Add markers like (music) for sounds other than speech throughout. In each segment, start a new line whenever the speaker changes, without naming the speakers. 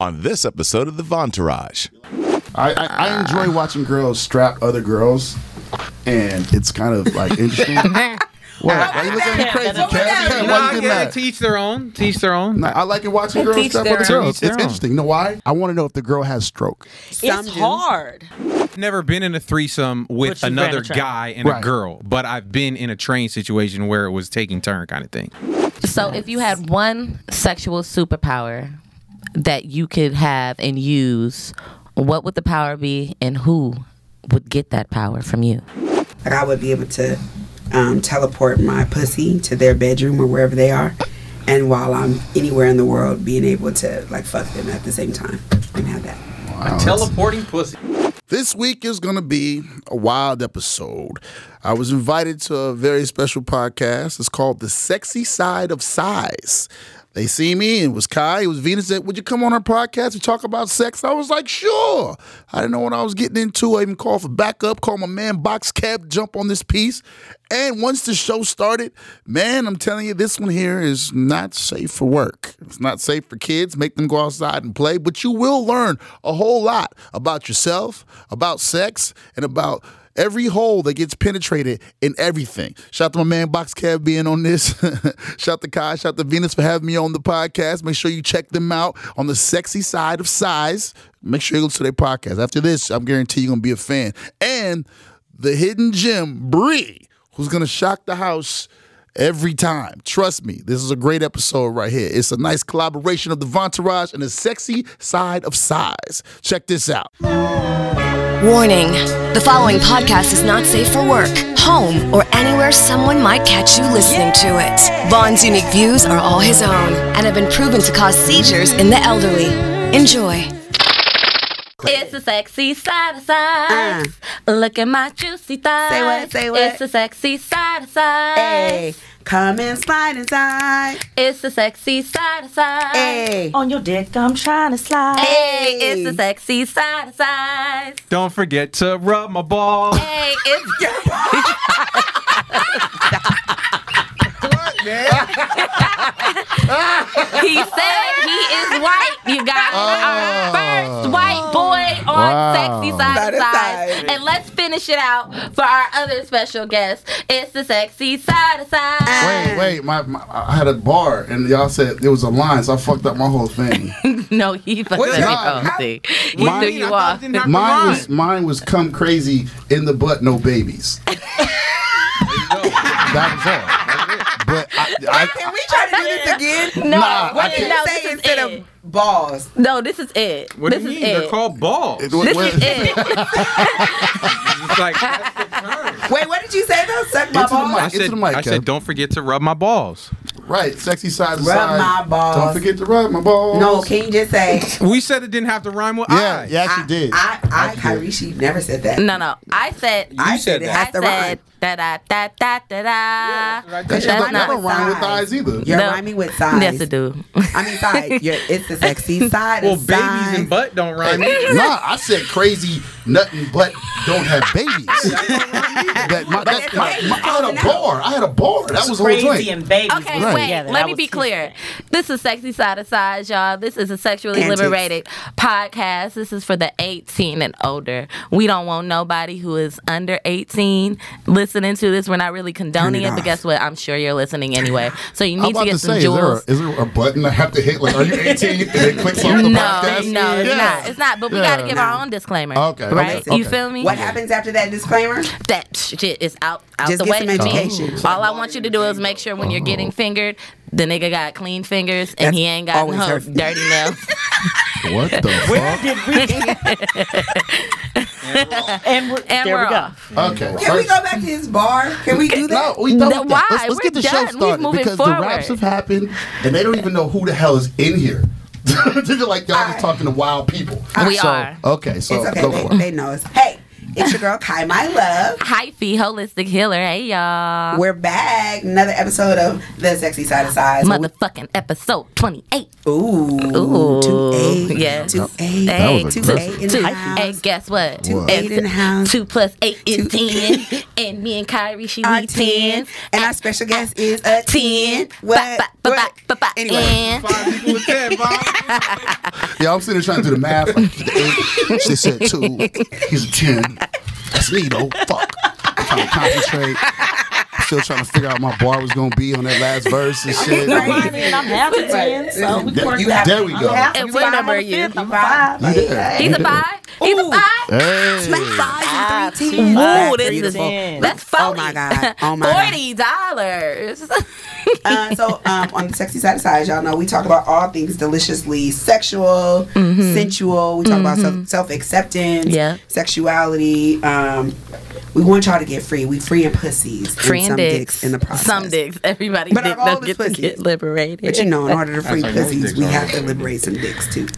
On this episode of The Vontourage,
I, I, I enjoy watching girls strap other girls, and it's kind of like interesting. What? Why you looking at me crazy, Kat? Kat,
No,
Why
I
you
get
getting
it.
mad?
Teach their own. Teach their own.
Nah, I like it watching girls
Teach
strap
their
other
own.
girls.
Teach their
It's
own.
interesting. You know why? I want to know if the girl has stroke.
It's hard.
Never been in a threesome with
But you ran
another
a train.
guy and
Right.
a girl, but I've been in a train situation where it was taking turn kind of thing.
So if you had one sexual superpower that you could have and use, what would the power be and who would get that power from you?
Like I would be able to um, teleport my pussy to their bedroom or wherever they are, and while I'm anywhere in the world, being able to like fuck them at the same time and have that.
Teleporting pussy.
This week is going to be a wild episode. I was invited to a very special podcast. It's called The Sexy Side of Size. They see me, and it was Kai, it was Venus. Said, Would you come on our podcast and talk about sex? I was like, Sure. I didn't know what I was getting into. I even called for backup, called my man Box Cab, jump on this piece. And once the show started, man, I'm telling you, this one here is not safe for work. It's not safe for kids. Make them go outside and play, but you will learn a whole lot about yourself, about sex, and about every hole that gets penetrated in everything. Shout out to my man Box Cab being on this. (laughs) shout out to Kai, shout out to Venus for having me on the podcast. Make sure you check them out on the sexy side of size. Make sure you listen to their podcast. After this, I'm guarantee you're gonna be a fan. And the hidden gem, Bree, who's gonna shock the house every time. Trust me, this is a great episode right here. It's a nice collaboration of the Vontourage and the sexy side of size. Check this out.
Warning The following podcast is not safe for work, home, or anywhere someone might catch you listening to it. Bond's unique views are all his own and have been proven to cause seizures in the elderly. Enjoy.
It's a sexy side of size. Look at my juicy
Uh.
thighs.
Say what, say what?
It's a sexy side of size.
Hey, come and slide inside.
It's a sexy side of size.
Hey,
Oh,
On your dick, I'm trying to slide.
Hey, it's a sexy side of size.
Don't forget to rub my ball.
Hey, it's
(laughs)
(laughs) He said he is white, you guys. Our first white boy on
Wow.
Sexy Side
Side
to
to
Side.
Side.
And let's finish it out for our other special guest. It's the Sexy Side to Side.
Uh, Wait, wait, my, my I had a bar and y'all said it was a line, so I fucked up my whole
(laughs)
thing.
No, he fucked
Wait,
up his
how-
own
how-
thing. He
Mine-
threw
I
you
thought
off.
it did not
Mine
rhyme.
was mine was come crazy in the butt, no
(laughs)
babies. that was all. But I,
can we try to do this again?
(laughs)
(laughs)
No,
Nah, I
wait,
can't-
no,
Say
this is
instead
it.
of balls.
No, this is it.
What
this
do you mean?
is
They're
it.
called balls.
I
It's
what-
this
what-
is it.
like, that's the term.
Wait, what did you say though? Suck my
Into the
balls.
mic.
I said,
the mic,
I
Kev.
said, don't forget to rub my balls.
right, sexy side to
Rub
side.
my balls.
Don't forget to rub my balls.
No, can you
(laughs)
just say
We said it didn't have to rhyme with
Yeah,
I.
you actually
I,
did.
I, I,
Actually
Kyrie,
did. Mm,
she never said that.
No, no. I said.
I
said
said it
that.
has
I
to rhyme.
said. Da da da da da da.
right
That
there.
shit
That's
don't, that
not
don't rhyme with
size.
eyes either.
You're
No.
rhyming with size.
Yes, it do.
I
(laughs)
mean, size. You're, it's the sexy side.
Well,
of
babies
size.
and butt don't rhyme. either.
nah, I said crazy nothing but don't have babies. that my, that,
that's
my,
okay,
my- I had a bar. I had a bar. That was the whole joint.
Crazy and babies.
Okay,
Right.
wait.
together. That
Let me
was
be
too
clear. This is Sexy Side of Size, y'all. This is a sexually
Antics.
liberated podcast. This is for the 18 and older. We don't want nobody who is under 18 listening to this. We're not really condoning
Turn it
it, but
off.
guess what? I'm sure you're listening anyway. So you
I'm
need
about
to
to
get some
say, (laughs) is there, a,
jewels.
is there a button I have to hit? Like, are
(laughs)
you 18? and it clicks off
No,
the
no,
podcast?
it's
Yeah.
not. It's not. But we
Yeah.
gotta give our own disclaimer.
Okay, okay,
Right? (laughs) You
okay.
feel me?
What happens after that disclaimer?
that shit is out out
Just
the
get
way.
some
to me.
education. Oh.
All I want you to do is make sure when you're getting fingered, the nigga got clean fingers and
Uh-huh. That's
he ain't got
always
no
her-
(laughs)
(laughs)
dirty nails.
What the fuck?
Did we?
(laughs)
and we're,
And
there
we're
we go.
off.
Okay.
Can we go back to his bar? Can we do that?
No, we done
No,
with that.
why?
Let's, let's
We're
get the
done.
show
We're
started
moving
because the
forward.
raps have happened and they don't even know who the hell is in here. (laughs) You're like y'all just talking to wild people.
We are.
Okay, so
It's okay.
go
they,
for it.
they know us. Hey, it's your girl Kai, my love.
Hyphy holistic healer. Hey y'all.
We're back. Another episode of the sexy side of size.
Motherfucking episode twenty eight.
Ooh,
Ooh.
two eight,
Yeah.
two eight,
That
two
was
eight in the house.
Hey, guess what?
Two eight in the house.
Two plus eight is
(laughs)
ten. and me and Kyrie, she
Our
need ten.
and our special guest is a ten. What?
Ba- ba- ba- ba-
(laughs)
ba-
Anyway,
and-
Five people with that, Bob.
Yeah, I'm sitting there trying to do the math. Like, the
(laughs)
eight, she said two. He's a ten. That's me though. Fuck. I'm trying to concentrate. Still trying to figure out what my bar was gonna be on that last verse and shit.
I mean, I'm half a 10, so we
There-
worked
you-
out.
there we go.
I'm half a
And what
10,
number
I'm
are
a
you?
fifth, I'm five.
You there.
He's a
You
five. He's a five.
there. Hey.
five and three
Ooh,
tens. Five,
this
three
is-
tens.
That's
Oh
forty.
my god. Oh my god.
Forty dollars.
Uh, so um, on the sexy side of size, y'all know we talk about all things deliciously sexual, sensual. We talk about self acceptance,
Yeah.
sexuality. Um, we want y'all to get free. We freeing pussies,
Friend
and some dicks. in the process.
Some dicks. Everybody
But
dick
our
don't
goal
get
is
to
pussy.
get liberated.
But you know, in order to free
That's like most
pussies,
dicks
we
are.
have to liberate some dicks too.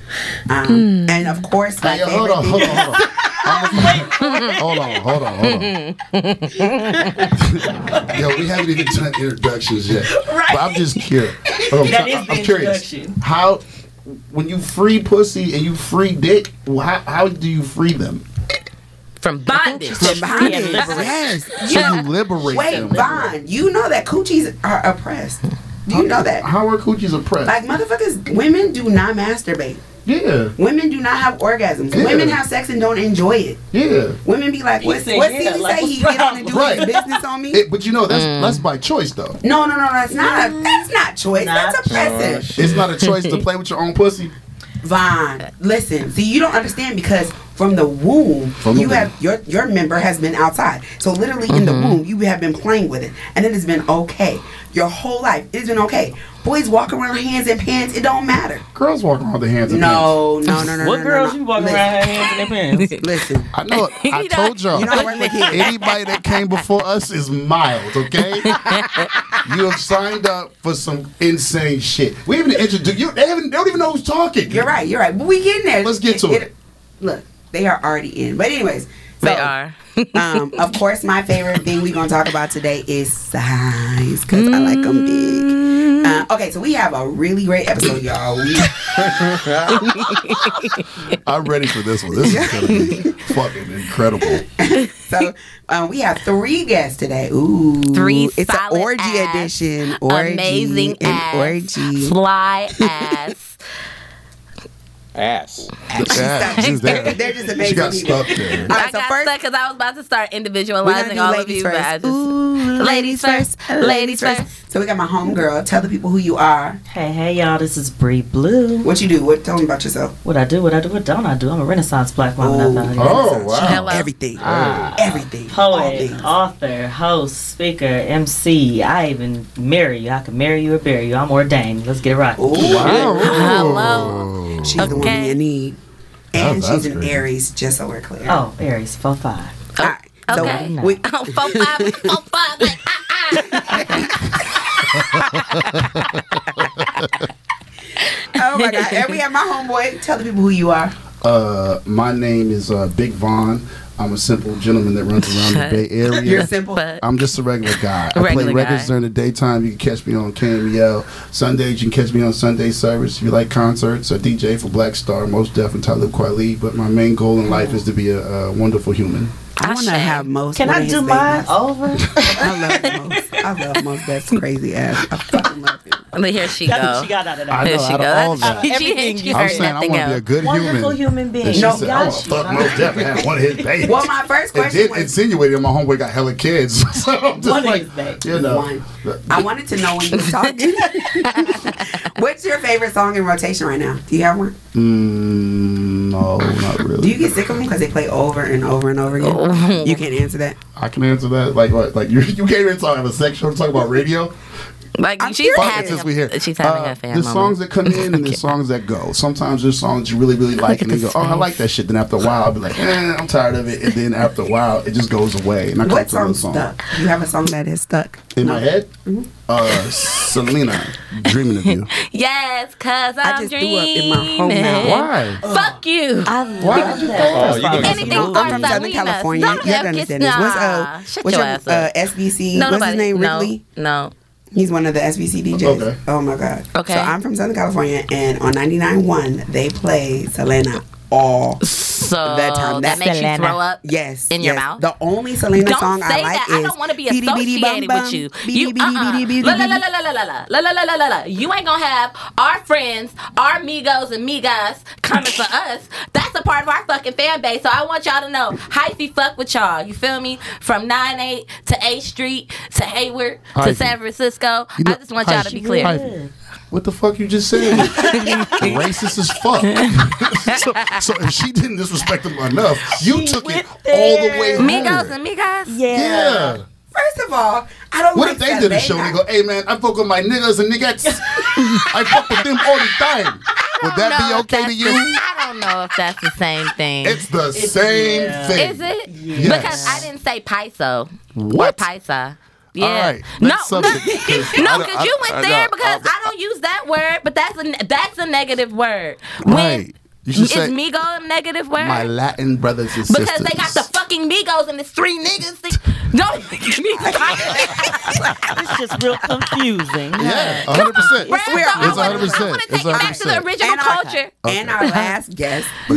Hmm.
Um, And of course, my
Hey, yo, hold
favorite
on, hold
thing.
on, hold on. I'm- Hold on, hold on, hold on. (laughs) Yo, we haven't even done introductions yet. But I'm just curious. I'm,
That is the
I'm curious.
introduction.
How, when you free pussy and you free dick, well, how, how do you free them?
From bondage.
From behind it.
liberate.
Yes.
So you liberate
Wait,
them.
Vaughn, you know that coochies are oppressed. Do you know that?
How are coochies oppressed?
Like motherfuckers, women do not masturbate.
yeah,
Women do not have orgasms.
Yeah.
Women have sex and don't enjoy it.
yeah.
Women be like, what,
said,
what
yeah,
Celie
like,
say?
what's
He get on and do
Right.
his business on me?
It, but you know, that's that's by choice, though.
no, no, no, that's not.
Mm-hmm.
That's not choice. that's oppressive.
It's not a choice (laughs) to play with your own pussy.
Vaughn, listen. See, you don't understand because from the womb,
the womb.
you
Mm-hmm.
have your your member has been outside. So literally in the womb, you have been playing with it, and it has been okay your whole life. It has been okay. Boys walk around hands and pants. It don't matter.
Girls walk around with their hands in
No,
(laughs)
no, no, no.
What
no, no,
girls
no.
you walking
listen,
around her hands in their
(laughs)
pants?
Listen.
I
(laughs)
know. I told y'all.
You don't work with kids.
Anybody that came before us is mild,
(laughs)
okay? you have signed up for some insane shit. We haven't introduced you. They haven't. They don't even know who's talking.
You're
(laughs)
right. You're right. But we getting there.
Let's get to it.
Look, they are already in. But anyways, so,
They
(laughs)
are.
um, of course, my favorite thing we're gonna talk about today is size because I like them
Mm.
big. Uh, okay, so we have a really great episode, y'all. We,
I'm ready for this one. This is gonna be fucking incredible.
so um, we have three guests today. Ooh,
Three
It's an
solid
orgy
ass,
edition. Orgy
Amazing
and
ass.
orgy.
(laughs) Fly ass.
Ass.
Yeah, she's
They're,
there.
they're just
She
amazing.
got
people.
stuck there.
All
I
right, so
got
first,
stuck because I was about to start
We're gonna
individualizing
do
all of
ladies
you,
first.
but I just
Ooh,
Ladies first. Ladies first.
So we got my homegirl. Tell the people who you are.
Hey, hey, y'all! This is Bree Blue.
What you do. What? Tell them about yourself.
What I do? What I do? What don't I do? I'm a Renaissance black woman. I thought.
Oh wow.
Hello.
Everything.
Ah.
Everything. All
Poet,
things.
author, host, speaker, MC. I even marry you. I can marry you or bury you. I'm ordained. Let's get it right.
Ooh,
Hello.
She's the woman
Okay.
you need. And
That's-
she's
that's
an
great.
Aries, just so we're clear.
Oh, Aries, four five.
All right. So
Okay.
we,
Oh, four, five, four, five, like, ah, ah.
oh my God. And we have my homeboy. Tell the people who you are.
Uh, my name is uh, Big Vaughn. I'm a simple gentleman that runs around the
(laughs)
Bay Area.
You're simple.
But
I'm just a regular guy. I
Uh, Regular
play records
guy.
during the daytime. You can catch me on KML. Sundays, you can catch me on Sunday service. If you like concerts, a DJ for Black Star, most deaf and Talib Kweli. But my main goal in life is to be a, uh wonderful human.
I want to have most.
Can
one
I
of
do
his
mine
babies.
over?
I love most. I love most. That's crazy ass. I fucking love
(laughs)
him.
here she
That's what
go.
she got out
(laughs)
of
I
that.
Here
know
she
out
go.
of all
That's-
that.
(laughs) she- she-
Everything
she
you
I'm
heard
saying I
nothing
want to be a
else.
good
Wonderful human being.
And she
No,
said, I want
got
to
you.
fuck most deaf and have one of his babies.
Well, my first
it
question
did
was.
insinuate in my homeboy got hella kids. (laughs) so I'm just
One of
like,
his babies.
you know.
One. I wanted to know when you were talking. (laughs) What's your favorite song in rotation right now? Do you have one?
Mm, no, not really.
Do you get sick of them because they play over and over and over
Oh.
again? you can't answer that.
I can answer that. Like what? Like you, you can't even talk about sex show to talk about radio.
Like
I'm
she's
curious.
having,
since we here.
a, she's having
Uh,
a fan
There's songs
moment.
that
(laughs)
come in and there's songs that go. Sometimes there's songs you really, really like and you go,
this
oh, I
face.
like that shit. Then after a while, I'll be like, eh, I'm tired of it. And then after a while, it just goes away. And I come
What
to another
song
song.
stuck? You have a song that Mm-hmm. is stuck.
In my head, uh, Selena, dreaming of
(laughs)
you.
Yes, cause I'm
I just threw up in my whole
dreaming.
mouth.
Why?
Fuck you.
I
Why did you
Oh, you gonna get
Anything
some-
for
I'm from Southern
Selena's.
California.
None of
you have
them
to understand
gets-
this. What's
nah,
uh,
shut
what's
your
your,
ass
uh,
up.
SBC?
No,
what's his
nobody-
name?
no,
Ridley.
No.
He's one of the SBC DJs.
Okay.
Oh my god.
Okay.
So I'm from Southern California, and on 99.1 they play Selena all.
So
That time, that
that makes you
Selena.
throw up.
Yes.
In your
yes.
mouth?
The only Selena
Don't
song
say
I like
that.
is
I don't want to be
Bidi Bidi Bum
associated
Bum,
with you. You
Bidi Bidi
uh-uh.
Bidi Bidi
La la la
Bidi.
la la la la la la la la la la. You ain't gonna have our friends, our amigos and migas coming for us. That's a part of our fucking fan base. So I want y'all to know, hyphy fuck with y'all. You feel me? From 9-8 to 8th Street to Hayward to
Hyphy.
San Francisco.
You know-
I just want y'all to be clear.
Ivy, What the fuck you just
(laughs)
said? Racist as fuck. (laughs) so, so if she didn't disrespect him enough, you took it all the way.
Migos
home.
and migas.
Yeah.
First of all, I don't.
What
like
if they did a
Selena.
show and they go, hey man, I fuck with my niggas and niggas. I fuck with them all the time. Would that
know
be
if
okay to
that's
you?
the- I don't know if that's the same
(laughs)
thing.
It's the same thing.
Is it?
Yes.
Because I didn't say Piso.
What?
Or Pisa. Yeah.
All right.
No,
next
no, (laughs)
subject, 'cause I
no,
don't-
because you
I-
went
I-
there
no,
because I,
I-
don't use that word, but that's a that's a negative word.
Right. You should
is
say-
Migo a negative word?
my Latin brothers and
because
sisters.
they got the fucking Migos and it's three niggas.
(laughs)
They, don't give me
It's just real
(laughs)
confusing.
Yeah, 100%.
Bruh, so I
It's
wanna- I
100%.
want to
It's
take it back to the
100%.
original culture.
And our last guest, our-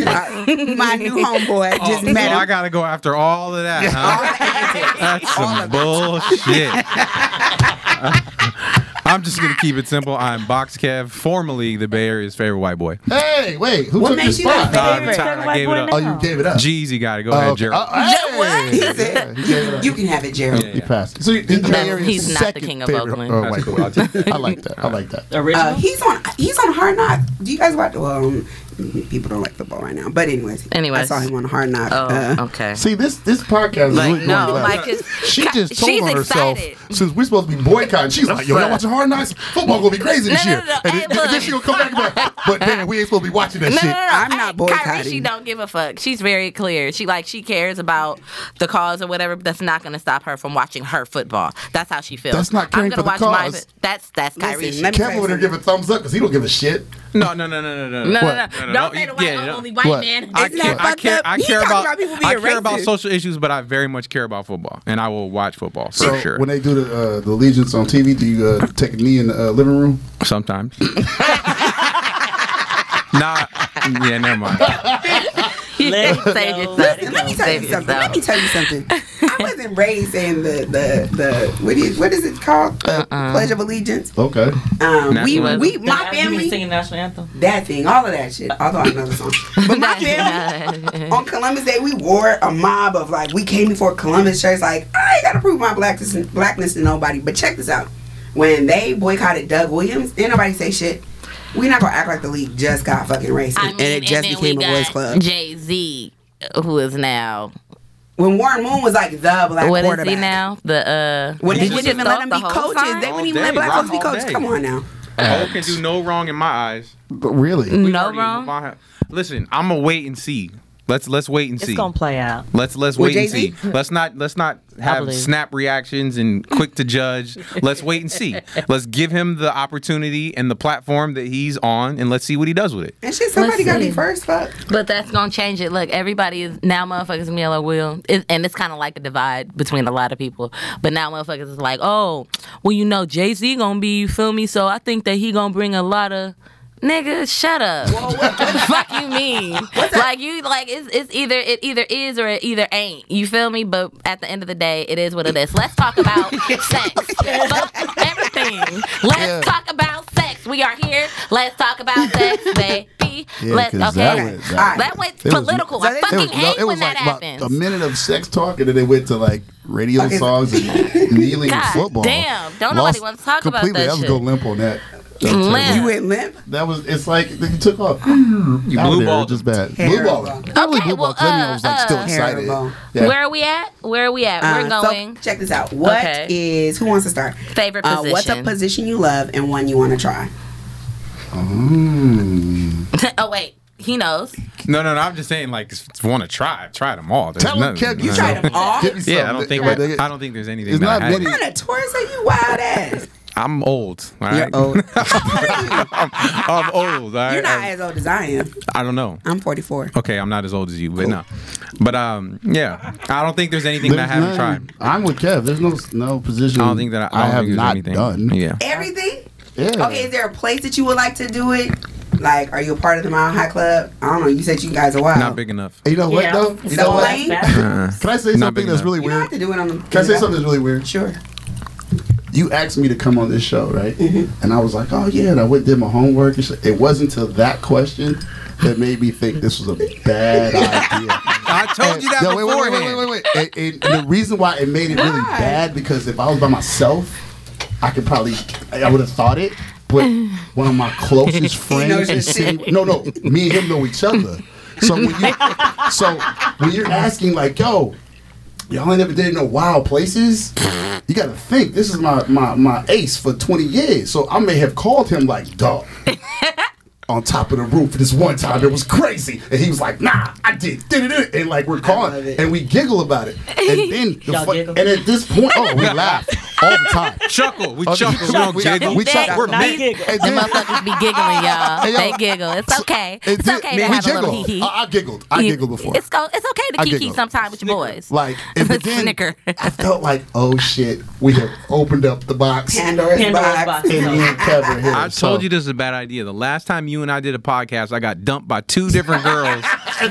my new homeboy, just
so
met him.
I gotta go after all of that. Huh? That's some bullshit. (laughs) I'm just gonna keep it simple. I'm Box Kev, formerly the Bay Area's favorite white boy.
Hey, wait, who took your
makes you
spot?
that
I
Favorite
retired. I gave it up.
Oh, you gave it up.
Jeezy got it. Go
Oh,
ahead,
okay.
Gerald.
Oh, hey, yeah, you gave it up.
You can have it, Gerald.
You passed. So you- he's,
he's not the king of Oakland.
Oh, wait,
cool. I'll take
I like that. I like that.
Uh,
Original.
he's on. He's on Hard Knock. Do you guys watch? Well, um, people don't like football right now. But anyways, I
Anyways.
saw him on Hard Knock. uh,
Uh-huh.
Oh, okay.
See this this podcast is
Like,
really
no,
going left.
like, it's-
she just
she's
told on herself
excited.
since we're supposed to be boycotting. She's like, "Yo, y'all watching Hard Knocks? Football gonna be crazy this
No, no,
year."
no, no.
And
Hey,
then, and then
look.
she gonna come back and be like, "But damn, we ain't supposed to be watching that
No, no,
shit."
no, no.
I'm not
Kyrie, she
boycotting.
don't give a fuck. She's very clear. She like she cares about the cause or whatever. But that's not going to stop her from watching her football. That's how she feels.
That's not caring
I'm gonna
for the
watch my
cause.
fo- that's that's
Listen,
Kyrie. shit.
let me tell
Kevin
you
would have
something.
given thumbs up because he don't give a shit.
No, no, no, no, no, no.
no, no,
What?
no,
No, no,
Don't
no,
say the
you- yeah,
white,
no.
only white
What?
man.
I
Isn't that
care, I
fucked
care,
up?
I
He
care
talking
about,
about people being
I care about
racist.
social issues, but I very much care about football, and I will watch football for
So
sure.
when they do the uh, the allegiance on TV, do you uh, take a knee in the uh, living room?
(laughs) Sometimes. nah. Yeah, never mind.
Save
(laughs)
yourself.
Let me tell
Save
you something. Let
yourself.
me tell you something.
(laughs)
I wasn't raised in the the the what is what is it called? The
Uh-uh.
Pledge of Allegiance.
Okay.
Um, we
National
we my
You been
family
singing national anthem?
that thing all of that shit. Although I know the
(laughs)
song, but my family on Columbus Day we wore a mob of like we came before Columbus shirts. Like I ain't gotta prove my blackness blackness to nobody. But check this out. When they boycotted Doug Williams, didn't nobody say shit. We're not gonna act like the league just got fucking racist
I mean,
and it just became a boys club.
Jay Z, who is now
when Warren Moon was like the black
what is
quarterback.
he now? The uh,
When they
did you
wouldn't
just
even let
throw
them
the
be
whole
coaches,
sign?
they wouldn't
All
even let
day,
black
rock
folks be
all
coaches.
day.
Come on now.
Hope can do no wrong in my eyes.
But really,
We've
No
already-
wrong.
Listen, I'm gonna wait and see. Let's let's wait and see.
It's gonna play out.
Let's let's
With
wait and
Jay-Z?
see. Let's not let's not have
believe.
snap reactions and quick to judge. let's wait
(laughs)
and see. Let's give him the opportunity and the platform that he's on, and let's see what he does with it.
And shit, somebody
Let's
got to
see.
be first. Fuck.
But that's gonna change it. Look, everybody is now motherfuckers is yellow wheel, it, and it's kind of like a divide between a lot of people. But now motherfuckers is like, oh, well, you know, Jay Z gonna be, you feel me? So I think that he gonna bring a lot of. Nigga, shut up! what (laughs) the fuck you mean? Like you like it's it's either it either is or it either ain't. You feel me? But at the end of the day, it is what it is. Let's talk about sex. Fuck everything. Let's
Yeah.
talk about sex. We are here. Let's talk about sex, baby.
Yeah,
Let's
'cause
okay.
that
went- that
That
went-
went
it was-
political.
So
I
they-
fucking
was,
hate
it was
when
like
that
about
happens.
a minute of sex talk, and then they went to like radio songs and kneeling
God
football.
damn. Don't nobody
Lost
wanna talk about
completely.
that
I was
shit.
go limp on that.
Limp.
You went limp.
That was. It's like you took off.
You
Out
blue
there,
ball.
just bad. Blue
Terrible.
baller. Not really
Okay,
blue ball.
well,
'cause I knew I
uh,
was like still
uh,
excited.
Terrible.
Yeah.
Where are we at? Where are we at? We're
Uh, so
going.
check this out. What is?
Okay.
Who wants to start?
Favorite
Uh, what's a
position.
position you love and one you want to try?
Mm.
oh wait, he knows.
No, no, no. I'm just saying, like, want to try. Try them all. There's
Tell them,
nothing-
Kev, you
no.
tried
Try them all.
Give me
Yeah, I
something.
don't think
Right,
that,
nigga.
I don't think there's anything.
It's
that
not
I haven't-
many.
What kind of tourist are you? Wild ass.
I'm old. All right?
You're old.
(laughs) I'm old. All right?
You're not
I,
as old as I am.
I don't know.
I'm 44.
Okay, I'm not as old as you, but no. But um, yeah, I don't think there's anything that I haven't
There's none.
tried.
I'm with Kev. There's no no position.
I don't think that I, I, don't
have
think there's
not done.
anything. Yeah.
Everything?
Yeah.
Okay, is there a place that you would like to do it? Like, are you a part of the Mile High Club? I don't know. You said you guys are wild.
Uh,
Not big enough.
You know what
Yeah.
though? You
So
know what?
lame.
Can I say
Uh-uh. Not
something
big
that's
enough.
really
You don't
weird?
have to do it on the.
Can I say something that's really weird?
Sure.
You asked me to come on this show, right? And I was like, oh yeah, and I went did my homework. And shit. It wasn't until that question that made me think this was a bad idea.
I told you that
No, wait, wait,
beforehand.
wait, wait, wait, wait. And, and the reason why it made it really bad because if I was by myself, I could probably I would have thought it. But one of my closest
knows
friends
your
is sitting. No, no, me and him know each other. So when you, so when you're asking like, yo, y'all ain't never did no wild places. You gotta think. This is my my my ace for 20 years. So I may have called him like,
(laughs)
dog on top of the roof this one time. It was crazy. And he was like, nah, I did. did it, And like, we're
love
calling.
it.
And we giggle about it. And
(laughs)
then, the
Y'all
fu-
giggle?
and at this point, oh, we laugh all the time.
Chuckle. We
Okay.
chuckle. We don't
Oh, We-
giggle.
we
chuckle.
We're
Not
men.
giggle.
And
The (laughs)
then,
motherfuckers be giggling, y'all.
Hey, yo.
they giggle. It's okay.
and
It's
then
okay
we
to have a little hee
giggle.
hee.
I, I giggled. I giggled before.
It's go. It's okay to
I
kiki
giggle.
sometime with your boys.
(laughs)
Like, and but then
Snicker.
I felt like, oh shit, we have opened up the box. And
Pandora's,
Pandora's
box.
box.
me and
(laughs)
Kevin here.
I told you this is a bad idea. The last time you and I did a podcast, I got dumped by two different (laughs) girls,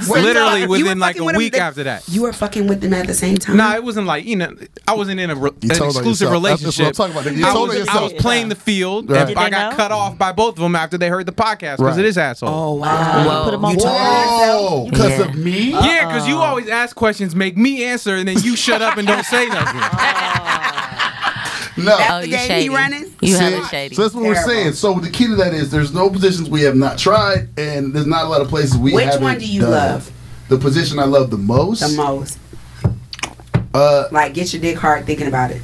literally
You were
within like
fucking
a
with him
week
the-
after that.
You were fucking with them at the same time.
Nah, it wasn't like you know. I wasn't in a re- an
told on
exclusive
yourself. That's- that's what I'm
relationship.
talking about, nigga. You
I,
told on
was, I
yourself.
was playing the field,
Right.
and
Did
they
I got
know?
cut off by both of them after they heard the podcast because
Right.
of this asshole.
oh wow.
Put them on
Whoa, because of me?
Yeah, because
Uh-uh.
you always ask questions, make me answer, and then you shut up and
(laughs)
don't say nothing.
No.
oh,
the
you
game he
shady.
running?
You
See?
hella shady.
So that's what
Terrible.
we're saying. So the key to that is there's no positions we have not tried, and there's not a lot of places we.
Which
haven't
one do you
done.
love?
The position I love the most.
The most.
Uh,
Like, get your dick hard thinking about it.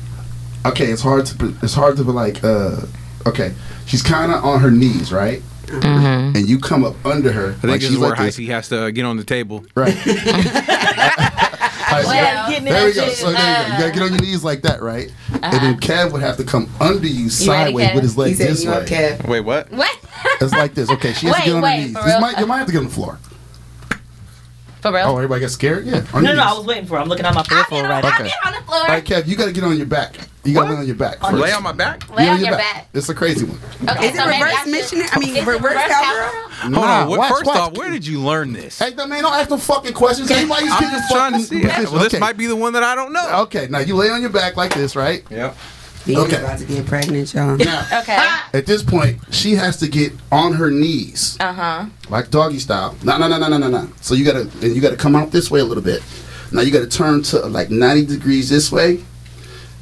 okay, it's hard to it's hard to be like. Uh, okay, she's kind of on her knees, right?
Mm-hmm.
And you come up under her.
I think
like
this
she's
is where
like
Heisey
this.
has to uh, get on the table.
Right.
(laughs)
Heisey,
Getting in
there we
that
go.
shit.
So there you go. You gotta get on your knees like that, right? And then Kev would have to come under you sideways
Uh-huh. Kev?
with his
He
legs
said,
this
you
way.
up, Kev?
Wait, what?
what?
It's like this. Okay, she has
Wait,
to get on
wait,
her knees.
for
This
real?
might, you might have to get on the floor.
For real?
Oh, everybody got scared? Yeah. on
No,
your
no, I
knees.
was waiting for. It. I'm looking at my peripheral right now.
I'll
Okay.
get on the floor.
All right, Kev, you got to get on your back. You got to lay on your back. first.
Lay on my back.
Lay
Get
on your back.
It's a crazy one.
Okay,
Is it
so maybe I
reverse
should-
missioning? I mean,
Is it
reverse
reverse
cowgirl?
cowgirl?
Hold
Nah,
on. What,
watch,
first
watch.
off, where did you learn this?
Hey, th- man, don't ask no fucking questions. Everybody's
I'm
getting
just
fucking
trying to see. Yeah,
position.
well, this
okay.
might be the one that I don't know. Oh,
Okay, now you lay on your back like this, right?
Yep.
Being
Okay.
about to get pregnant, y'all.
Now,
Okay.
at this point, she has to get on her knees,
Uh huh.
like doggy style. No, no, no, no, no, no, no. So you gotta, and you gotta come out this way a little bit. Now you gotta turn to like 90 degrees this way,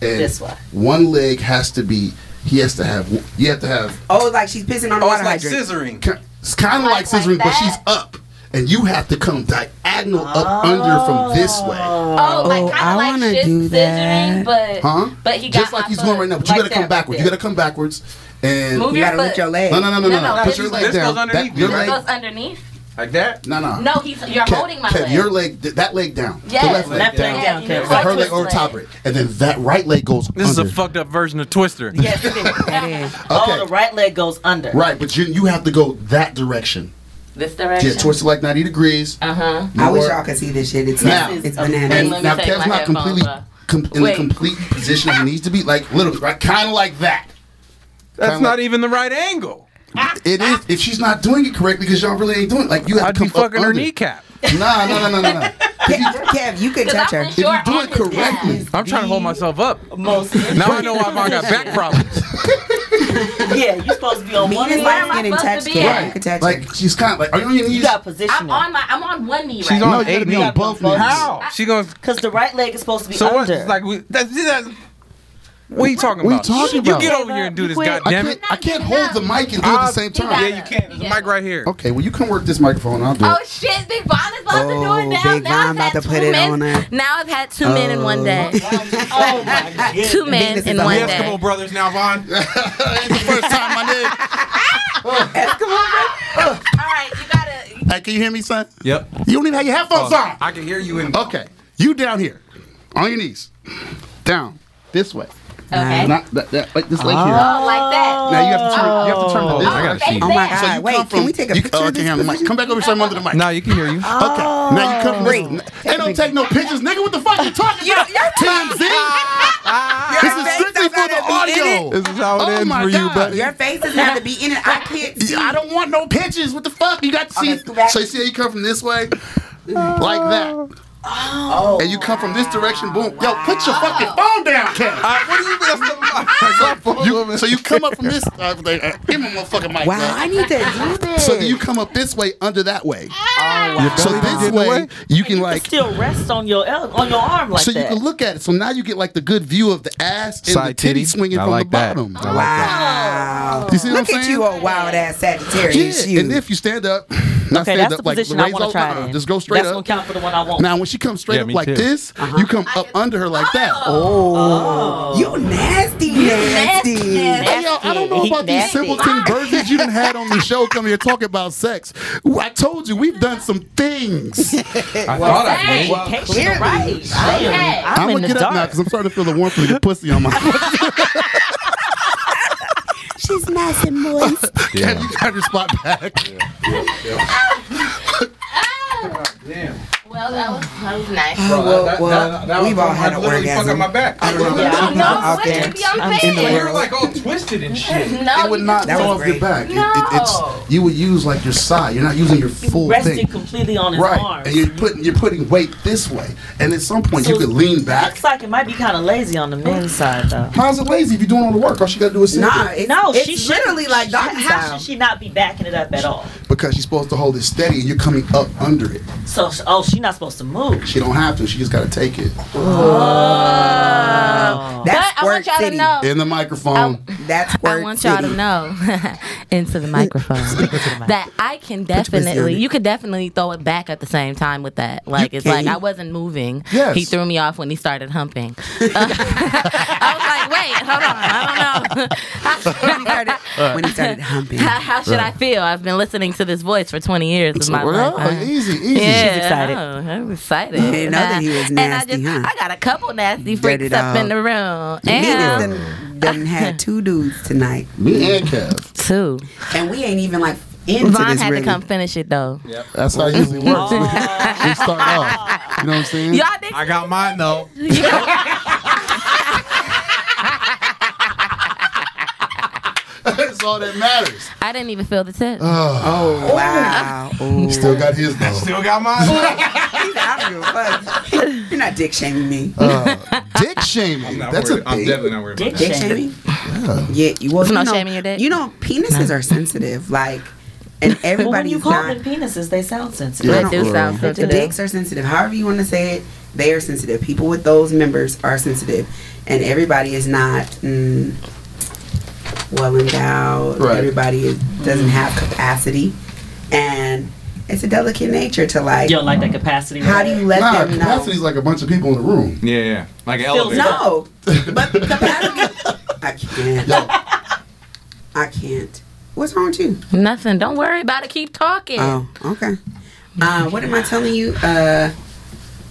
and
This way.
One leg has to be. He has to have. You have to have
Oh, like she's pissing on a
Oh,
water
it's like
hydrant.
scissoring.
ki- it's kind of like,
like
scissoring, but
that?
she's up, and you have to come diagonal up under from this way,
Oh,
Oh,
like
I
kind
wanna
of like
do
shit
that.
scissoring, but
huh?
but he got
just like
my
he's
foot
doing right now. But you
like
gotta come
that
backwards.
right
You
there.
gotta come backwards, and
Move
You
your
gotta lift
foot.
your leg.
no, no, no, no,
No,
no,
no,
Put
this
your
is-
leg
this
down.
goes underneath
your
you.
This
leg.
goes underneath.
Like that.
No, no.
No, he's you're
Kev,
holding my
Kev,
leg.
your leg, th- that leg down.
Yes.
The left leg
Left
down.
leg down,
Yeah,
Kev.
The her
Twist
leg over
leg.
top of it, and then that right leg goes
This is a
under.
fucked up version of Twister.
Yes, it is. Oh, the right leg goes
(laughs)
under.
Right, but you you have to go that direction.
This
Yeah,
direction.
twist it like 90 degrees.
Uh huh.
I wish
More.
y'all could see this shit. It's,
Now- And
it's
Wait,
bananas.
let me
now
take my
Kev's not
headphones
completely
off.
com- in
Wait.
the complete position he needs to be. Like literally, right, kind of like that.
That's
Kinda
not
like-
even the right angle.
It is. If she's not doing it correctly, because y'all really ain't doing it. Like you have
I'd
to
be
come up
fucking her
under.
kneecap.
Nah, no, no, no,
(laughs)
no, no. If you,
Kev, you could
Cause
touch
I'm
her.
just
if
You're
you do
on
it
his
correctly,
I'm trying to hold myself up.
Most.
Now I know why I got
(laughs)
back problems.
yeah, you're supposed to be on
Me
one
and his
Where
leg.
wife
am I
getting
supposed to
touched,
be
Kev.
at?
You could touch her.
like she's kind of like, are you on your knees?
You got positioning.
I'm on my. I'm on one knee.
She's
right
No,
on
you gotta
eight
be on
knees.
both
knees.
knees.
How? She gonna
Because the right leg is supposed to be
So
under.
what? It's Like we, that's, that's, What are you talking
What are you
about?
talking about?
You get over here and do this,
I
goddamn it!
can't, I can't hold the mic and do it at the same time.
Yeah, you can. There's a mic right here.
Okay, well, you can work this microphone. I'll do it.
Oh shit, Big Von is about
Oh,
to do it now.
Big
now
Von
I've
about
had
to
two
put it
men.
on there.
Now I've had two men in one day. two men in one day.
Eskimo brothers now, Von.
First time I (laughs)
All right, you gotta.
did. Hey, can you hear me, son?
Yep.
You don't even have your headphones on.
I can hear you in.
Oh, Okay, you down here, on your knees, down this way.
Okay.
Not that, that like this leg here.
Oh, like that.
Now you have to turn. You have to turn to this.
I gotta
way.
see.
Oh my
So you
God!
come
Wait,
from-
can we take a
you,
picture?
Oh, I
of
can
this? Oh.
hear the mic. Come back over, something under the mic.
Now you can hear you.
Okay. Now you come from this. They don't take no pictures, nigga. What the fuck you talking about?
(laughs)
TMZ. This is strictly
face
for
not
the
gonna be in
audio.
This is how it
oh
ends
my
for you,
God.
buddy.
Your face is not to be in it. I can't see.
Yeah, I don't want no pictures. What the fuck? You got to see.
Okay, go back.
so you see how you come from this way, like that. Oh. And you come from this direction. Boom. Yo, put your fucking
Oh.
phone down, Cat.
Uh, what do you mean?
You- so you come up from this. Uh, they- uh, give me my fucking mic.
Wow,
man.
I need to do this.
So you come up this way under that
Oh,
way. So
belly don't get
this
in the
way
way?
you can like
still rest on your el- on your arm like
so
that.
you can look at it. So now you get like the good view of the ass and the
Side
titty,
titty.
swinging
I
from
like
the
that.
bottom.
I like that.
Wow.
You see what
Look
I'm
at
saying?
you, old wild ass Sagittarius.
Yeah,
you.
and if you stand up, not
okay,
stand
that's
up
the
like
position I
raise
want to
all-
try.
uh-uh,
then.
Just go straight
That's
up.
gonna count for the one I want.
Now when she comes straight
Yeah,
up
me
like
too. Uh-huh.
this, you come up under her like that. Oh,
you nasty, nasty.
hey, yo, I don't know
Nasty.
about these
(laughs)
simpleton versions you done had on the show. Come here talking about sex. Ooh, I told you we've done some things.
I thought I
Hey,
did.
educational rights. I am- (laughs) I'm,
I'm,
in
gonna
the
get up now
dark.
because I'm starting to feel the warmth of your pussy
(laughs)
on my.
She's nice and
(laughs)
moist.
Can you got your spot back?
Well, that was, that was nice.
Well, well, we've all had an orgasm.
back. I
don't know.
no, no,
out
what
there.
you be on
I'm in the
bed.
world.
all twisted and
(laughs)
shit.
No,
it would
you
not
That was
fall off your
great.
back. It-
No.
it- it's you would use like your side. You're not using your full
Resting
thing.
completely on his
Right,
arms.
and you're putting you're putting weight this way, and at some point you
So-
could lean back.
Looks like it might be kind of lazy on the
Oh.
men's side though.
How's it lazy if you're doing all the work? All she gotta do is sit
Nah,
there.
it's,
No,
it's
she should-
literally like doggy
How
style.
should she not be backing it up at all?
because she's supposed to hold it steady, and you're coming up under it.
So, oh, she's not supposed to move.
She don't have to. She just gotta take it
But
That's
I want
squirt
y'all
city.
to know.
in the
Oh,
microphone.
That's
I
squirt
want y'all to
city.
(laughs) know into the microphone (laughs) that I can definitely, you could definitely throw it back at the same time with that. Like it's like
can.
I wasn't moving.
Yes.
He threw me off when he started humping. (laughs) I was like, wait, hold on, I don't know.
(laughs) When
(laughs)
he started- when he started humping.
How, how should I feel? I've been listening to this voice for 20 years of my
Well,
life.
oh, easy, easy.
Yeah,
She's excited.
I know. I'm excited.
You didn't know that he was
And I
nasty,
just,
huh?
I got a couple nasty freaks
Dirty
up
dog.
in the room.
Nina's
And
done, done had two dudes tonight,
(laughs)
Me and Kev.
two.
and we ain't even like into
Vaughn
this
had
really.
to come finish it though.
That's how it usually works.
Oh.
we, (laughs) we start off. You know what I'm saying?
Y'all did
I got mine though.
(laughs) That's all that matters.
I didn't even feel the tip.
Oh wow! Oh.
Still got his though.
Still got mine.
I don't give a fuck. You're not dick shaming me.
(laughs) Dick shaming. That's a
Oh. I'm
thing.
definitely not worried
Dick
about
dick
shame.
shaming? Yeah. You, well,
There's
you
no
know,
shame in your dick?
You know, penises are
(laughs)
sensitive. Like, and
Well, when
everybody
you
is
call
not.
them penises, they sound sensitive.
They
no,
do
no.
sound
The
sensitive.
dicks are sensitive. However you want to say it, they are sensitive. People with those members are sensitive, and everybody is not mm, well endowed.
Right.
Everybody is, doesn't have capacity, and it's a delicate nature to like.
You don't like that capacity.
how do you let
Nah,
them know?
capacity's like a bunch of people in the room.
Yeah, yeah. Like an
Feels
elevator.
No,
(laughs)
but capacity. I can't. I can't. What's wrong with you?
Nothing. Don't worry about it. Keep talking.
Oh, okay. Uh, what am I telling you? Uh,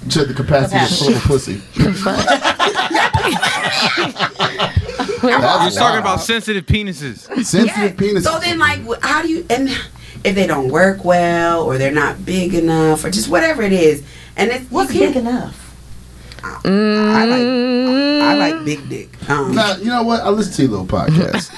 To the capacity of full of
(laughs)
pussy. (laughs)
We're just talking about sensitive penises.
sensitive penis.
so then, like, wh- how do you? And if they don't work well, or they're not big enough, or just whatever it is, and it's
What's
you can't-
big enough?
I like, I like big dick. Um,
Now, you know what? I listen to your little
(laughs)
podcast.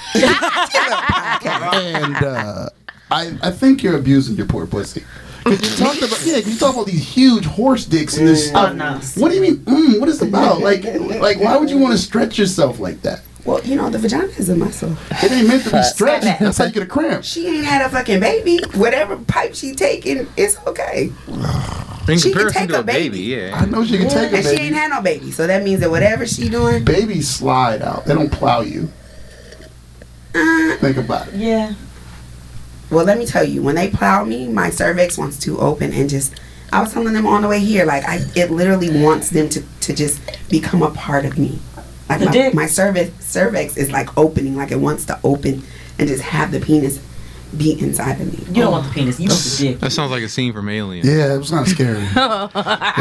and uh, I, I think you're abusing your poor pussy. 'Cause You talked about yeah. You talk about these huge horse dicks and this stuff.
Oh, no.
What do you mean? Mm, what is it about? Like, like why would you want to stretch yourself like that?
well, you know, the vagina is a muscle.
It ain't meant to be stretched. That's how you get a cramp.
She ain't had a fucking baby. Whatever pipe she taking, it's okay.
(laughs) In
She can
comparison
take
to
a
a baby,
baby.
yeah.
I know she can take a
and she
baby.
ain't had no baby, so that means that whatever she doing,
Babies slide out. They don't plow you.
Uh.
Think about it.
Yeah.
well, let me tell you, when they plow me, my cervix wants to open and just. I was telling them on the way here, like I, it literally wants them to, to just become a part of me. Like
The
my,
dick.
my cervix cervix is like opening, like it wants to open and just have the penis be inside of me.
You don't want the penis. You want the dick.
That sounds like a scene from Alien.
Yeah, it was kind of
(laughs)
scary. it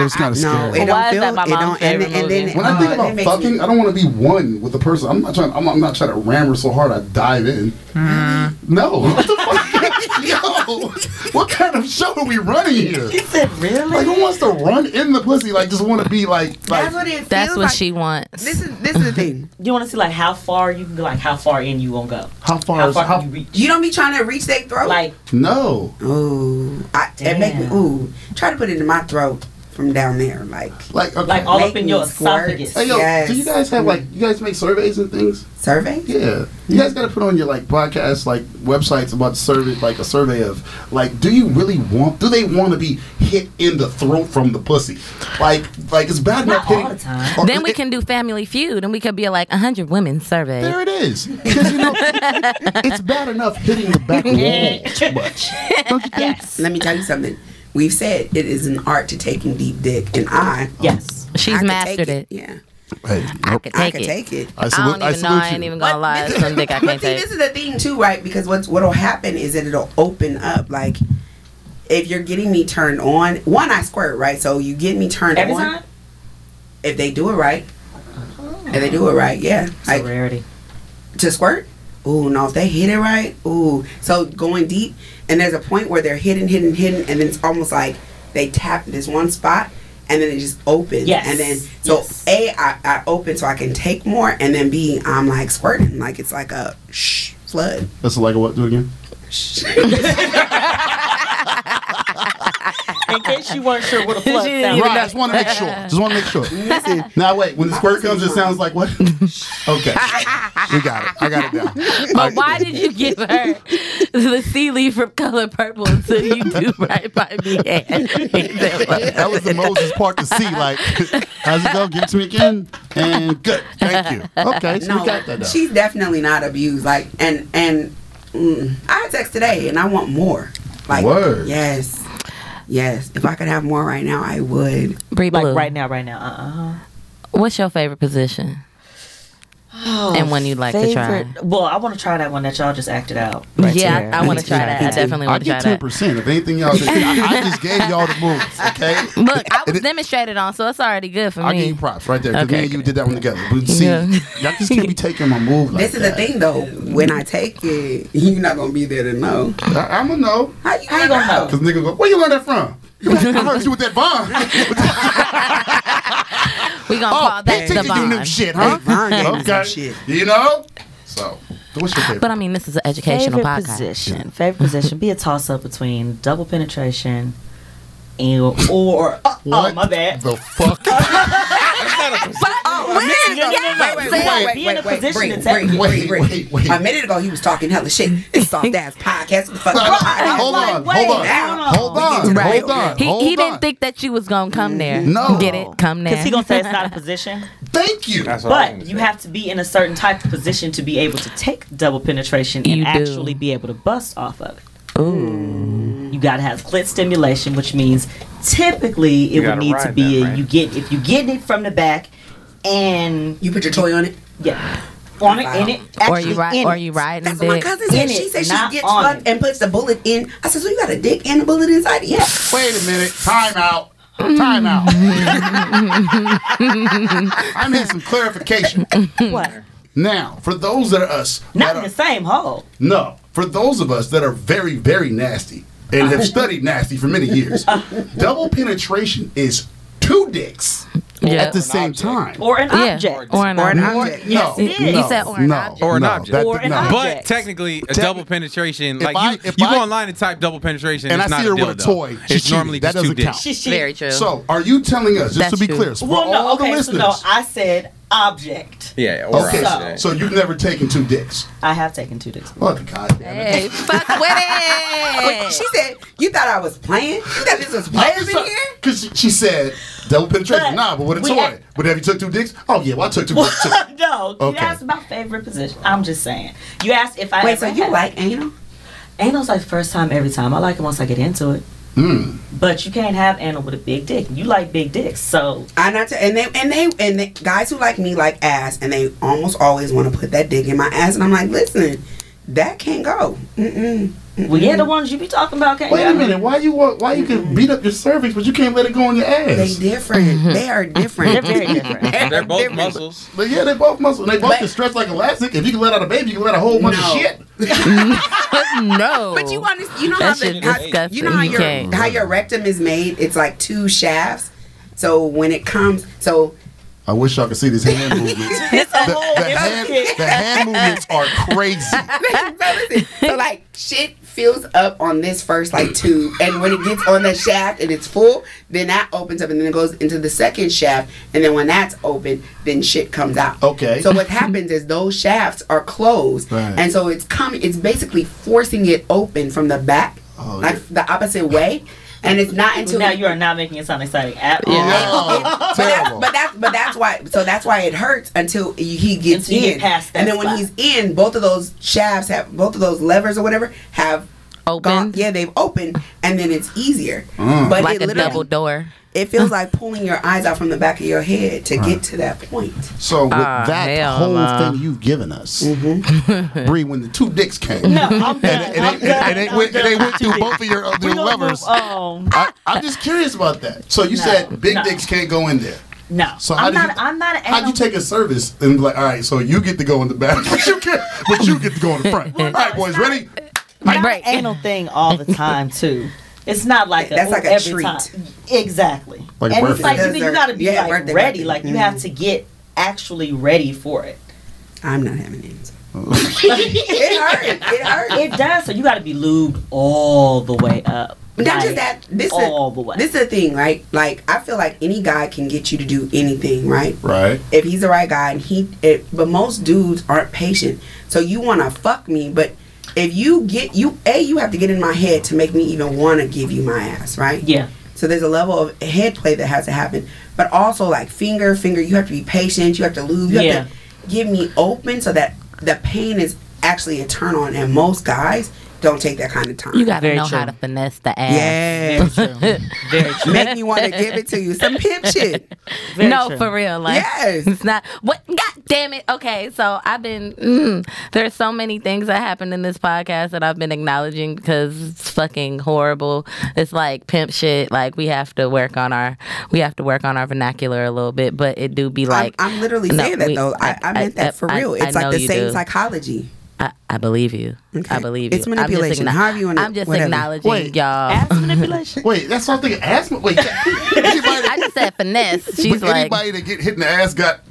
was kind of
No,
scary.
it
Why
don't
is
feel.
that my
It don't.
mom's
And,
favorite
and
movie?
then
when
Oh,
I
uh,
think
it
about
makes me-
fucking, I don't want to be one with the person. I'm not trying. I'm, I'm not trying to ram her so hard. I dive in.
Mm-hmm.
No. (laughs) What the fuck? (laughs) Yo, what kind of show are we running here?
He said,
Like,
really?
who wants to run in the pussy? Like, just want to be like, like.
That's what it
That's
feels
what
like.
she wants.
This is this is the
(laughs)
thing.
You want to see like how far you can go, like how far in you gonna go,
How far?
how
is,
far
how,
can you reach?
You don't be trying to reach their throat.
Like
no,
ooh, I, it make me
Damn.
ooh. Try to put it in my throat from down there, like
like, okay.
Like all
make
up in
me
your
squirt.
esophagus.
Hey yo,
yes.
do you guys have like you guys make surveys and things?
survey?
Yeah, you guys got to put on your like podcast like websites about survey like a survey of like do you really want do they want to be hit in the throat from the pussy? Like like it's bad enough
Not all
hitting.
the time.
or-
Then we
it-
can do Family Feud, and we could be like hundred women surveyed.
There it is. 'Cause, you know, it's bad enough hitting the back
(laughs)
wall too much. Don't you think?
Let me tell you something. We've said it is an art to taking deep dick, and I
yes,
She's
I could
mastered
take
it.
Yeah,
Hey,
I could
I
take
can
it.
take it.
I
I
salute.
don't
I,
even know. I
salute
ain't
you.
even gonna lie. It's some dick I can't
(laughs) but see,
take.
this is the thing too, right? Because what's what'll happen is that it'll open up. Like if you're getting me turned on, one I squirt, right? So you get me turned
every
on
time.
if they do it right. If they do it right, yeah.
It's
Like
a rarity.
to squirt. Ooh, no, if they hit it right, ooh. So going deep, and there's a point where they're hidden, hidden, hidden, and then it's almost like they tap this one spot, and then it just opens.
Yes.
And then so
Yes.
a I, I open so I can take more, and then b I'm like squirting, like it's like a shh flood.
That's like a what? Do it again.
In case you weren't sure what
(laughs)
a flood
She-
sounds
Right,
like.
I just want to make sure. Just want to make sure. (laughs) now wait, when the squirt comes, it sounds like
(laughs)
what? Okay, we got it. I got it down.
But why did you give her the sea leaf from color purple until
(laughs)
you do right by me? (laughs)
That was the Moses part to see. Like, how's it go? Give it to me again. And good. Thank you. Okay, so we got that
No,
down.
she's definitely not abused. Like and and mm, I had sex today, and I want more. Like
Word.
yes, yes. If I could have more right now, I would.
Bree Blue,
Like right now, right now. Uh uh
what's your favorite position?
Oh,
and one you'd like to try?
Well, I want to try that one that y'all just acted out. Right
yeah,
there.
I, I want to try that. I definitely
I
want to
get
try
ten
that.
percent. If anything y'all, just, I, I just gave y'all the moves. Okay.
Look, I
And
was
it-
demonstrated on, so it's already good for
I give
me.
you props right there. Because
Okay,
me and you did that one together. But see,
Yeah.
y'all just can't be taking my move like
This is the
that.
thing though. When I take it, (laughs) you're not gonna be there to know.
I, I'm gonna know.
How you,
How you gonna know?
Cause nigga go, where you learn that from? I heard you with that bond.
we gonna call
Oh, they
that the
teaching you new
bond.
shit, huh?
Bond gave me some shit.
You know? So, what's your favorite?
Ah, But I mean, this is an educational
favorite
podcast. (laughs)
position. Favorite position. Be a toss up between double penetration and or oh,
what
my bad.
the fuck?
No, no, no, no,
Wait,
no.
wait,
Be
wait,
in a
wait,
position
wait,
to take
wait,
it.
Wait,
wait,
wait, wait.
A minute ago, he was talking hella shit. It's soft ass podcast. It's fucking podcast.
hold
like,
on,
wait,
hold on,
now.
hold on,
Oh, Right.
hold on,
He,
hold
he
on.
didn't think that you was gonna come there.
No.
get it? Come there.
Because he gonna say it's not (laughs)
(laughs)
a position,
Thank you.
but you have to be in a certain type of position to be able to take double penetration and
You do.
actually be able to bust off of it. Ooh. You gotta have clit stimulation, which means typically it would
gotta
need to
ride
be
that,
a,
right?
you get if you get it from the back and
You put your toy on it.
yeah on it in it
or
actually
you ride,
in
or
it.
you riding
That's what my
dick.
cousin said.
In
She
it,
said she
not
gets
on
fucked
it.
and puts the bullet in. I said, so you got a dick and a bullet inside it? Yeah.
Wait a minute. Time out. Time out.
(laughs)
I need some clarification.
What?
Hmm.
Now, for those that are us,
Not
that
in
are-
the same hole.
No, for those of us that are very, very nasty and have studied nasty for many years, double penetration is two dicks
Yeah.
at the same time.
Or an
yeah.
object.
Or an
Or an
object.
object.
no,
Yes, it is.
no,
You
said or an
no,
object.
Or an
no,
object.
that-
Or an
no.
object.
But technically, a
Techni-
double penetration,
If
like
I-
you,
if
you
I-
go online and type double penetration,
And
it's
I
not
see her
a
with a
dildo.
toy. She
It's
cheated.
normally
That
just two
doesn't count.
dicks.
She, she,
Very true.
So, are you telling us, just
That's
to be
true.
clear, so for
Well, no,
all
okay,
the
so
listeners,
no, I said object.
Yeah. Or
Okay, so,
object.
so you've never taken two dicks.
I have taken two dicks.
What the god damn it.
Hey, fuck with
Wait,
(laughs)
it.
she said, "You thought I was playing? You thought this was
I
players in here?"
Because she, she said double penetration.
But
nah, but with a
we
toy.
act-
but have you took two dicks? Oh, yeah, well, I took
(laughs)
two dicks too.
(coughs) no,
Okay.
that's my favorite position. I'm just saying. You asked if I
Wait,
ever
so you
had-
like anal?
anal's like first time every time. I like it once I get into it.
Hmm.
But you can't have anal with a big dick. You like big dicks, so
I not to, and they and they and they, guys who like me like ass, and they almost always want to put that dick in my ass, and I'm like, listen, that can't go. Mm-mm.
well, yeah, the ones you be talking about can't.
Wait a
have-
minute. Why you want, why you can beat up your cervix, but you can't let it go on your
They
ass?
different.
Mm-hmm.
they are different.
They're
(laughs)
very different.
They're both muscles.
But yeah, they both muscle. They both
But-
can stretch like elastic. If you can let out a baby, you can let a whole bunch
No.
of shit.
no.
But you want to, you know
That
how
shit
the, how,
disgusting.
you know how
You
your
can't.
how your rectum is made. It's like two shafts. So when it comes, so
I wish y'all could see these hand
(laughs)
movements. the, the hand, the hand movements are
(laughs)
crazy.
so listen, so like shit fills up on this first like tube, and when it gets on the shaft and it's full, then that opens up, and then it goes into the second shaft, and then when that's open, then shit comes out.
Okay.
So what happens is those shafts are closed,
Right.
and so it's coming. It's basically forcing it open from the back,
Oh,
like the opposite way, and it's not until
Now you are not making it sound exciting at all.
(laughs) Oh, terrible.
(laughs) but that's but that's why so that's why it hurts until he gets
Until you
in
get past that
and then when
spot.
he's in both of those shafts have both of those levers or whatever have
Open.
yeah they've opened and then it's easier but
like
it
a
literally
double door.
it feels like pulling your eyes out from the back of your head to get to that point
So with
Ah,
that
hell
whole
nah.
thing you've given us,
Mm-hmm.
Bree, when the two dicks came,
I'm
and, it,
done. I'm
and
done.
it
I'm
went, and
done.
they went through both of your, of
We
your
gonna um,
levers.
move on.
I, I'm just curious about that. So you said big
no.
dicks can't go in there.
No,
So how
I'm
did
not.
you-
I'm not an
How'd
animal.
you take a service and be like, all right, so you get to go in the back, (laughs) but you get, but you get to go in the
(laughs)
front. all right, boys, ready?
not
Right.
an anal thing all the time too. It's not like a,
That's like a
every
treat.
Time. Exactly.
Like a
and it's
birthday.
like you, you
Dessert.
got to be
Yeah,
like
birthday
ready.
party. Mm-hmm.
Like you have to get actually ready for it.
i'm not having it (laughs) it hurts it hurts
It does. So you got to be lubed all the way up.
Not
Like,
just that. This
all
is
the way.
this is the thing, right? Like I feel like any guy can get you to do anything, right?
Right.
If he's the right guy, and he, it, but most dudes aren't patient. So you want to fuck me, but if you get you, a you have to get in my head to make me even want to give you my ass, right?
Yeah.
So there's a level of head play that has to happen, but also like finger, finger. You have to be patient. You have to lose. You
Yeah.
have to give me open so that the pain is actually a turn on, and most guys don't take that kind of time.
You gotta
Very
know
true.
how to finesse the ass.
yeah.
(laughs)
Very true.
make me want to give it to you. Some pimp shit.
Very
no,
true.
for real. Like,
Yes.
it's not. What? God damn it. Okay, so I've been. Mm, there's so many things that happened in this podcast that I've been acknowledging because it's fucking horrible. It's like pimp shit. Like we have to work on our we have to work on our vernacular a little bit, but it do be like
I'm, I'm literally
No,
saying that
we-
though. I, I meant that for
I-
real.
I
It's
know
like the
you
same
do.
psychology.
I, I believe you. I
Okay.
believe
It's
you. I'm just,
manipulation.
acknow-
However you wanna-
I'm just
whatever.
acknowledging
Wait.
y'all.
(laughs)
Ass manipulation.
Wait, that's something asthma.
(laughs)
Wait, (laughs) anybody,
I just said finesse. She's
but
like,
anybody that get hit in the ass got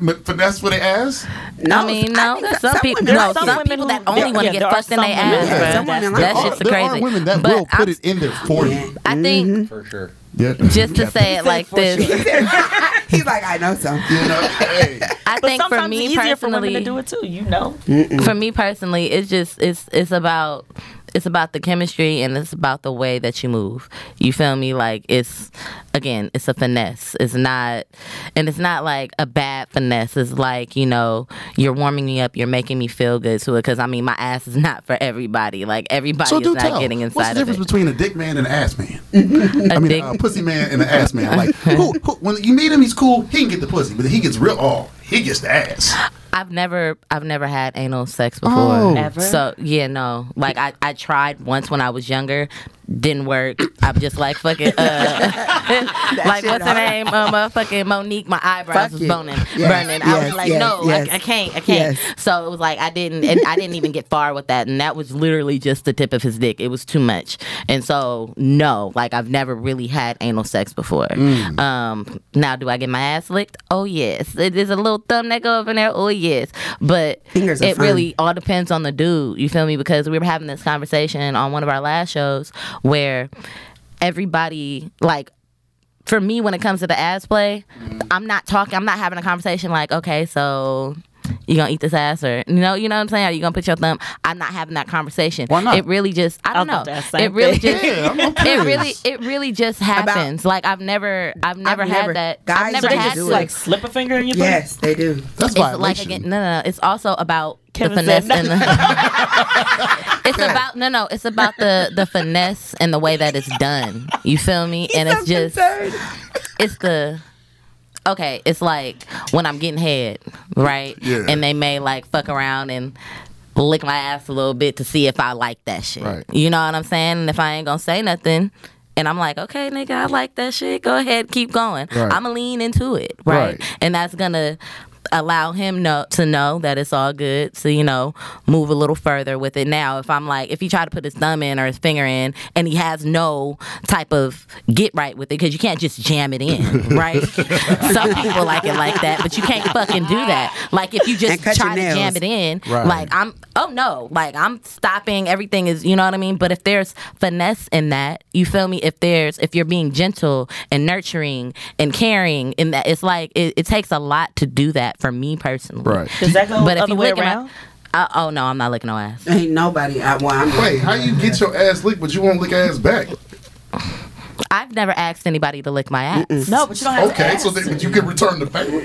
m- finesse for the ass?
No,
I mean, no,
think
there's
that
some, people,
women-
no,
some
some,
women
people
who-
that only
yeah,
want to
yeah,
get
there are
fucked in
some
their
women-
ass,
yeah,
bruh.
some women
That's-
like
that
that.
shit's
there
crazy.
are women that
but
will put
I'm-
it in there for you.
I think
For sure.
Yeah.
(laughs) just to say it (laughs) like this,
He's like, I know some.
You know, (laughs)
(laughs)
hey,
I
But
think for
sometimes it's
me
easier for women
personally,
to do it too. You know.
for me personally, it's just it's it's about it's about the chemistry and it's about the way that you move. You feel me? Like it's again, it's a finesse. It's not and it's not like a bad finesse. It's like, you know, you're warming me up, you're making me feel good to it cuz I mean, my ass is not for everybody. Like everybody
so
is
do
not
tell.
getting
What's the
inside of
difference
it.
between a dick man and an ass
(laughs)
man? I mean,
dick-
a pussy man and an ass man.
(laughs)
Like, who, who, when you meet him, he's cool. He can get the pussy, but he gets real all. He gets the ass.
I've never I've never had anal sex before.
Oh.
Ever?
So yeah, no. Like I, I tried once when I was younger, didn't work. I'm just like fucking uh, (laughs) like
shit
what's her
hard.
name? Uh, motherfucking Monique. My eyebrows
Fuck
was
it.
boning,
Yes,
burning. I
yes,
was like,
yes,
no,
yes.
I, I can't, I can't.
Yes.
So it was like I didn't, and I didn't
(laughs)
even get far with that. And that was literally just the tip of his dick. It was too much. And so no, like I've never really had anal sex before.
Mm.
Um, now do I get my ass licked? Oh yes, it is a little thumb that go up in there. Oh yes, but
Fingers are
it
fine.
really all depends on the dude. You feel me? Because we were having this conversation on one of our last shows where everybody like for me when it comes to the ass play, I'm not talking. I'm not having a conversation like, okay, so you gonna eat this ass or you know, you know what I'm saying? Are you gonna put your thumb? I'm not having that conversation. Why
not?
It really just I don't
I thought
know.
that same
It really
thing.
just
Yeah, I'm- I'm
it really
curious.
it really just happens. like I've never I've never had
never-
that.
guys
I've never
So they
had
just,
to.
like,
Slip a finger in your
Yes, they do.
That's
It's like again, no, no, no. It's also about the finesse and the. (laughs) it's about no, no. It's about the the finesse and the way that it's done. You feel me? and it's just, it's the. Okay, it's like when I'm getting head, right?
Yeah.
And they may like fuck around and lick my ass a little bit to see if I like that shit.
Right.
You know what I'm saying? And if I ain't gonna say nothing, and I'm like, okay, nigga, I like that shit. Go ahead, keep going.
Right.
I'ma lean into it, right?
Right.
And that's gonna allow him know, to know that it's all good. So you know, move a little further with it. Now, if I'm like, if he tried to put his thumb in or his finger in, and he has no type of get right with it, because you can't just jam it in, right? Some people like it like that, but you can't fucking do that. Like if you just
And cut
try to
your nails.
jam it in,
Right.
like I'm, oh no, like I'm stopping. Everything is, you know what I mean. But if there's finesse in that, you feel me? If there's, if you're being gentle and nurturing and caring, in that, it's like it, it takes a lot to do that for me personally.
Right.
Does that go
But if
other
you
way
look at
around?
my, uh, oh no, I'm not licking no ass.
Ain't nobody. I, well, I'm
Wait, how you get your ass licked but you won't lick ass back?
I've never asked anybody to lick my ass.
no, but you don't have to
Okay,
ask.
so then you can return the favor.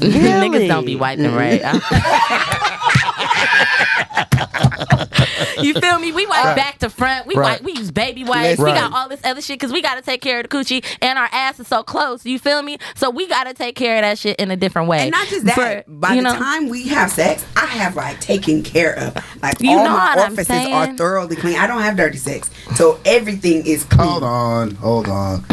Niggas don't be wiping right. (laughs) you feel me? We wipe back to front. We
Right.
wipe. We use baby wipes. We
Right.
got all this other shit because we got to take care of the coochie and our ass is so close. You feel me? So we got to take care of that shit in a different way.
And not just that.
For-
by
you
the
know,
time we have sex, I have like taken care of. Like
You
all
know
my
what I'm
orifices are
saying?
thoroughly clean. I don't have dirty sex, so everything is clean.
Hold on, hold
(laughs)
on.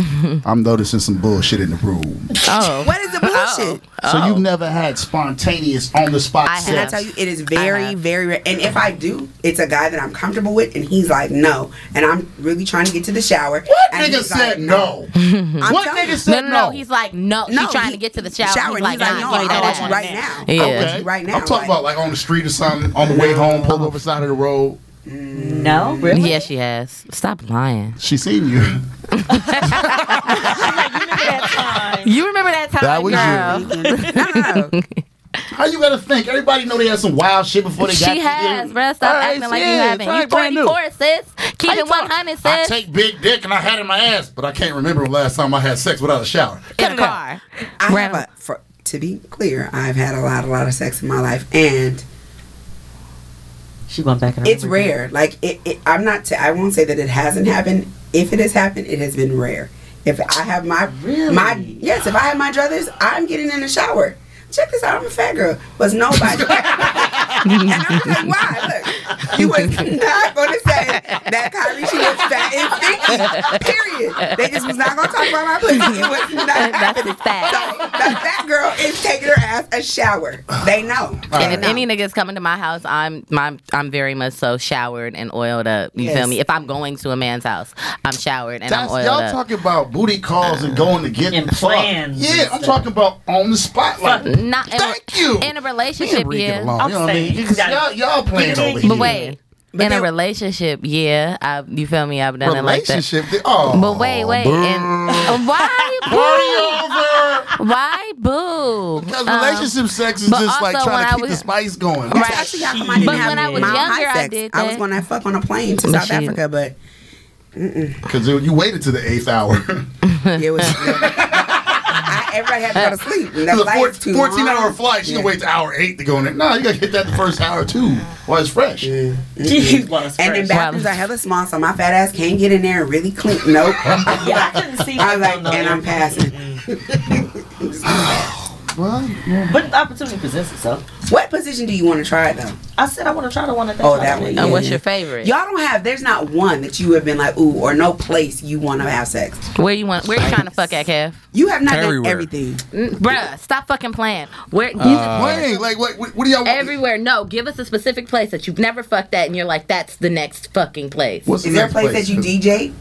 I'm noticing some bullshit in the room.
Oh.
What is the bullshit?
So you've never had spontaneous on the
I
spot
have.
And I
sex.
tell you, it is
I
very,
have.
very rare. And if I do, it's a guy that I'm comfortable with, and he's like, no. And I'm really trying to get to the shower.
What
and
nigga
he's like,
said
(laughs)
no?
I'm
What
telling
nigga
you.
No,
said
no, no.
no?
He's like, no.
No,
she's trying
he-
to get to the shower.
Shower,
He's
and
like,
he's like,
nah,
no,
give me
I
that
want you
ass.
right now.
Yeah.
I want you right now.
I'm talking about like on the street or something, on the way home, pull over side of the road.
No, really?
Yeah, she has. Stop lying.
She seen you. (laughs)
You remember that time,
That was you.
girl? (laughs)
about. no.
How you gotta think? Everybody know they had some wild shit before they
She
got
has,
to
bruh. Stop acting like you haven't. You 34, sis. Keep it 100, sis.
I take big dick and I had it in my ass, but I can't remember the last time I had sex without a shower.
in a car.
I have
Random.
a, for, to be clear, I've had a lot, a lot of sex in my life, and
She went back and
it's rare. Like it, it I'm not. T- I won't say that it hasn't happened. If it has happened, it has been rare. If I have my my yes, if I have my druthers, I'm getting in the shower. Check this out. I'm a fat girl, but nobody. and I'm like, why? Look, you was (laughs) not gonna say that Kyrie she was fat and thick. Period. They just was not gonna talk about my pussy. It was not
(laughs) That's
happening.
the fact.
So, the fat girl is taking her ass a shower. They know.
And if any niggas coming to my house, I'm my, I'm very much so showered and oiled up. You feel
Yes.
me? If I'm going to a man's house, I'm showered and
That's,
I'm oiled
y'all
up.
talking about booty calls and going to get
(laughs) And
fucked.
plans and
Yeah, I'm
stuff.
talking about on the spot. Like,
Not in a-
Thank you.
in a
me and
relationship,
Bree get
yeah.
along. You know what I mean?
I'm
Because
saying-
Y'all, y'all playing over here.
But wait, in
they-
a relationship, yeah, I, you feel me? I've done it like that.
relationship. thi- oh,
But wait, wait, and why
Party over.
boo? Why boo?
Because
(laughs) Um,
relationship sex is
but
just like
also
trying
when
to
I
keep the
was-
spice going.
Right.
That's actually how come I didn't
But
have
when I was
my high
younger, I
sex.
did
was
that.
gonna fuck on a plane to
But
South
she-
Africa, but
Because you waited to the eighth hour. (laughs)
it was. I, everybody had to go to sleep. And
It's
that
a four,
flight's too
14
long.
hour flight. She can wait to hour eight to go in there. No, you got to hit that the first hour, too, while it's fresh.
(laughs) She was
And then
fresh.
bathrooms are hella small, so my fat ass can't get in there and really clean. Nope. I
Yeah, I couldn't see
was like,
no, no,
and
no.
I'm passing.
Well,
But the opportunity presents itself.
What position do you want to try though?
I said I want to try the one that they
Oh,
tried
that
to
one.
make.
And
yeah.
what's your favorite?
Y'all don't have. There's not one that you have been like, ooh, or no place you want to have sex.
Where you want? Where you trying to fuck at, Kev?
You have not
Everywhere.
done everything.
Bruh, stop fucking playing. Mm, Where you
Uh.
Wait, like, what, what do y'all want?
everywhere? No, give us a specific place that you've never fucked at, and you're like, that's the next fucking place.
What's the
Is there a
next
place that you DJ?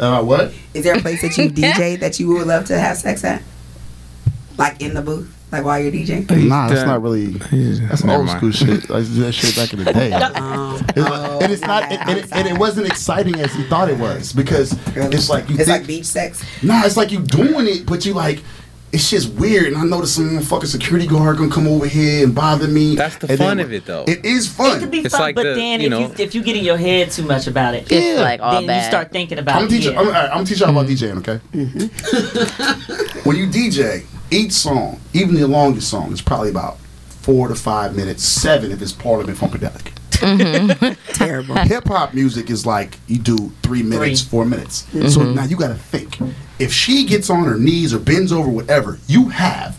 Uh, what?
(laughs)
Is there a place that you DJ that you would love to have sex at? Like in the booth? Like while you're DJing?
Nah, that's not really. That's
Never
old
mind.
school shit. I used to do that shit back in the day.
(laughs)
(laughs)
Um,
It's- and it's not. It, and it, and it wasn't exciting as you thought it was because it's like you.
It's
think-
like beach sex.
Nah, it's like you doing it, but you like it's just weird. And I noticed some fucking security guard gonna come over here and bother me. That's
the fun of it, though.
It is fun.
It could be
It's
fun,
like
but
the-
then
you know-
if you if you get in your head too much about it,
It's, like, all
then
bad.
you start thinking about
I'm
it.
gonna teach you.
yeah.
I'm, all right, I'm gonna teach you all about DJing. Okay. (laughs) when you DJ, each song, even the longest song, is probably about four to five minutes, seven if it's Parliament Funkadelic. (laughs)
Terrible.
Hip hop music is like you do three minutes, four minutes. So now you gotta think. If she gets on her knees or bends over, whatever, you have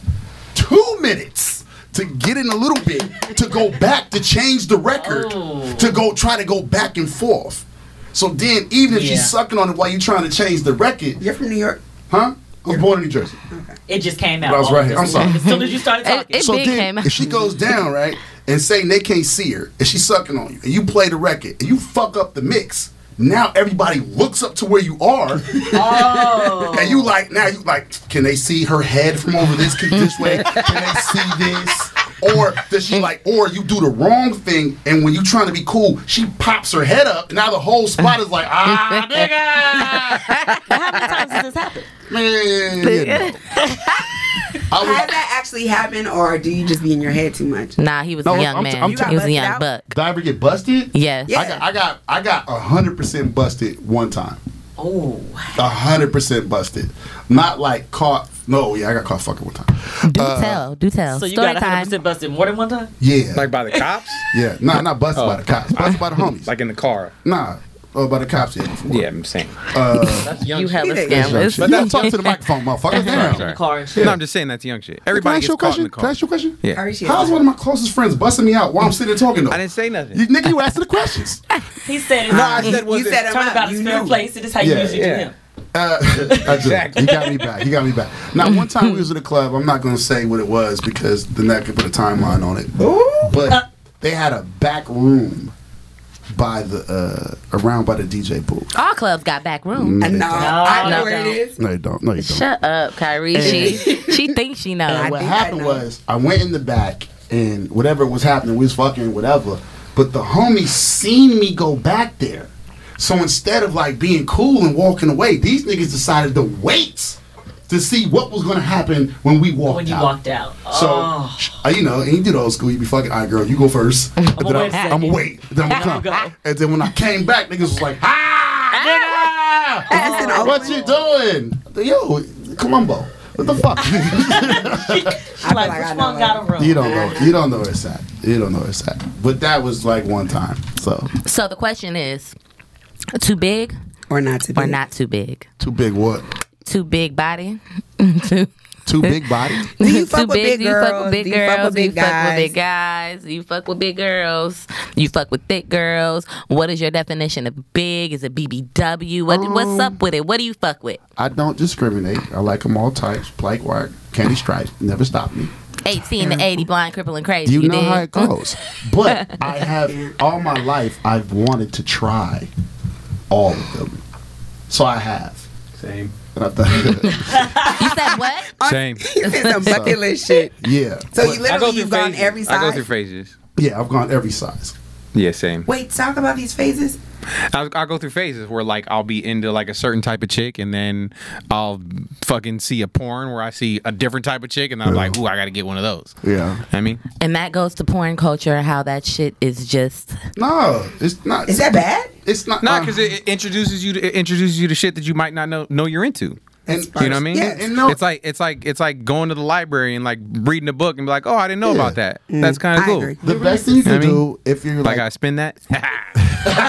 two minutes to get in a little bit, to go back, to change the record, to go try to go back and forth. So then, even if
Yeah.
she's sucking on it while you're trying to change the record,
You're from New York.
huh? I was born in New Jersey.
It just came out.
But I was
all
right here.
at
I'm
the
sorry.
same- As soon as
(laughs)
you started
It-
talking,
it-
So
big
then,
came out.
if she goes down, right, and saying they can't see her, and she's sucking on you, and you play the record, and you fuck up the mix, now everybody looks up to where you are,
Oh.
(laughs) and you like, now you like, can they see her head from over this can- this way? Can they see this? Or does she like, or you do the wrong thing, and when you trying to be cool, she pops her head up, and now the whole spot is like, ah, nigga,
how many times has this happened?
man. you know. I was
Has that actually happened, or do you just be in your head too much?
Nah, he was
No,
a
I'm-
young
I'm-
man.
I'm
talking-
he was a
Busted
young
out?
buck.
Did I ever get busted?
Yes.
Yeah.
I got I got I got hundred percent busted one time.
Oh,
hundred percent busted. Not like caught. No, yeah, I got caught fucking one time.
Do tell. Do tell.
so you
Story
got 100
time.
percent busted more than one time?
Yeah,
Like by the cops?
yeah. Nah, not busted
Oh.
by the cops. Busted
(laughs)
by the homies.
like in the car.
nah, oh, by the cops. Yeah. before.
Yeah, I'm saying. that's young
You
shit.
hella
He didn't-
scandalous.
Shit. You gotta talk to the microphone, motherfucker. Damn.
Sorry.
Car and shit.
No, I'm just saying that's young shit.
Can I
Everybody
ask you a
gets caught in
question?
the
Can I
car.
ask you a question?
Yeah.
Arishi-
How's one of my closest friends busting me out while I'm sitting there talking though?
I didn't say nothing.
You, nigga, you asking the questions.
He said,
No, I said
"Turn
was
you
it-
said him
about
out.
his
You
fair
knew.
place. It is how you
Yeah,
usually
yeah.
do him."
Uh, I do. He got me back. He got me back. Now, one time we was at a club. I'm not going to say what it was because then that could put a timeline on it. But they had a back room by the uh, around by the DJ booth.
All clubs got back room.
No, I know
no.
where it is.
No, you don't. No, you don't.
Shut up, Kyrie. She she thinks she knows.
And what
think I
happened
know.
was I went in the back and whatever was happening, we was fucking whatever. But the homie seen me go back there. So instead of like being cool and walking away, these niggas decided to wait to see what was gonna happen when we walked
When you
out.
walked out,
So
oh,
uh, you know, and you do the old school. You be fucking, all right, girl, you go
(laughs)
first. I'm
I'ma
I'm
wait a
gonna
second.
wait. Then I'm
I'ma
gonna
go.
come. And then when I came back, niggas was like, ah,
Ass in
nigga,
open.
what you doing? Yo, Columbo, what the fuck? (laughs)
she's like,
like I
which
know
one got a room?
You don't know. You don't know where it's at. You don't know where it's at. But that was like one time. So
So the question is, too big
Or not to
or
be.
not too big?
too big what?
Too big body. (laughs) too
Too big body?
Do you fuck
(laughs) too
with big
Do you
girls?
fuck with big
Do you fuck
girls?
with
Do you
big
fuck with big
(laughs) guys?
guys? You fuck with big girls. You fuck with thick girls. What is your definition of big? Is it BBW? What, what's up with it? What do you fuck with?
I don't discriminate. I like them all types. Black, white, candy stripes. Never stop me.
18 to 80, blind, crippling, crazy.
You, know
dig?
how it goes. But I have all my life. I've wanted to try all of them. So I have.
Same.
And I've done-
You said what?
Same.
It's some bucket list shit.
(laughs) yeah.
So you
I go
literally
through
you've gone
phases.
every
I go through
size.
phases.
Yeah. I've gone every size.
Yeah, same.
Wait, talk about these phases.
I, I go through phases where like I'll be into like a certain type of chick, and then I'll fucking see a porn where I see a different type of chick, and I'm like, ooh, I gotta get one of those.
Yeah.
I mean,
And that goes to porn culture, how that shit is just.
No, it's not.
Is that bad?
It's not.
not
uh,
because it, it introduces you to it introduces you to shit that you might not know know you're into.
and-
You know what I mean?
Yeah, and no,
It's like it's like it's like going to the library and like reading a book and be like, oh, I didn't know
Yeah.
about that. That's kind of
I
cool.
agree.
the best thing you can
You know what I
do if you're
Like
like
I spin that.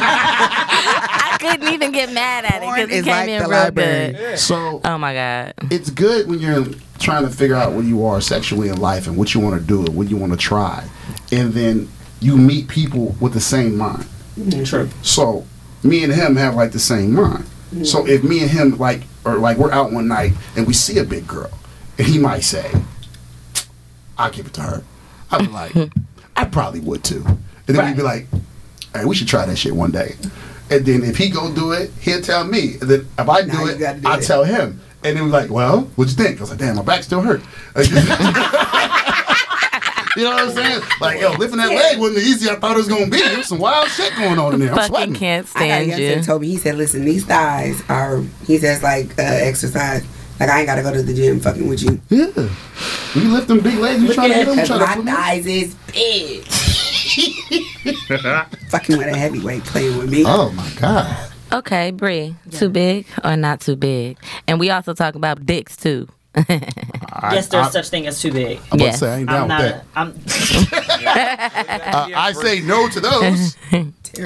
I couldn't even get mad at it
Porn (laughs)
because it
is
came
like
in
the
real
library.
good.
So
Oh my God.
it's good when you're trying to figure out what you are sexually in life and what you want to do and what you want to try, and then you meet people with the same mind.
True.
So me and him have like the same mind.
Mm.
So if me and him like or like we're out one night and we see a big girl, and he might say, "I'll give it to her," I'd be
(laughs)
like, "I probably would too," and then we'd be like, "Hey, we should try that shit one day." And then if he go do it, he'll tell me. And then if I do
Now you
it,
gotta do
I
it.
tell him. And then we're like, "Well, what'd you think?" I was like, "Damn, my back still hurt." (laughs) You know what I'm saying? Like, yo, lifting that leg wasn't the easy I thought it was gonna be. There was some wild shit going on in there. I'm sweating.
I got a young to Toby. He said, "Listen, these thighs are." He says, "Like uh, exercise. Like I ain't gotta go to the gym fucking with you."
Yeah, you lift them big legs. You trying to hit them? Trying to
My thighs is (laughs) big. fucking with a heavyweight playing with me.
Oh my god.
Okay, Brie, too big or not too big? And we also talk about dicks too. (laughs)
yes, there's such thing as too big.
I'm about to say I ain't down
I'm not.
with that.
a- I'm. (laughs)
Uh, I say no to those.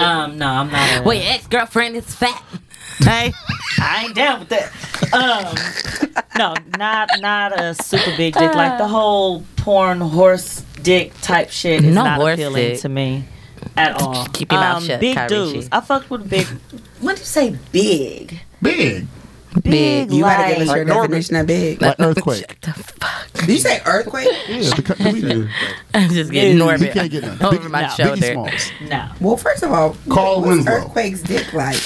Um, no, I'm not. A,
Well, your ex girlfriend is fat. (laughs) Hey,
I ain't down with that. Um, no, not not a super big dick. Like the whole porn horse dick type shit is
No
not
horse
appealing
dick.
to me at all. Um,
Keep your mouth shut,
Big
Kyrie
dudes.
G.
I fucked with big. What do you say? Big.
Big.
Big.
You gotta
like-
give us your definition of big.
Like earthquake.
Did you say earthquake?
Yeah, the comedian.
I'm just getting
You
Norbit
can't get none.
over
Biggie-
my
no,
Biggie
shoulder.
Smalls.
No.
Well, first of all,
Carl
what's
Winslow.
earthquake's dick like?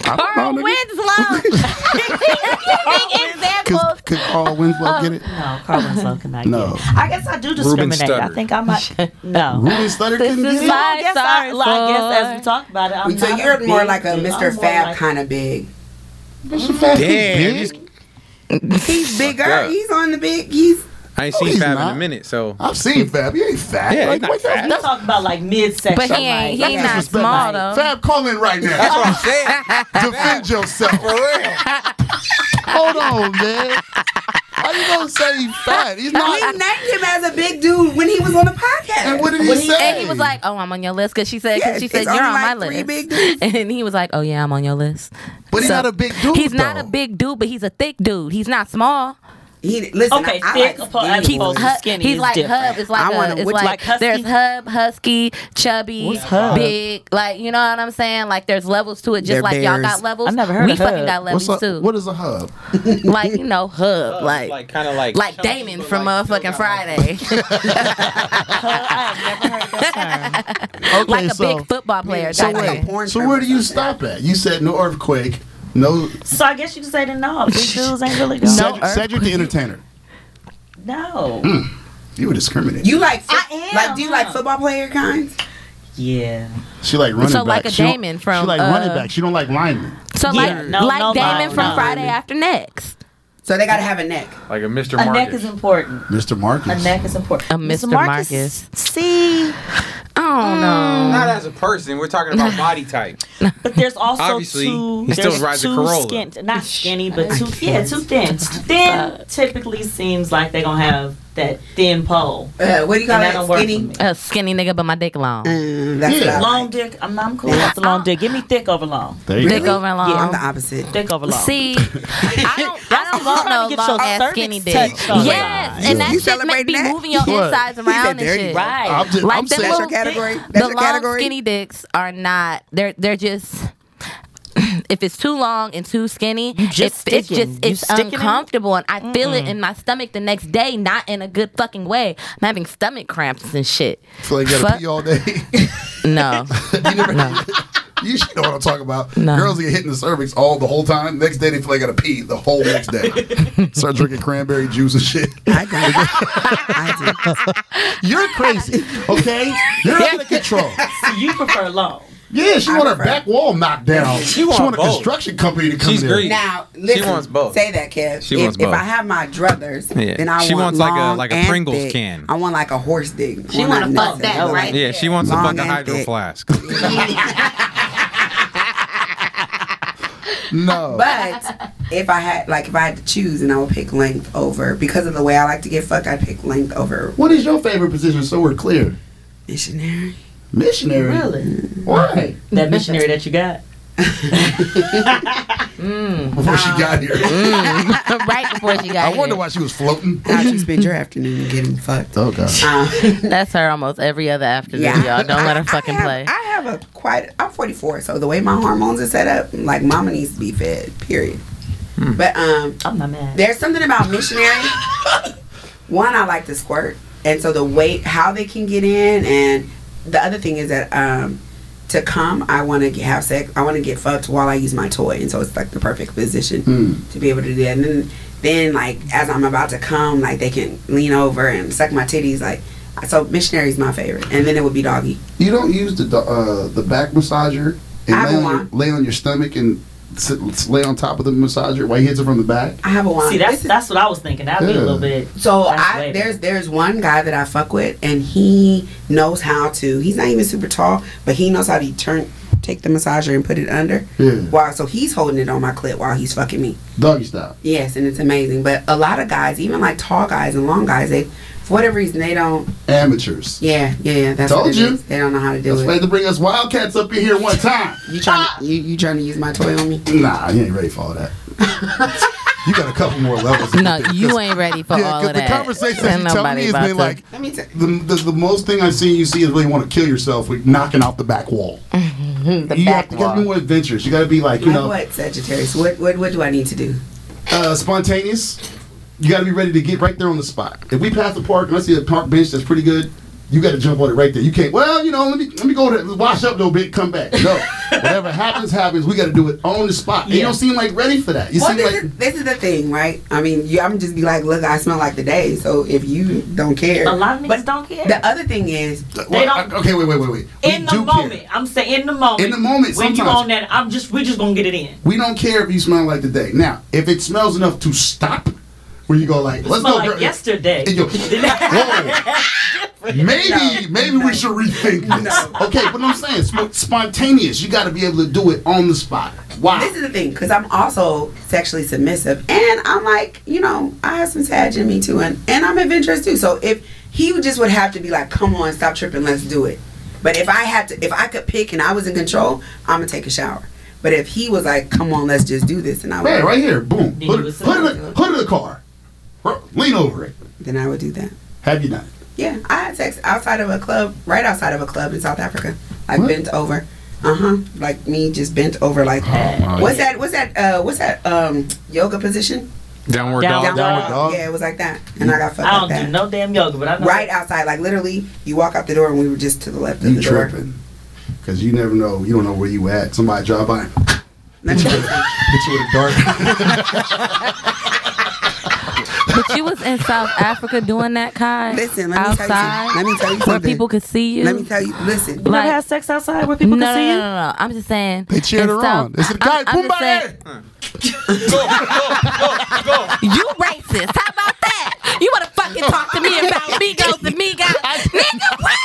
Carl Winslow. Giving examples.
Cause, could Carl Winslow get it?
No, Carl
(laughs)
Winslow cannot
No.
get it. I guess I do discriminate. I
Studdard.
think I might. No.
Ruben Studdard
This
couldn't
is
get it.
my-
I guess, I,
Sorry,
like, I guess as
boy.
we talked about it, I'm
so
not
you're
a
more
big
like a
dude. I'm
Mr.
more
Fab
like-
kind of big.
Mr. Fab couldn't
(laughs) Damn,
get
he's-
it.
He's bigger.
up.
He's on the big. He's
I ain't
No,
seen
he's
Fab in
not.
a minute, so
I've seen Fab. He ain't fat.
Yeah,
like,
he's not
what the-
fat.
We talking about like midsection.
But he ain't.
like,
He not
disrespect.
small though.
Fab, call in right now.
I'm saying.
Defend yourself.
For real.
Hold on, man. How you gonna say he's fat? He's
we
not.
named him as a big dude when he was on the podcast.
And what did he (laughs) say?
And he was like, "Oh, I'm on your list," because she said,
Yes,
"Cause she said
it's
you're
only
"Oh, on my
like three
list."
big dudes.
(laughs) And he was like, "Oh yeah, I'm on your list."
but he's
So-
not a big dude.
He's not a
though.
big dude, but he's a thick dude. He's not small.
He listen.
Okay,
I, I
thick
like
oppo- as
skinny
opposed
boys.
to
Hu-
skinny
he's
is
like
different.
hub. It's like
I wanna-
a, it's
which-
like,
like husky?
there's hub, husky, chubby,
What's hub?
big. Like you know what I'm saying? Like there's levels to it. Just
They're
like y'all
bears.
got levels.
I never heard
We
of
fucking
hub.
got levels
What's up?
too.
What is a hub?
like you know
Like,
hub. Like
like kind of like
like Damon from
(laughs)
motherfucking Friday.
I have never heard
(laughs)
that term.
Okay,
like a
so,
big football player.
So
That's
wait,
it.
porn
so where do you stop at? You said no earthquake, no.
So I guess you could say that no, (laughs) big dudes ain't really doing
Cedric, Cedric the Entertainer.
No.
You were discriminating.
You like? Fo-
I am,
Like, do you like
huh?
football player kinds?
Yeah.
She like running
So
back.
like a
She don't-
Damon from,
She like
uh,
running back. She don't like linemen.
So
Yeah,
like
no,
like
no,
Damon
no,
from
no.
Friday after next.
So they gotta have a neck.
like a Mr.
A neck
Marcus.
is important.
Mr.
A
Marcus.
neck is important.
A Mr. Marcus.
See,
Mm.
Oh no.
Not as a person. We're talking about body type.
but there's also
Obviously,
too.
he still
there's
rides a
too
Corolla.
Skin,
(laughs)
not skinny, but (laughs) too yeah, too thin. Thin typically seems like they gonna have that thin pole.
Uh, what do you call
And that
that?
don't work for
Skinny.
me.
A skinny nigga, but my dick long.
Mm, that's
Yeah.
what I like.
Long dick. I'm not I'm cool. That's a long dick. Give me thick over long.
There you
Dick
go.
over long.
Yeah, I'm the opposite.
Thick over long.
See, I (laughs) don't, I don't want
trying to
no
get your
long ass
cervix
skinny dick.
touched
Yes,
on the line.
and that
You
shit may
celebrating
be
that?
moving your
What?
insides
said
around and
dirty.
shit.
Right.
I'm just,
Like
I'm
them
saying,
That's your
little-
category.
The
That's your
long
category.
skinny dicks are not. They're they're just. (clears throat) If it's too long and too skinny,
just
it's, it's
sticking.
just
You
it's
sticking it?
uncomfortable, and I feel it in my stomach the next day, not in a good fucking way. I'm having stomach cramps and shit.
feel like you gotta
Fuck.
pee all day.
No, (laughs)
(laughs) you should know what I'm talking about.
No.
Girls get hit in the cervix all the whole time. Next day they feel like they gotta pee the whole next day. (laughs) Start drinking cranberry juice and shit.
I do. I
You're crazy, okay? You're out of control.
So you prefer long.
Yeah, she want her back wall knocked down. She want,
want
a
both.
construction company to come
She's
there.
do.
greedy.
Now,
She
listen.
wants both.
Say that, Kev.
She
if,
wants both.
If I have my druthers,
Yeah.
then I
She
want
wants like a-
long
like a
and
Pringles
thick.
can.
I want like a horse dick. She
wanna fuck that, right?
Yeah, she wants
Long
a fucking
and
hydro
thick. (laughs)
flask.
No.
But if I had, like, if I had to choose, and I would pick length over because of the way I like to get fucked, I pick length over
What is your favorite position? So we're clear.
missionary.
Missionary.
Really?
Why?
That missionary that you got.
Before she got here, (laughs)
right before she got
I wonder
here.
why she was floating.
How'd
(laughs)
you spend your afternoon getting fucked? Uh,
Oh god.
That's her almost every other afternoon, y'all. Don't let her
(laughs)
fucking
I have,
play.
I have a quite. I'm 44, so the way my hormones are set up, like mama needs to be fed. Period.
Hmm.
But um,
I'm not mad.
there's something about
(laughs)
missionary. One, I like to squirt, and so the weight, how they can get in, and the other thing is that um, to come, I want to have sex. I want to get fucked while I use my toy, and so it's like the perfect position to be able to do that. And then, then like as I'm about to come, like they can lean over and suck my titties, like. So missionary's my favorite, and then it would be doggy.
You don't use the do- uh, the back massager and
I have
lay
a
on, your,
wand.
lay on your stomach and sit, lay on top of the massager while he hits it from the back.
I have a wand.
See, that's that's what I was thinking. That'd be a little bit.
So
that's
I,
later.
there's there's one guy that I fuck with, and he knows how to. He's not even super tall, but he knows how to turn, take the massager and put it under.
Yeah.
Wow. So he's holding it on my clit while he's fucking me.
Doggy style.
Yes, and it's amazing. But a lot of guys, even like tall guys and long guys, they for whatever reason they don't.
Amateurs.
Yeah, yeah, yeah. That's
Told
what it
you.
is. They don't know how to do
That's
it.
why Ah! they bring us wildcats up in here one time.
You trying to, you, you trying to use my toy on me?
Nah, you ain't ready for all
(laughs)
that. you got a couple more levels. (laughs)
No, you ain't ready for
Yeah,
all
because
of
the
that.
conversation
Ain't
you tell
nobody
me has
about
been
to-
like
Let me tell
the, the the most thing I see you see is really want to kill yourself with knocking out the back wall.
(laughs) the
you
back
have to gotta
wall.
be more adventurous. You got to be like you
My
know
what Sagittarius? What what what do I need to do?
uh, spontaneous. You got to be ready to get right there on the spot. If we pass the park and I see a park bench that's pretty good, you got to jump on it right there. You can't. Well, you know, let me let me go to wash up a little bit, come back. No, whatever happens, happens. We got to do it on the spot. You
Yeah.
don't seem like ready for that. You
well,
seem
this,
like
is, this is the thing, right? I mean, you, I'm just be like, look, I smell like the day. So if you don't care,
a lot of niggas
But
don't care.
the other thing is,
Well,
don't-
I- okay, wait, wait, wait, wait. We
in the
do
moment,
care.
I'm saying in the moment.
In the moment,
when you
sometimes.
on that, I'm just we just gonna get it in.
We don't care if you smell like today. Now, if it smells enough to stop, where you go like, let's
Smell
go
like
girl.
yesterday.
And
(laughs)
you're- Whoa. Maybe, maybe we should rethink this. Okay, but I'm saying sp- spontaneous. You got to be able to do it on the spot. Wow.
this is the thing, because I'm also sexually submissive, and I'm like, you know, I have some Sag in me too, and and I'm adventurous too. So if he would just would have to be like, come on, stop tripping, let's do it. But if I had to, if I could pick and I was in control, I'm gonna take a shower. But if he was like, come on, let's just do this, and I would,
Right, right here. Boom.
Then
Hood,
you was-
hood, of the, hood of the car. Ro- Lean over it.
then I would do that.
Have you done it?
Yeah, I had sex outside of a club, right outside of a club in South Africa. Like
What?
bent over. Uh huh. Like me just bent over like that.
wow,
what's that? What's that? Uh, what's that? Um, yoga position?
Downward
Down-
dog.
down-
Downward Oh, dog.
Yeah, it was like that, and I got fucked
I
like
don't
that.
do no damn yoga, but I know
Right outside, like literally, you walk out the door, and we were just to the left of
You
the door.
tripping. Because you never know. You don't know where you at. Somebody drive by. Hit
Let me tell you something.
you with a dart.
(laughs) But you was in South Africa doing that kind
Listen, let me tell you
outside,
something. Let me tell you
where
something.
people could see you.
Let me tell you. Listen,
You
like-
never had sex outside where
No,
people
no,
can
no,
see
no,
you.
no. I'm just saying.
They cheered
in
her
South-
on. They said,
I-
"Guy,
I'm just
Pumbaa!"
saying- You racist. How about that? You want to fucking talk to me about Migos and Migos? Nigga, what?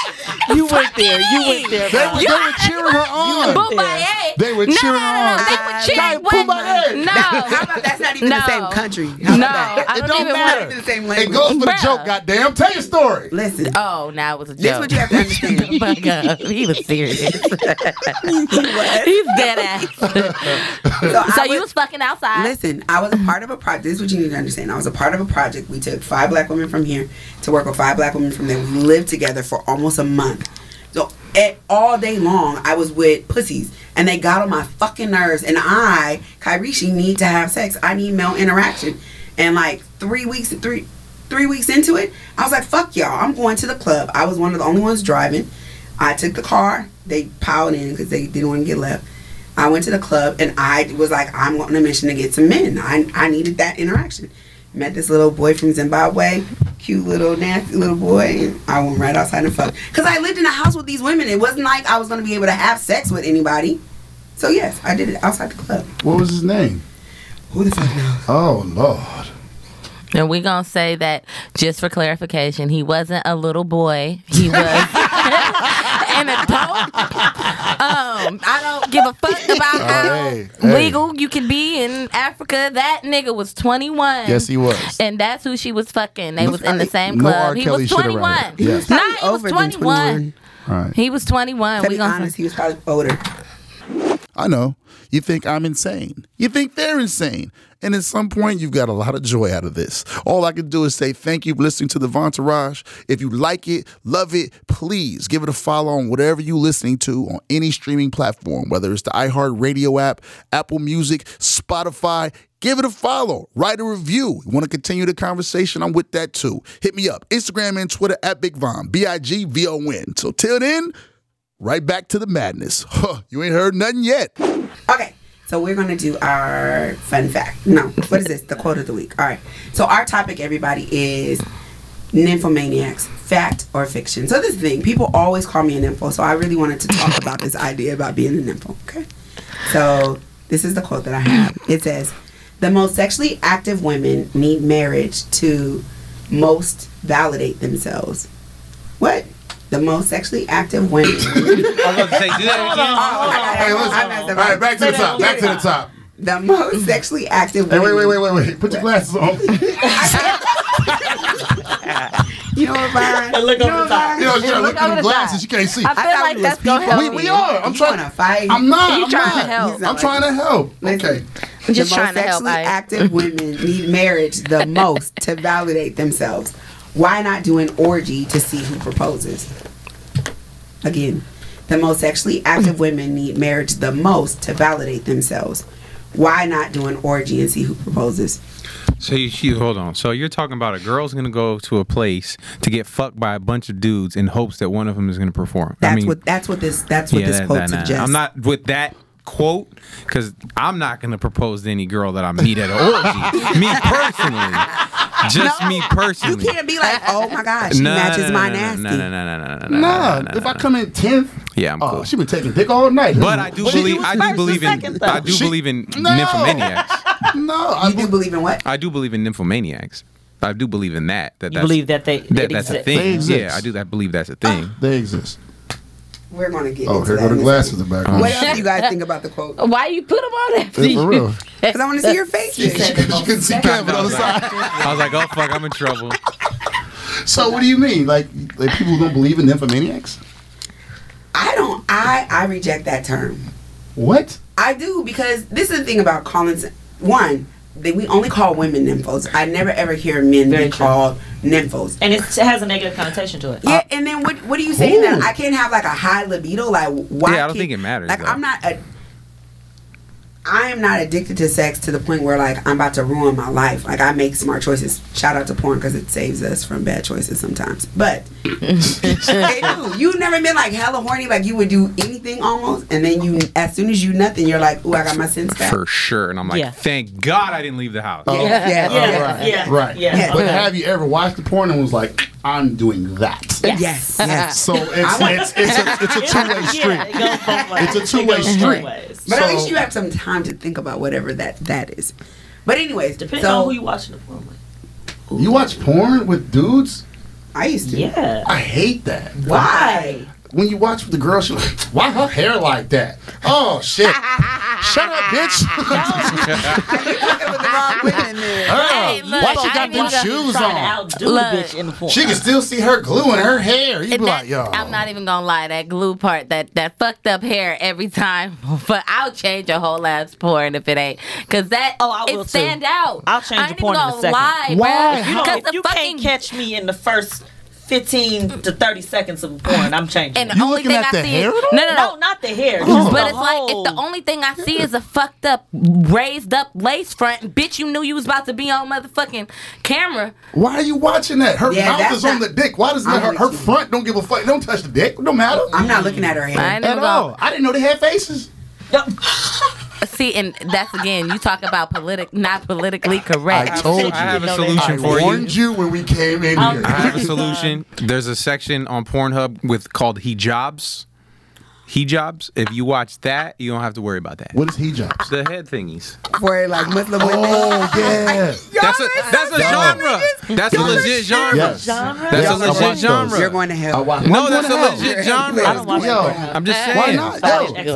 You went there. You went there.
They were, they
You-
were cheering her on.
Boobaye.
They were
no,
cheering
no, no, no.
on.
They were
Guy,
cheering.
Pumbaa.
What?
how
No.
about that's not even the
No.
same country? How about
No,
that?
I
It
don't
don't
even
matter.
want
It's the same
It
language.
goes for the
Bruh.
joke, goddamn. Tell your story. (laughs)
Listen,
Oh, now it was a joke.
this is what you have to understand.
Fuck up. He was
(laughs)
serious. He's dead ass.
So,
So
I
you
was-
was fucking outside.
Listen, I was a part of a project. This is what you need to understand. I was a part of a project. We took five black women from here to work with five black women from there. We lived together for almost a month. So eh, all day long, I was with pussies, and they got on my fucking nerves. And I, Kyrishi, need to have sex. I need male interaction. And like three weeks, three, three weeks into it, I was like, "Fuck y'all! I'm going to the club." I was one of the only ones driving. I took the car. They piled in because they didn't want to get left. I went to the club and I was like, I'm on a mission to get some men. I, I needed that interaction. Met this little boy from Zimbabwe, cute little nasty little boy, and I went right outside and fucked. Cause I lived in a house with these women. It wasn't like I was gonna be able to have sex with anybody. So yes, I did it outside the club.
What was his name?
Who the fuck knows?
Oh Lord.
And we're gonna say that just for clarification, he wasn't a little boy. He
(laughs)
was an adult. Um, I don't give a fuck
Oh,
about how
hey, hey.
legal you can be in Africa. That nigga was twenty one.
Yes, he was.
And that's who she was fucking. They was in the same
No
club.
R.
he
Kelly
was
shit around
twenty one.
it. He was
Nah,
probably
he was
over than
twenty
21.
one.
All right.
He was twenty one.
To
We
be
gonna
honest, he was probably older.
I know. You think I'm insane. You think they're insane. And at some point, you've got a lot of joy out of this. All I can do is say thank you for listening to The Vontourage. If you like it, love it, please give it a follow on whatever you're listening to on any streaming platform, whether it's the iHeartRadio app, Apple Music, Spotify. Give it a follow. Write a review. You want to continue the conversation? I'm with that too. Hit me up Instagram and Twitter at Big Von, B I G V O N. So till then, right back to the madness. Huh, you ain't heard nothing yet.
Okay, so we're gonna do our fun fact. No, what is this? The quote of the week. All right. So our topic, everybody, is nymphomaniacs fact or fiction so this thing people always call me a nympho so i really wanted to talk about this idea about being a nympho okay so this is the quote that i have it says the most sexually active women need marriage to most validate themselves what the most sexually active women (laughs)
Oh, Hey, listen. All right, back to the top. Back to the top.
the most sexually active
Mm-hmm. Hey,
women
wait, wait, wait, wait, wait. Put your glasses (laughs) on.
you know what Byron?
And look
you
over
know
the top.
You know,
Byron?
you gotta look
over
at
the
them glasses. You
top.
can't see.
I feel like that's gonna help.
We, we are. I'm
You
trying
wanna fight?
I'm not.
You
I'm
trying to
not.
help.
I'm trying to help.
Listen.
Okay.
I'm just
the
trying
most
to help.
sexually
I-
active women need marriage
(laughs)
the most to validate themselves. Why not do an orgy to see who proposes? Again, the most sexually
(laughs)
active women need marriage the most to validate themselves. Why not do an orgy and see who proposes?
So you, you hold on. So you're talking about a girl's gonna go to a place to get fucked by a bunch of dudes in hopes that one of them is gonna perform.
That's
I mean,
what that's what this that's what this
that-
quote
that- nah.
suggests.
I'm not with that quote because I'm not gonna propose to any girl that I meet at an
(laughs)
orgy. me personally, just me
You
personally.
can't be like, oh my gosh, she
No, no,
matches
no,
my
no,
nasty.
No, no, no, no, no, no, no, no,
Nah.
no,
If
no,
I come in tenth,
Yeah, I'm
oh,
cool.
she been taking dick all night.
But I do
She-
believe I do
first
believe
and
in
second,
I do
though.
believe in
No.
nymphomaniacs.
No, I
You do believe in what?
I do believe in nymphomaniacs. I do believe in that. That
You
that's,
believe that they
that,
it
that's a
exist.
thing.
exist.
Yeah, I do. I believe that's a thing.
(laughs)
They exist.
We're gonna get
Oh,
into
here
that
go
in
the
this
glasses
minute.
in the
What
background.
else do you guys think about the quote?
Why you put them on after
Yeah,
you?
for
(laughs)
(laughs)
real.
Because I want to see your faces.
She couldn't see Kevin on the side.
I was like, oh fuck, I'm
(laughs)
in trouble.
So what do you mean? Like, like people don't believe in nymphomaniacs?
I don't. I I reject that term.
What?
I do because this is the thing about Collins. One, they, we only call women nymphos. I never ever hear men
Very
be
true.
called nymphos.
And it's, it has a negative connotation to it.
Yeah, and then what? What are you saying that
Ooh.
I can't have like a high libido? Like why?
Yeah, I don't
can't-
think it matters,
Like
though.
I'm not a. I am not addicted to sex to the point where like I'm about to ruin my life. Like I make smart choices. Shout out to porn because it saves us from bad choices sometimes.
(laughs)
But they do. You never been like hella horny, like you would do anything almost, and then you as soon as you nothing, you're like, ooh, I got my sense back.
for sure. And I'm like,
Yeah. Oh.
thank God I didn't leave the house.
Yeah, yeah,
Yeah,
yeah.
right,
yeah,
right.
yeah.
Yeah.
But have you ever watched the porn and was like, I'm doing that?
Yes, yes.
So it's it's it's a,
(laughs)
it's a two way street.
Yeah, it goes both
It's
ways.
a two-way
It goes both
street.
ways.
But at
So-
least you have some time to think about whatever that that is. But anyways,
Depending
so
on who you watching the porn with.
You watch porn with dudes?
I used to.
Yeah.
I hate that.
Why?
When you watch with the girl, she like, why her hair like that? Oh shit! Shut up,
(laughs)
(laughs) bitch!
With the wrong women there.
Oh,
Hey, look,
why she
I
got
ain't
them
gonna
shoes
Trying to
on?
outdo
Look.
the bitch in the porn.
She can still see her glue in her hair. You be
And
like,
that-
yo,
I'm not even gonna lie, that glue part, that that fucked up hair every time. (laughs) But I'll change a whole ass porn if it ain't, cause that
Oh, I
it
will too.
stand out.
I'll change
I
the
ain't
porn in
even
a
gonna
second.
lie,
Why?
bruh.
You
No,
Because
if
the
you
fucking
can't catch me in the first 15 to 30 seconds of porn. I'm changing.
and the
You
only
looking
thing
at
I
the
see
hair
is,
at all?
no, no,
no,
no.
not the hair.
But it's like if the only thing I see is a fucked up, raised up lace front. Bitch, you knew you was about to be on motherfucking camera.
why are you watching that? Her
Yeah,
mouth
that's
is on
not-
the dick. Why does
I'm
her,
with
her
you.
front don't give a fuck? Don't touch the dick. Don't matter.
I'm not looking at her
I
hair.
ain't even
at
gonna
all. I didn't know they had faces.
see, and that's again, you talk about politic, not politically correct.
I told you.
I have a
Didn't know
solution
I
for you.
warned you when we came in
Um,
I'm-
here.
I
(laughs)
have a solution. There's a section on Pornhub with called hijabs. Hijabs. If you watch that, you don't have to worry about
(laughs)
that.
What is hijabs?
The head thingies.
For like Muslim women.
(laughs)
Oh yeah.
That's a that's a genre. That's a legit genre.
Yes.
Genre?
That's
Yes,
a
I
legit
watched those.
genre.
You're going to
I
hell.
watch,
No, that's a legit
I
genre.
don't watch
Yo.
that porn.
I'm just saying.
Why not?
Sorry,
Yo,
X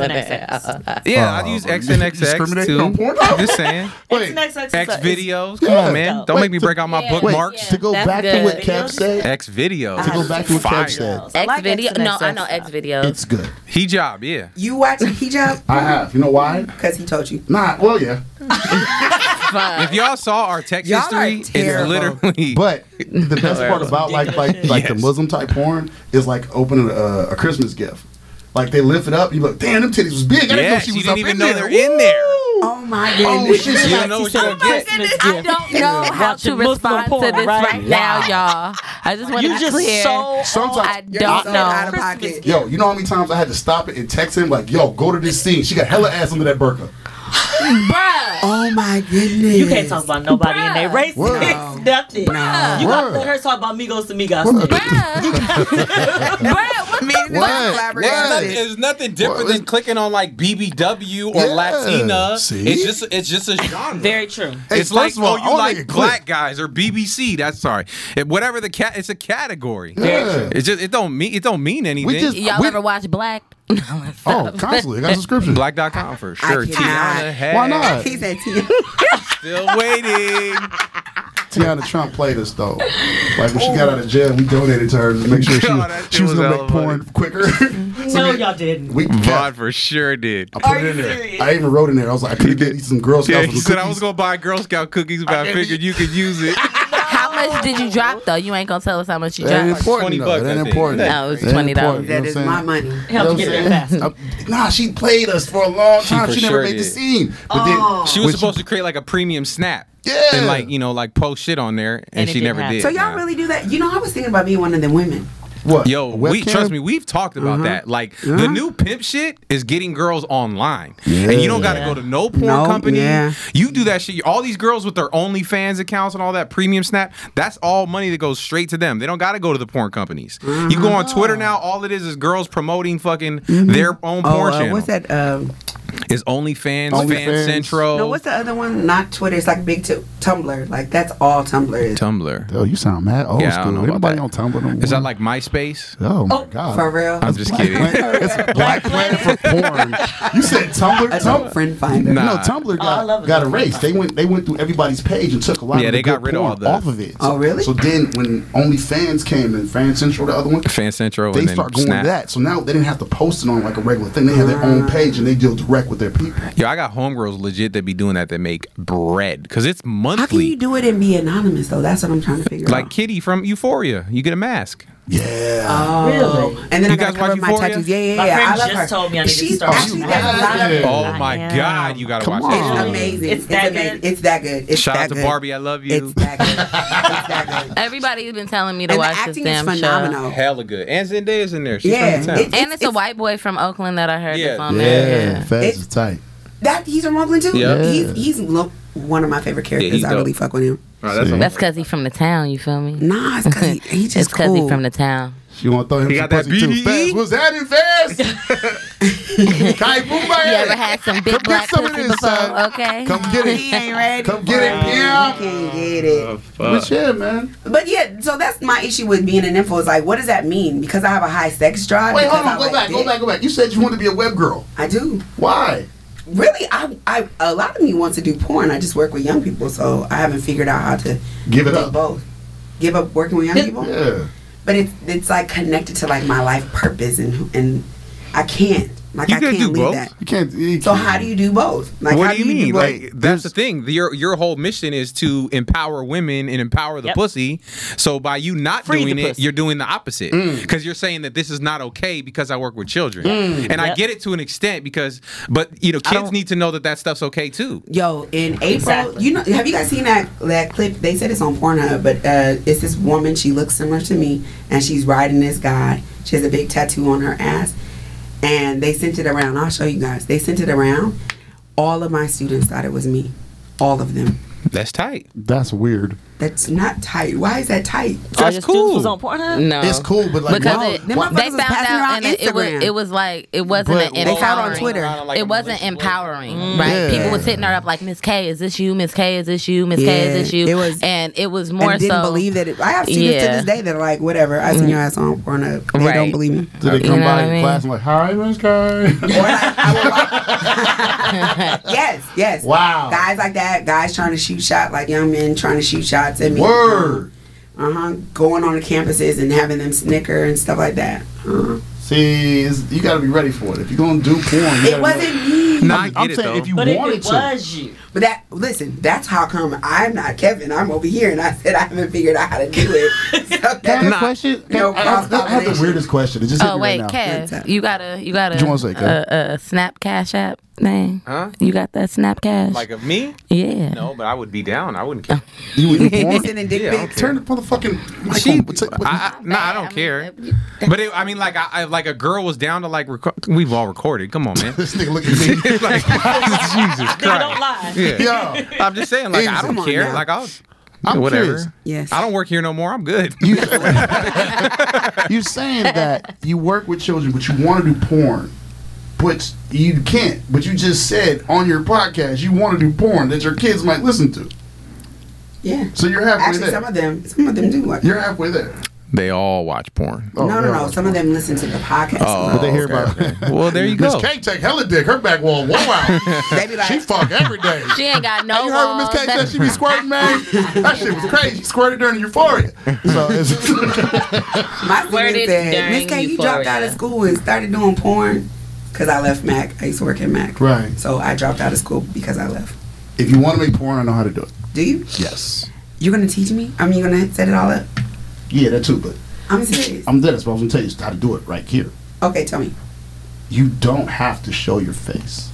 and X.
(laughs)
Yeah, I use
Oh,
X and
you
XX
discriminate
too.
on Pornhub?
I'm just saying.
wait,
X videos. Come
Yeah.
on, man. Don't
Wait,
make me
to-
break out my
Yeah.
wait.
bookmarks.
To go
That's
back to
good.
what Kev said.
X videos.
To go back to what
Fire.
Kev said.
X video? No, I know X
(laughs)
videos.
It's good.
Hijab. Yeah.
You watching hijab?
I have. You know why?
Because he told you.
Nah. Well, yeah.
If y'all saw our text
Y'all are
history, it's
terrible.
literally
But the best part about like
(laughs)
like like the
Yes.
Muslim type porn is like opening a, a Christmas gift. Like they lift it up, you look, damn, them titties was big. I didn't know
Yeah,
she
you
was
didn't
up
even
in
know
there.
they're in there.
Oh my
Oh
goodness.
shit!
You don't know what you're gonna get.
Oh
(laughs)
I don't know how
Watching
to respond
Muslim porn
to this
right
right,
now.
now, y'all. I just want to
You
be
just
clear.
so
Sometimes
I
You're
don't
so out of
know.
pocket.
Yo, you know how many times I had to stop it and text him like, "Yo, go to this scene. She got hella ass under that burqa."
(laughs) Bruh.
(laughs) Oh my goodness.
You can't talk about nobody and they racist.
Word.
Nothing.
No.
You gotta
Word.
let her talk about Migos to Migos.
Me and the
What?
collaboration.
What?
Nothing- It's nothing different than clicking on like BBW or
Yeah,
Latina.
see?
It's just it's just a genre.
Very true.
Hey,
it's
first
like
of all,
oh
I
you
don't
like
think it
black
clicked.
guys or BBC. That's sorry. It- whatever the cat, it's a category.
Yeah.
It's just it don't mean it don't mean anything.
We just
Y'all
we-
ever watch Black? (laughs)
oh constantly. I got a subscription.
Black.com for sure.
I cannot.
Tiana Hay.
Why not?
He said (laughs) to you.
Still
(laughs)
waiting.
Tiana Trump played us
(laughs)
though. Like when she got out of jail, we donated to her to make sure she
Oh.
was,
God, that
she was
shit was
gonna
hella
make porn
funny. (laughs)
quicker.
No, y'all didn't.
we
Vaughn
yeah,
for sure did.
I put it in there. I even wrote in there. I was like, I could get these some Girl
Yeah,
Scouts.
he
with
said I was
cookies.
gonna buy Girl Scout cookies, but I figured you could use it.
How much did you drop though? You ain't gonna tell us how much you
That ain't
dropped.
important.
20
though.
bucks,
That
I
ain't
think.
important.
No, it was
That ain't
$20.
important, you know
That
what
is
I'm
my
saying?
money.
You know
Help
what
get
I'm
it fast.
saying? I- Nah, she played us for a long time.
for
She, never
sure
made the
did.
scene. But then
(laughs) She was
when
supposed to create like a premium snap.
Yeah.
And like, you know, like post shit on there and,
And it
she
didn't
never
happen.
did.
So y'all
Nah.
really do that? You know, I was thinking about being one of them women.
what?
Yo,
A
we
webcam? Uh-huh.
trust me, we've talked about that. Like the new pimp shit is getting girls online. And you don't gotta go to no porn
No,
company.
yeah.
You do that shit. All these girls with their OnlyFans accounts and all that premium snap, that's all money that goes straight to them. They don't gotta go to the porn companies. You go
Uh-huh.
on Twitter now, all it is is girls promoting fucking their own
Oh,
porn
uh,
channel.
what's that? Uh,
It's OnlyFans,
OnlyFans.
Fan Central,
Oh.
no, what's the other one? Not Twitter. It's like big t- Tumblr. Like that's all Tumblr is.
Tumblr.
Oh, you sound mad old
Yeah, I don't
school.
know
Ain't
about
nobody on
that.
Tumblr no more.
Is that like MySpace?
Oh my god.
For real.
I'm just
Black
kidding. (laughs)
Planet- it's Black Planet for porn. You said Tumblr.
That's
Tumblr.
a friend Oh, finder.
Nah.
No, Tumblr
I love
got, got
it.
erased. They went they went through everybody's page and took a lot
Yeah,
of
they
the
got
good
rid of
porn
all that.
off of it.
Oh,
So-
really?
So then when OnlyFans came and Fan Central, the other
(laughs)
one,
Fan Central
they
and then
start going
Snap.
to that. So now they didn't have to post it on like a regular thing. They have their
Ah.
own page and they deal direct with their people.
Yo, I got homegirls legit that be doing that that make bread because it's monthly.
How can you do it and be anonymous though? That's what I'm trying to figure
like
out.
Kitty from Euphoria, you get a mask.
Yeah.
Oh,
Really?
and then I
You
got
guys
to cover
watch
my
Euphoria?
tattoos. Yeah, yeah, yeah.
My friend
I love
just
her.
told me I need to
She's
start
actually
watching
there's a lot of
that.
it.
Oh
I
my
am.
god, you gotta
Come
watch
on.
that.
It's
shit.
amazing.
It's
It's,
that
amazing.
good?
It's that good. It's
Oh. Shout
that
out to
good.
Barbie, I love you.
It's that good.
(laughs)
It's that good.
Everybody's been telling me to
and the
watch this
acting is
damn show.
phenomenal.
Hella good. And Zendaya's in there. She's
Yeah,
from the town.
it-
And it's, a white boy from Oakland that I heard
Yeah.
that's on there.
Yeah. Fast
It's-
is tight.
That he's from Oakland too.
Yeah.
He's he's lo- one of my favorite characters.
he's
I really
dope.
fuck with him.
All right, that's a-
That's because he from the town. You feel me?
Nah, it's cause
(laughs)
he, he just
it's because
cool.
he from the town.
She wanna throw him
You
some
got that E?
pussy too.
BDE?
Fast was that in
(laughs)
fast? Kai boom my
You ever
head.
had some big
Come
black
get some of
pussy
this,
before?
son.
Okay.
Come get
he
it.
ain't ready.
Come get it, Uh.
He
Pam.
can't get it.
But yeah, man.
But yeah, so that's my issue with being an info. Is like, what does that mean? Because I have a high sex drive.
Wait,
because
hold on.
I
Go
like
back. Go
dick?
back. Go back. You said you wanted to be a web girl.
I do.
Why?
Really, I, I a lot of me wants to do porn. I just work with young people, so I haven't figured out how to
Give it
do
up.
both. Give up working with young people.
Yeah.
But it's it's like connected to like my life purpose and and I can't like
You
I
can
can't
do
leave
both.
that.
You can't. you
So
can't-
how do you do both? Like how
what do you mean?
both?
like that's the thing. The- Your your whole mission is to empower women and empower the
Yep.
pussy. So by you not
Free the
doing it,
pussy.
you're doing the opposite because you're saying that this is not okay because I work with children, and I
Yep.
get it to an extent because, but you know, kids need to know that that stuff's okay too.
Yo, in April,
Exactly.
you know, have you guys seen that that clip? They said it's on Pornhub, but uh, it's this woman. She looks similar to me, and she's riding this guy. She has a big tattoo on her ass, and they sent it around. I'll show you guys. They sent it around. All of my students thought it was me. All of them.
That's tight.
That's weird.
That's not tight. Why is that tight?
All
That's
your students was
cool.
on Pornhub?
No.
It's cool, but like,
because
why-
it,
Them motherfuckers
was
they found
passing
out
around
and it, it was
Instagram.
it was like it wasn't
But-
an
They
empowering.
found on Twitter.
it wasn't empowering,
Mm-hmm.
right?
Yeah.
People was hitting her up like, Miss K, is this you? Miss K, is this you? Miss K,
Yeah,
is this you?
it was-
and it was more
and didn't
so
believe that. It, I have students to
Yeah.
this day that are like, whatever. I seen your ass on Pornhub. They don't
Right.
believe me.
Did they come
know
by
what I
in
mean?
class and like, hi, Miss Guy?
(laughs) Or like, I would like- (laughs) yes, yes.
Wow.
Guys like that, guys trying to shoot shot, like young men trying to shoot shots at me.
Word.
Uh huh. Going on the campuses and having them snicker and stuff like that. Uh-huh.
See, it's, you got to be ready for it. If you're gonna do porn, you
It wasn't me.
Nah, I
I'm,
get
I'm
it
saying
though.
if you
But if
wanted
it
to.
was you,
But that listen, that's how come I'm not Kevin. I'm over here, and I said I haven't figured out how to do (laughs) it. So
Can I have
that-
a question?
No
I, have- I have
cross-pollination.
the weirdest question. It just hit
Oh
me
wait,
right now.
Kev, you gotta you gotta
What you wanna say, Kev?
uh, uh, Snap Cash App. thing?
Huh?
You got that snap cash?
(laughs) Like of me?
yeah.
No, but I would be down. I
(laughs)
wouldn't care.
You
(laughs)
would do porn? (laughs)
Sending dick
Yeah, I don't
pics.
care.
Turn the motherfucking mic on.
She-
What's it- what-
I, I, nah, I don't care. But it, I mean, like, I, I like a girl was down to like record. We've all recorded. Come (laughs) on, man.
this nigga look at me.
like, Jesus Christ.
Now, don't lie.
(laughs) Yeah.
Yo,
I'm just saying, like, I
Come
don't
on
care.
now.
Like, I'll.
I'm
whatever.
curious.
Yes.
I don't work here no more. I'm good.
you, (laughs) you're saying that you work with children, but you want to do porn, but you can't. But you just said on your podcast you want to do porn that your kids might listen to.
Yeah.
So you're halfway
Actually,
there.
some of them, some of them do like.
you're halfway there.
They all watch porn.
Oh,
no, no, no.
yeah.
Some of them listen to the podcast.
But they hear about
Well, there you
(laughs) Miss
go.
K take hella dick. Her back wall, wow.
(laughs) They be like,
she fuck every
(laughs)
day.
She ain't got no.
you heard what Miss K said?
walls.
She be squirting, man. That shit was crazy. She squirted during euphoria. So (laughs) it's,
my student
Worded
said, Miss
during
K, you dropped
euphoria.
out of school and started doing porn because I left Mac. I used to work at Mac.
Right.
So I dropped out of school because I left.
if you want to make porn, I know how to do it.
Do you?
Yes.
You're gonna teach me? I mean, you're gonna set it all up?
Yeah, that too. But
I'm
Um,
serious.
I'm dead. So I was gonna tell you how to do it right here.
Okay, tell me.
you don't have to show your face.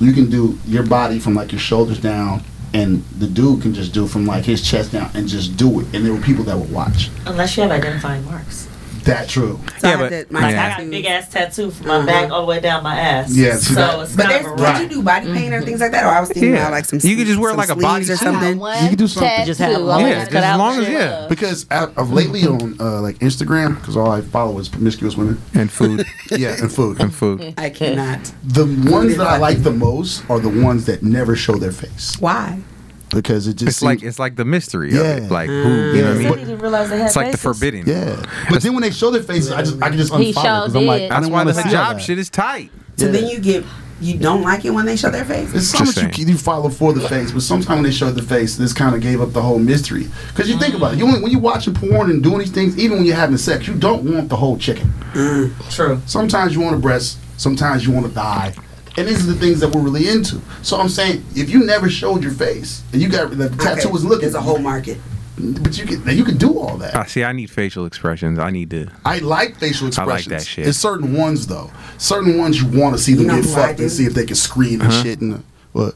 You can do your body from like your shoulders down, and the dude can just do from like his chest down and just do it. And there were people that would watch.
Unless you have identifying marks.
That true.
So
Yeah,
I
but-
did my
I got a
tattoos.
big ass tattoo from my back all the way down my ass.
Yeah, see
so
that-
it's
But
kind
there's,
of a
did
rock.
you do body paint or things like that? Or I was thinking
Yeah.
about like some.
You could just wear,
some
like, a
sleeves
body-
or
I got
something.
You can do something.
Just have
Tattoo.
one
I
Yeah,
got
just
cut
as
out
long
for
as-
sure.
yeah.
Because I, of lately on uh, like Instagram, because all I follow is promiscuous women.
And food.
(laughs) Yeah, and food.
And
Mm-hmm.
food.
I cannot.
the ones that I like the most are the ones that never show their face
Why?
because it just
It's like
seems-
it's like the mystery of
Yeah.
it. Like who you know what I
Yeah.
Said
mean?
he didn't realize they had
It's like the
faces.
forbidden.
yeah. But then when they show their faces, I just I can just unfollow
He
because
sure
I'm like
did.
I
That's
don't
why the
want to see all
hijab
that.
shit is tight.
So
Yeah.
then you get you don't like it when they show their face.
It's something
Just
you, keep- you follow for the face, but sometimes when they showed the face, this kind of gave up the whole mystery. Because you think about it, you only, when you're watching porn and doing these things, even when you're having sex, you don't want the whole chicken.
Mm,
True.
Sometimes you want a breast, sometimes you want a thigh, and these are the things that we're really into. So I'm saying, if you never showed your face and you got the tattoo
Okay,
was looking,
There's a whole market.
but you could you could do all that.
I Ah, see. I need facial expressions. I need to.
I like facial
I like
expressions.
that shit.
It's certain ones though. Certain ones you want to see them
know
get
who I
fucked
do?
and see if they can scream
Uh-huh.
and shit and what.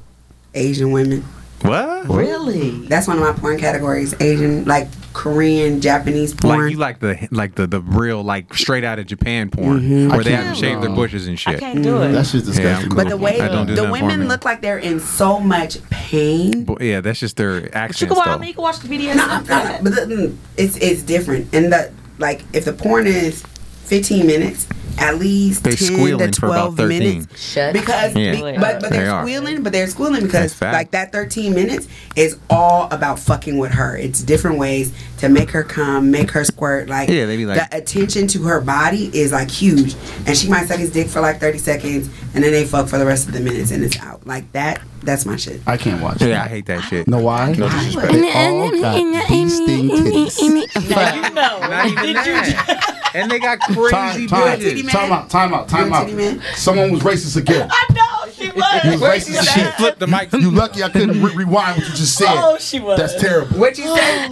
Asian women.
What?
Really?
That's one of my porn categories. Asian, like Korean, Japanese porn.
Like you like the like the the real like straight out of Japan porn where they
Mm-hmm. can't-
haven't shaved their
no.
bushes and
I
shit.
can't do it.
That shit's disgusting.
cool.
but the way
I don't do
the
that for me.
women look like they're in so much pain.
But yeah, that's just their
you
accents
can watch, I
though.
mean, you can watch the BDS.
No, I'm not. But the, mm, it's it's different. And the like, if the porn is 15 minutes, at least
They
10 to
squealing for about
12
13.
minutes.
Shut
Because,
Yeah.
be- but, but
They
they're
are.
squealing, but they're squealing
That's
because
fact.
like that 13 minutes is all about fucking with her. It's different ways to make her come, make her squirt. Like,
Yeah, they be like-
the attention to her body is like huge, and she might suck his dick for like 30 seconds, and then they fuck for the rest of the minutes, and it's out. Like that. That's my shit.
I can't watch
Yeah, I
that.
hate that shit.
Know why? No disrespect. They all got beasting titties.
Now you know.
Not even that. And they got crazy
Time, time,
titty
bushes.
man?
time out, time out, time
You a titty man?
out. Someone was racist again.
I (laughs) know she
You was
was.
racist
She
again.
flipped the mic.
You lucky I couldn't re- rewind what you just said.
Oh, she was.
That's terrible.
What you say?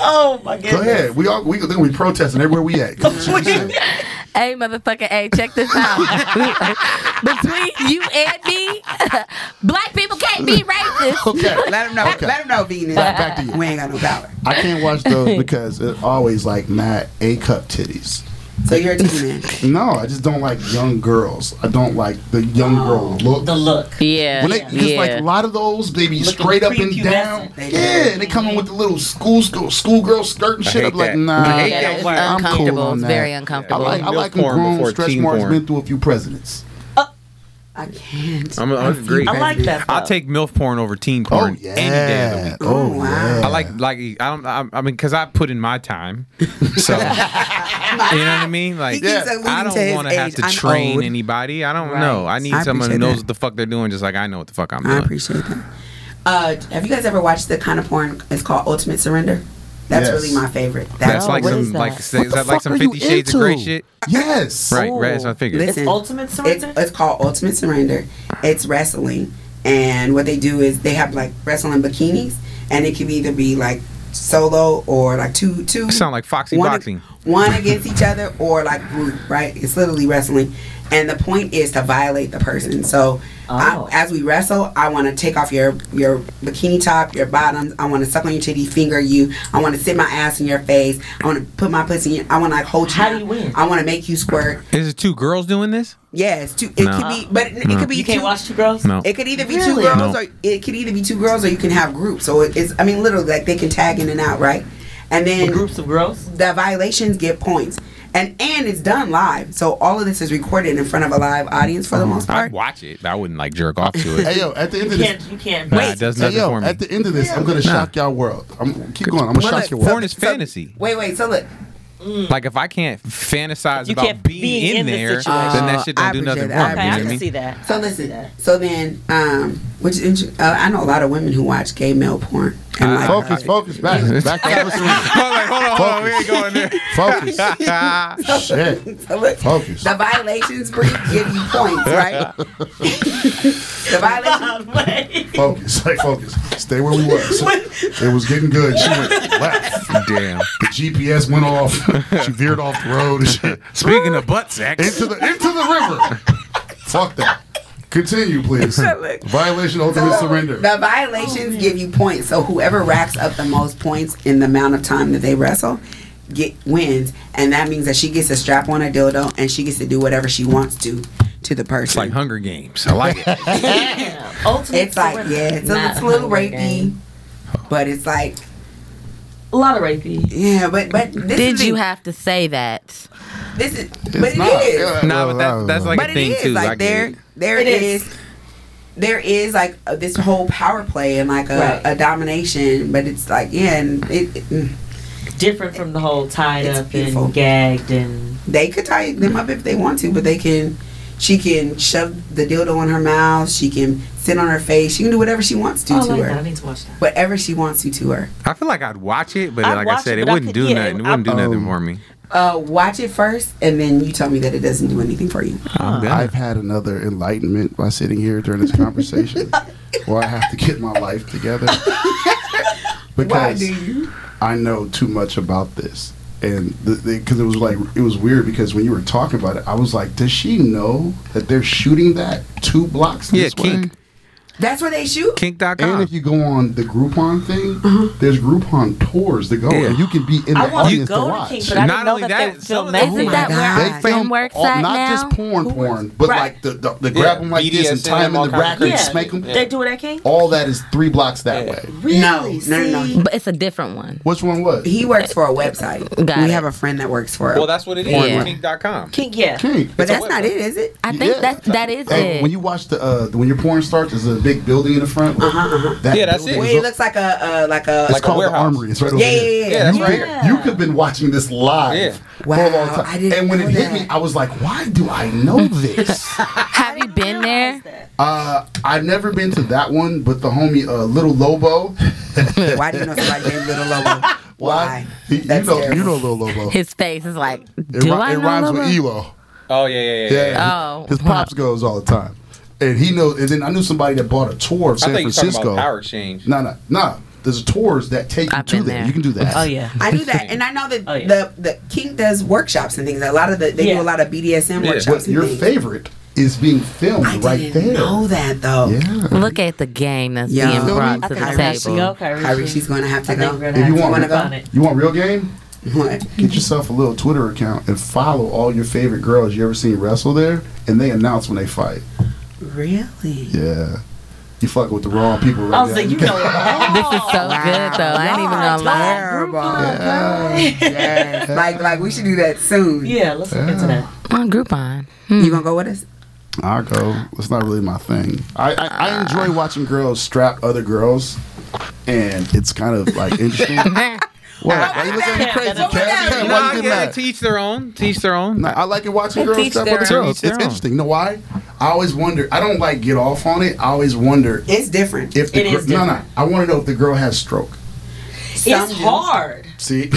Oh my
Go
goodness.
ahead. We all we they're gonna be protesting everywhere we at.
Hey, motherfucker, hey, check this
(laughs)
out. Between you and me, (laughs) black people can't
(laughs)
be racist.
Okay.
Let him know.
Okay.
Let him know, Venus.
Back to you.
We ain't got no power.
I can't watch those because it's always like not A cup titties.
So you're a
(laughs)
titty man.
No, I just don't like young girls. I don't like the young girl look.
The look.
Yeah.
When they, Cause like a lot of those, they be
Looking
straight up and
prepubescent.
down.
They do.
yeah, and they come in with the little school school schoolgirl skirt and shit.
hate
I'm like,
that.
nah,
I hate
yeah,
that
it's
black.
I'm
uncomfortable.
cool on
it's
that.
very
I
uncomfortable.
like I
Milk
like them
porn
grown
before
stretch
teen
marks.
porn.
Been through a few presidents.
I
(laughs)
can't.
I'm, I'm agree.
I like that.
I'll
though.
take milf porn over teen porn
oh yeah.
any day of the week.
Oh
wow.
yeah.
I like like I don't I, I mean because I put in my time, so you know what I mean. Like
He keeps alluding
I
to
don't
his
want to have
age.
to
I'm
train
old.
anybody. I don't
Right.
know. I need
I
someone who
appreciate
knows
that.
what the fuck they're doing, just like I know what the fuck I'm
I
doing.
appreciate that. Uh, have you guys ever watched the kind of porn? It's called Ultimate Surrender. That's
Yes.
really my favorite.
That's
No,
like
what
some
is that?
like
What
is
the
that like
fuck
some
are you
Fifty Shades of Grey
into?
shit?
Yes.
Right, right. That's
Ooh.
what I figured.
It's ultimate
It's,
surrender.
it's called Ultimate Surrender. It's wrestling, and what they do is they have like wrestling bikinis, and it can either be like solo or like two two.
Sound like Foxy
one
boxing.
one against each other or like group, right? It's literally wrestling, and the point is to violate the person. So, I, as we wrestle, I want to take off your your bikini top, your bottoms. I want to suck on your titty, finger you. I want to sit my ass in your face. I want to put my pussy. in your- I want to like hold you. How do you win? I want to make you squirt.
Is it two girls doing this?
Yes, two. It
No.
could be, but it, it
No.
could be.
You
can't
two,
watch two girls.
No.
It could either be
Really?
two girls,
No.
or it could either be two girls, or you can have groups. So it is. I mean, literally, like they can tag in and out, right? And then
Groups of girls.
the violations get points. And and it's done live, so all of this is recorded in front of a live audience for the most
I'd
part.
watch it. but I wouldn't like jerk off to it.
Hey yo, at the end
You
of this,
can't. You can't.
Nah, it does
hey,
nothing
yo,
for me.
at the end of this, I'm gonna shock y'all world. I'm keep going. I'm gonna shock your
Porn
world.
is fantasy.
Wait, wait. So look,
Like if I can't fantasize
You
about
can't
being,
be
in,
in the
there,
situation.
then that shit don't
I
Uh,
do nothing
appreciate
for
that.
Okay,
me.
I
you know what I
can
mean?
see that.
So listen. So then, um, which is inter- uh, I know a lot of women who watch gay male porn.
Uh,
And like,
Focus, focus, back, back to episode.
I was like, hold on, hold on, we ain't going there.
Focus,
(laughs)
shit,
So look,
focus.
the violations brief give you
(laughs)
points, right? the violations.
focus, (laughs) like focus. Stay where we was. It was getting good. She went left.
Damn.
The GPS went off. She veered off the road (laughs) and shit.
Speaking of butt sex,
into the into the river. Fuck that. Continue, please. Violation ultimate surrender.
The violations give you points. So whoever racks up the most points in the amount of time that they wrestle get wins, and that means that she gets to strap on a dildo and she gets to do whatever she wants to to the person.
it's like Hunger Games.
(laughs)
I like it.
Ultimate
It's like
surrender.
yeah, it's a,
Not
it's a little
Hunger
rapey, but it's like
A lot of rapey.
yeah, but but this
Did
is
you
it.
have to say that?
this is but
Nah,
it is.
yeah,
nah, but that's that's like
but
a
it
thing
is
too. I get
like there
it.
there
It
is.
is.
there is like uh, this whole power play and like a,
Right.
a domination but it's like yeah and it, it- mm.
Different from the whole tied
It's
up
beautiful.
and gagged and
they could tie them up if they want to but they can she can shove the dildo in her mouth she can sit on her face she can do whatever she wants to
Oh, I
to
like
her
that. I need to watch that.
whatever she wants to to her
I feel like I'd watch it, but
I'd
like I
watch
said,
it,
it
but I
wouldn't do
could- yeah,
nothing. It wouldn't do
I-
um,
nothing for me.
uh, watch it first and then you tell me that it doesn't do anything for you
I'm gonna-
I've had another enlightenment by sitting here during this
(laughs)
conversation where I have to get my life together.
why
Because
do you
I know too much about this. And because it was like, it was weird because when you were talking about it, I was like, does she know that they're shooting that two blocks
Yeah,
this way?
kink.
that's where they shoot
And
Kink.com.
if you go on the Groupon thing, there's Groupon tours that go,
Yeah.
and you can be in the
Uh-huh. I want to
audience to,
go to
watch.
King, but I
Not
didn't know
only
that,
that,
they would
some
film
of
that.
them-
Isn't
my
that
God.
where
they
our
film
film works
all-
at
not
now?
just porn, porn, but
Right.
like the, the, the grab them like this and
BDSM,
tie them in
all
the
kinds
rack
of
and
crazy
smack them.
They do it at King?
All that is three blocks that way.
Really?
no, no, no.
See?
But it's a different one.
Which one was?
he works for a website
Got
we
it.
have a friend that works for a
Well, that's what it is.
Yeah.
Kink.com.
King, yeah.
King.
But that's not it, is it?
I think
Yeah.
that's that is
Hey,
it.
when you watch the uh, when your porn starts, there's a big building in the front. That
Uh-huh, Yeah, that's
building
it.
is
Wait, it
up-
looks like a uh, like a
It's
Like a
called the
warehouse.
armory. It's right over
Yeah,
here.
yeah, yeah,
yeah.
you
Yeah, that's
could-
right.
you could have been watching this live
Yeah.
for a
Wow,
long time.
I didn't
and when it
know
hit me,
that.
I was like, "Why do I know
(laughs)
this?"
Have you been there?
uh, I've never been to that one, but the homie uh, Little Lobo.
(laughs)
why do you know somebody named Little
(laughs)
Lobo? Why?
He- you
That's
know,
terrible.
you know Little Lobo.
His face is like,
It,
do
ri-
I
it
know
rhymes
Lobo?
with Elo.
Oh yeah, yeah, yeah.
Yeah.
yeah.
Oh,
his
wow.
pops goes all the time, and he knows. And then I knew somebody that bought a tour of
I
San
thought you were talking
Francisco.
about power exchange.
No, no, no. There's tours that take you
I've
to
been
there.
there.
You can do that.
Oh, yeah.
I do that, and I know that
Oh, yeah.
the the King does workshops and things. A lot of the they do
Yeah.
a lot of BDSM
Yeah.
workshops.
But
And
your
things.
favorite is being filmed
I
right
didn't
there.
know that though.
Yeah.
Look at the game that's
Yeah.
being
Feel
brought
me?
to the
I
Kyrie,
think
table.
go, Kyrie.
Kyrie, she's going to have to
I think
go.
we're gonna
If
have
you
to
want-
work on it.
You want real game?
What?
Get yourself a little Twitter account and follow all your favorite girls you ever seen wrestle there, and they announce when they fight.
Really?
Yeah. You fucking with the wrong people right
I was
now. (laughs)
like, you know, (laughs)
This is so good though. I ain't even gonna lie.
Terrible.
Yeah.
Yes. Like like we should do that soon.
yeah, let's look into that.
On Groupon.
You gonna go with us?
I go. It's not really my thing. I, I, I enjoy watching girls strap other girls, and it's kind of like interesting.
(laughs)
what? Why you looking at me
that?
crazy,
What
Cass?
was that?
Cass,
No,
why
I
you
get
getting
it.
mad?
Teach their own. Teach their own.
No, I like it watching girls
teach
step
their
up.
own.
It's,
Teach their
it's
own.
interesting. You know why? I always wonder. I don't like get off on it. I always wonder
It's different.
if the
It
gir-
is
no no.
different.
I want to know if the girl has stroke.
Some
It's
do.
hard.
See,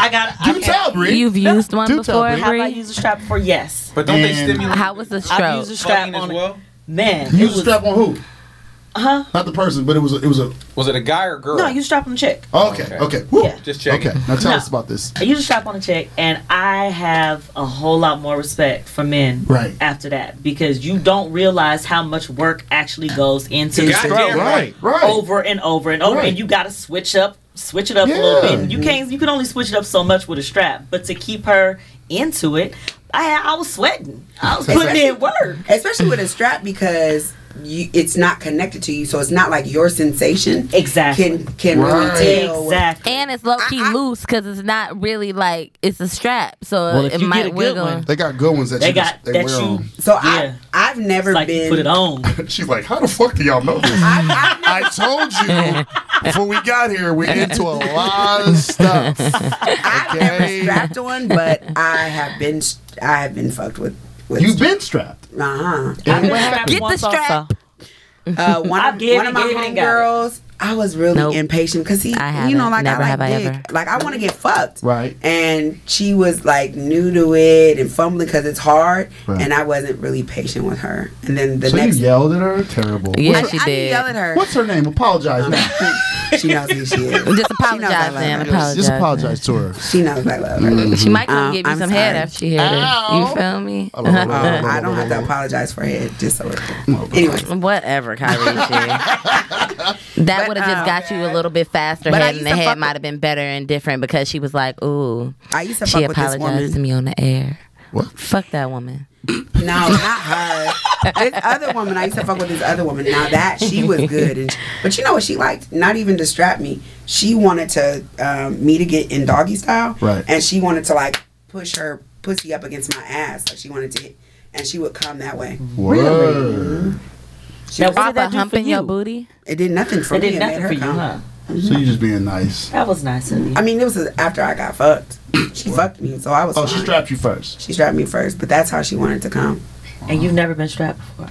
I got.
(clears throat) you tell Bree.
You've used one
do tell
before,
me.
Have I
Bree?
used a strap before? Yes.
But don't they
And-
stimulate
How was the
I've
stroke?
used a strap
fucking as
on.
well?
Man,
You
it
use a
was
strap on who?
Huh?
Not the person, but it was a, it was a.
Was it a guy or girl?
No, you just dropped him a check.
Okay, okay. Woo.
Just checking.
Okay, now tell
No.
us about this.
Uh, You just drop on a check, and I have a whole lot more respect for men
Right.
after that because you don't realize how much work actually goes into
You
the
goddamn
stroke
right.
Right.
over and over and over,
Right.
and you got to switch up, switch it up a little
Yeah.
bit. And You can't, you can only switch it up so much with a strap, but to keep her into it, I I was sweating, I was putting in work.
Especially with a strap because you, it's not connected to you, so it's not like your sensation
Exactly.
can can
Right.
really tell. what-
Exactly.
And it's low key loose because it's not really like it's a strap, so
Well, if you
it
get
might
a good
wiggle.
one-
They got good ones that
They
you
got
just, they
that
wear
you.
on.
So
Yeah.
I I've never
It's like
been
you put it
(laughs)
on.
She's like, how the fuck do y'all know this?
I,
I told you before we got here, we into a lot of stuff.
I've, I've never strapped one, but I have been st- I have been fucked with. with
You've been strapped.
uh-huh.
I've been
Get
strapped
the
once
strap.
also.
Uh, one
I
of,
give
one
it,
of my
give it, and got it.
homegirls, I was really
Nope.
impatient because he,
I
you know,
haven't.
like
Never
I
have I
like dick.
ever.
Like I want to get fucked.
Right.
And she was like new to it and fumbling because it's hard,
Right.
and I wasn't really patient with her. And then the
So you
next,
yelled at her? Terrible.
Yeah,
I,
she
I didn't
did.
yell at her.
What's her name? Apologize now.
She knows who (laughs) she is.
Just
She knows I
apologize,
love
man.
her.
Apologize.
Just apologize to (laughs) her.
She knows I love her.
Mm.
She might come
Um,
give you
I'm
some head
sorry.
after she hear this. You feel me?
Hold on, hold on,
Um,
hold on,
I
hold on,
don't have
(laughs)
to
hold on.
apologize for it. Just so. It, anyway, (laughs)
Whatever, Kyrie. shit. that would have just got you a little bit faster.
uh, But I
Head and
used
the
to fuck
head
with-
might have been better and different because she was like, "Ooh,
I used to
she
fuck with this
apologized to
woman.
me on the air."
What?
Fuck that woman.
No, not her. this other woman, I used to fuck with this other woman. Now that she was good, and but you know what she liked? Not even to strap me. She wanted to um, me to get in doggy style,
Right.
And she wanted to like push her pussy up against my ass, like she wanted to hit, and she would come that way.
Word.
Mm-hmm.
She
Now,
was-
what did that
Papa
do for
humping your
you?
booty.
it did nothing for
It
me.
did
it
nothing
made her
for you,
come.
huh?
So you just being nice.
That was nice of you.
I mean, it was after I got fucked. She fucked me, so I was.
Oh, she
fine.
strapped you first.
She strapped me first, but that's how she wanted to come.
And you've never been strapped before.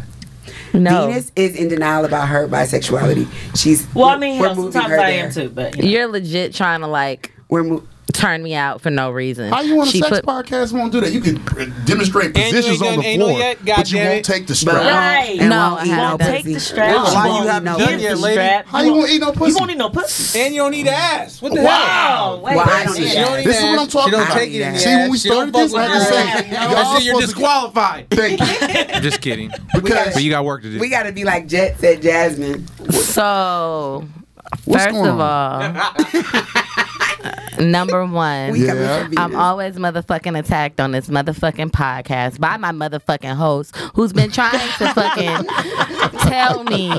No,
Venus is in denial about her bisexuality. She's
Well, I mean,
we're
hell,
moving
sometimes
her
I
there.
am too, but you know.
you're legit trying to like
We're moving.
turn me out for no reason.
How you on a
She
sex
put-
podcast won't do that? You can uh, demonstrate
And you ain't
positions on
done
the
anal
floor,
yet?
but you
Goddamn
won't
it.
take the
But-
strap.
Right.
And
No,
won't
I
eat
haven't.
pussy.
Take the strap.
That's
Why
why
you
you
haven't done
have done
yet,
it.
the
lady?
strap.
How you won't eat no
You
pussy?
won't need no pussy.
And you don't need ass. What the hell?
Wow. Wait.
Well, I
a
don't
minute.
need
She don't
that.
need
This is
ass.
what I'm talking
She don't
about.
take it in the
See, when we
ass. She don't
started this,
fuck
I
with
had to
the
say,
ass.
y'all
That's it, you're
supposed to-
disqualified.
Thank you.
I'm
(laughs)
just kidding. But
Because
you got work to do.
We gotta be like Jet said, Jasmine.
So,
What's
first
going
of all, number one,
We coming
Yeah.
for Venus.
I'm always motherfucking attacked on this motherfucking podcast by my motherfucking host who's been trying
(laughs)
to fucking tell me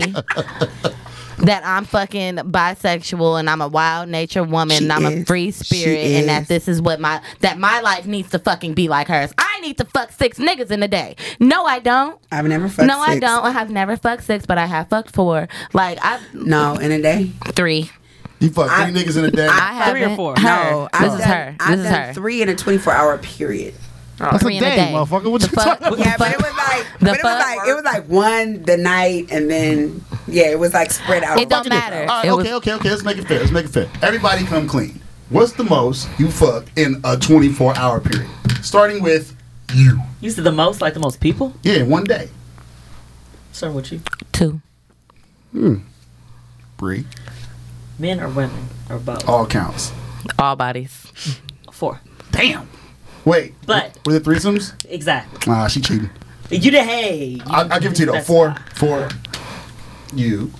that I'm fucking bisexual and I'm a wild nature woman
She
and I'm a
is.
free
She
spirit and
is.
that this is what my that my life needs to fucking be like hers. I need to fuck six niggas in a day. No, I don't.
I've never fucked.
no, I
six.
don't. I have never fucked six, but I have fucked four. Like I
No, in a day.
three.
you fuck three niggas in a day.
I have
Three or four.
Her.
No,
this is
done-
her. This
I've
is
done
her.
three in a 24 hour period.
That's
three
a
in a
day,
day.
motherfucker. What
The
you talking
fuck-
about?
Yeah, but it was like,
The
but it was
fuck?
like, it was like one the night, and then yeah, it was like spread out.
It don't matter.
All
uh,
right,
It was-
okay, okay, okay. Let's make it fair. Let's make it fair. Everybody come clean. What's the most you fucked in a 24 hour period? Starting with you.
You said the most, like the most people?
Yeah, one day.
Starting with you.
Two.
Bree.
Men or women? Or both?
All counts.
All bodies.
Four.
Damn. Wait.
But-
were there threesomes?
Exactly.
Nah, she cheating.
You the hey.
I, I'll give it to you though. Four. Four. You.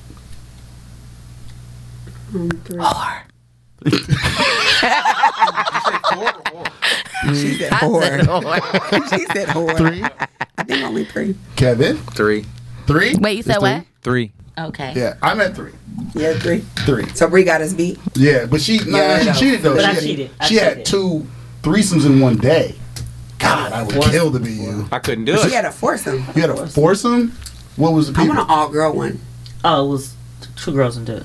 She said whore. (laughs) she said whore.
Three.
I think only three.
Kevin.
Three.
Three.
Wait, you
It's
said
three.
what?
Three.
Okay.
Yeah, I'm at three.
Yeah, three.
Three.
So Bree got us beat.
Yeah, but she nah,
Yeah, I know.
she cheated though.
But
she
I
had,
cheated. I
she had
cheated.
two threesomes in one day. God, I would kill to be you.
I couldn't do
She
it.
had a foursome.
You had a foursome. What was the
I
people?
want an all girl one.
Oh, it was two girls and dude.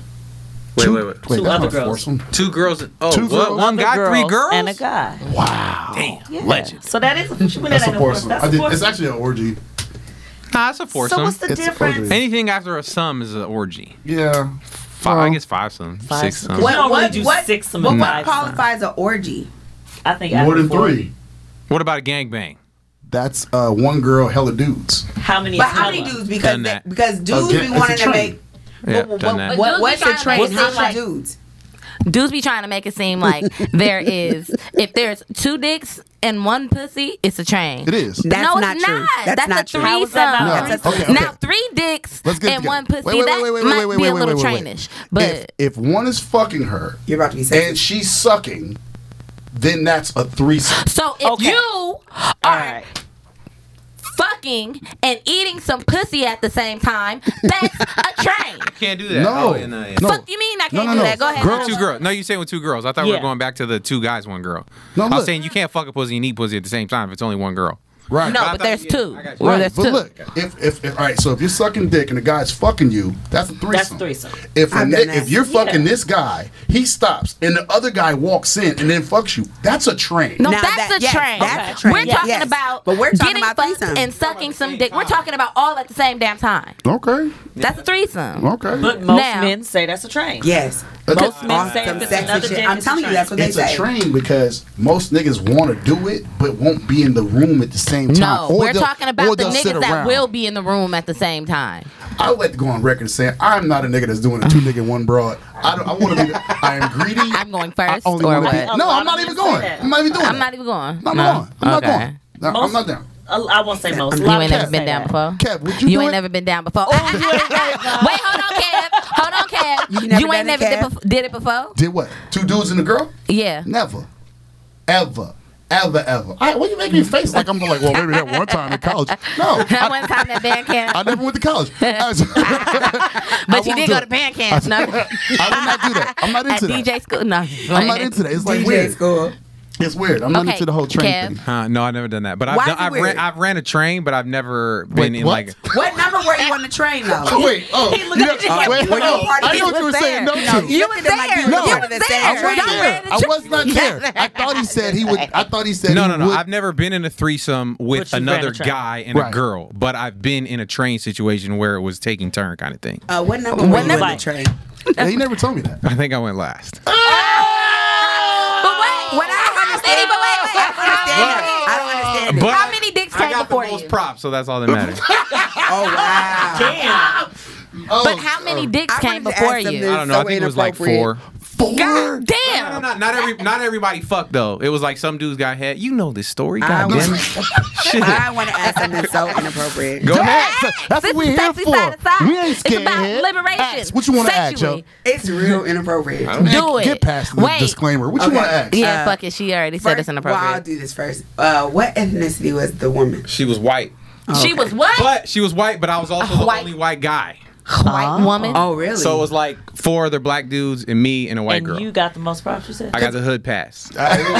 Wait, wait, wait.
Wait,
Two
that's not
other
a
girls.
foursome.
Two girls. and- Oh,
Two
what?
girls.
One guy, three girls?
And a guy.
Wow,
Yeah. So that is. She went
that's
in
a
at four.
foursome.
That's
I
a
did,
four.
it's actually an orgy.
Nah, it's a foursome.
So what's the
It's a
difference?
orgy.
Anything after a sum is an orgy.
Yeah,
Five, I guess five sum, six
sum.
sum.
What- don't really do six some
what,
and
what
five some.
qualifies an orgy?
I think
more
after
than
four,
three.
What about a gangbang?
That's uh, one girl, hella dudes.
How many?
But
is
how many
hella?
dudes? Because
Done
they,
that.
because
Again,
dudes be
it's a
wanting to
trend.
make
Yeah, done that.
Dudes be
what's the
trying to
trend?
make it
How
seem
much
like-
dudes?
Dudes be trying to make it
(laughs)
seem like there is if there's two dicks and one pussy, it's a train.
It is.
That's
no,
not
it's
true.
not.
That's
That's,
not
a
true.
threesome.
How is that not
No. true? Okay, okay.
Now three dicks
Let's get it
and
together.
one pussy.
Wait, wait, wait,
that
wait, wait,
might
wait, wait,
be
wait,
a little
wait, wait, wait.
trainish, but
if, if one is fucking her
You're about to be
and
sexy.
she's sucking, then that's a
(gasps)
threesome.
so if
Okay.
you are
All right.
fucking and eating some pussy at the same time, that's a train.
Can't do that.
No,
Oh, yeah, no, yeah.
no,
Fuck you mean I can't
no, no,
do
no.
that? Go ahead.
Girls-
Two girls. No, you saying with two girls. I thought we
Yeah.
were going back to the two guys, one girl.
No,
I was
look.
saying you can't fuck a pussy and eat pussy at the same time if it's only one girl.
right?
No,
I
but
thought-
there's
yeah,
two.
I got you.
Well,
Right,
there's
but
two.
look, if, if if all right, so if you're sucking dick and the guy's fucking you, that's a threesome.
That's threesome.
If a
I've
ni-
done that.
if you're fucking
Yeah.
this guy, he stops and the other guy walks in and then fucks you. That's a train.
No,
Now
that's,
that-
a
yes,
train.
that's a train.
We're
Yes.
talking
Yes.
about
But we're talking
getting
about
fucked
threesome.
and sucking some dick. We're talking about all at the same damn time.
Okay.
That's a threesome.
Okay.
But most
Now-
men say that's a train.
Yes.
Most men say
Some
if it's
sexy
another
shit.
dick,
I'm
it's a
telling you,
train.
that's what they
it's a
say.
train because most niggas want to do it but won't be in the room at the same time.
No,
Or
we're
they'll-
talking
or
about the
they'll sit
niggas that
around.
will be in the room at the same time.
I would like to go on record saying I'm not a nigga that's doing a two nigga one broad. I don't. I want to be. the- I am
(laughs)
greedy.
I'm going
I
first,
only
or
wanna be-
what?
No,
A lot
I'm
of
not
men
even
say
going.
that.
I'm not even doing.
I'm
it.
not even going.
I'm
No.
not going. I'm
Okay.
not going. No, I'm
Most-
not down.
A- I won't say most.
You ain't never been down before.
Kev, would you
you
do
ain't
it?
never been down before. Wait, (laughs) hold on, Kev. Hold on, Kev.
You never
You ain't
done it,
never did
Kev?
befo- did it before.
Did what? Two dudes and a girl?
Yeah. (laughs)
Never, ever, ever, ever. I, what you make me face like I'm like? Well, maybe that one time in college. No,
That
I,
one time that band
(laughs) I
camp,
never went to college. (laughs) I was- I
but you
won't
did
do
go
it.
to band camp. No, at
I would not do that. I'm not into that.
DJ school. No,
I'm not into that. It's like
DJ
weird.
school.
It's weird. I'm not
Okay,
into the whole train (laughs)
Kev.
thing.
Huh, no, I've never done that. But
Why
I've,
is
done,
it
I've
weird?
ran I've ran a train, but I've never been in
what?
like.
What number were you on the train though?
Oh, wait. Oh, you know-
like,
wait,
"Where
no,
your party
I know
is?"
what you were saying. No,
You know,
to.
you was there. Like you
No,
was part of the
I
same
was
train.
there.
there. I was
(laughs)
not there. I thought he said he would. I thought he said
No,
he
no, no.
would-
I've never been in a threesome
But
with
you've ran
another
a train.
guy and
Right.
a girl, but I've been in a train situation where it was taking turn kind of thing.
Uh, what number were you on
number?
the train?
Yeah, he never told me that.
I think I went last.
But wait,
What I don't understand,
but wait, wait.
I don't understand it. I don't understand it.
But
How many dicks
I
came
got the
before
most
you?
props, so that's all that matters.
Oh wow.
Damn.
Oh,
But how many dicks
I
came
wanted to ask
before
them
you?
this.
I don't know. I
So
think it was like
inappropriate.
four.
Four.
God
(laughs) No, no,
damn.
no, not every, not everybody fucked though. It was like some dude's got head. You know this story,
I
God
was-
damn it. (laughs) Shit.
I want to ask something so inappropriate.
Go ahead.
That's
This
what we're
is
here
sexy side to side.
for. We ain't
It's
scared.
about
here.
liberation,
Ask. What you want to ask, yo?
sexually.
It's real inappropriate.
I don't
Do
Man,
it.
Get past the
Wait.
disclaimer. What
Okay.
you want to ask?
Yeah,
Uh,
fuck it. She already said it's
Well, I'll
inappropriate.
do this first. Uh, what ethnicity was the woman?
She was white,
She was what?
but she was white. But I was also the
White.
only white guy.
White woman.
Oh, really?
So it was like four other black dudes and me and a white
And
girl.
you got the most props, you said?
I got the hood pass.
so you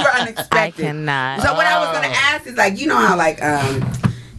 were
I
unexpected.
cannot.
So what I was gonna ask is like, you know how like um,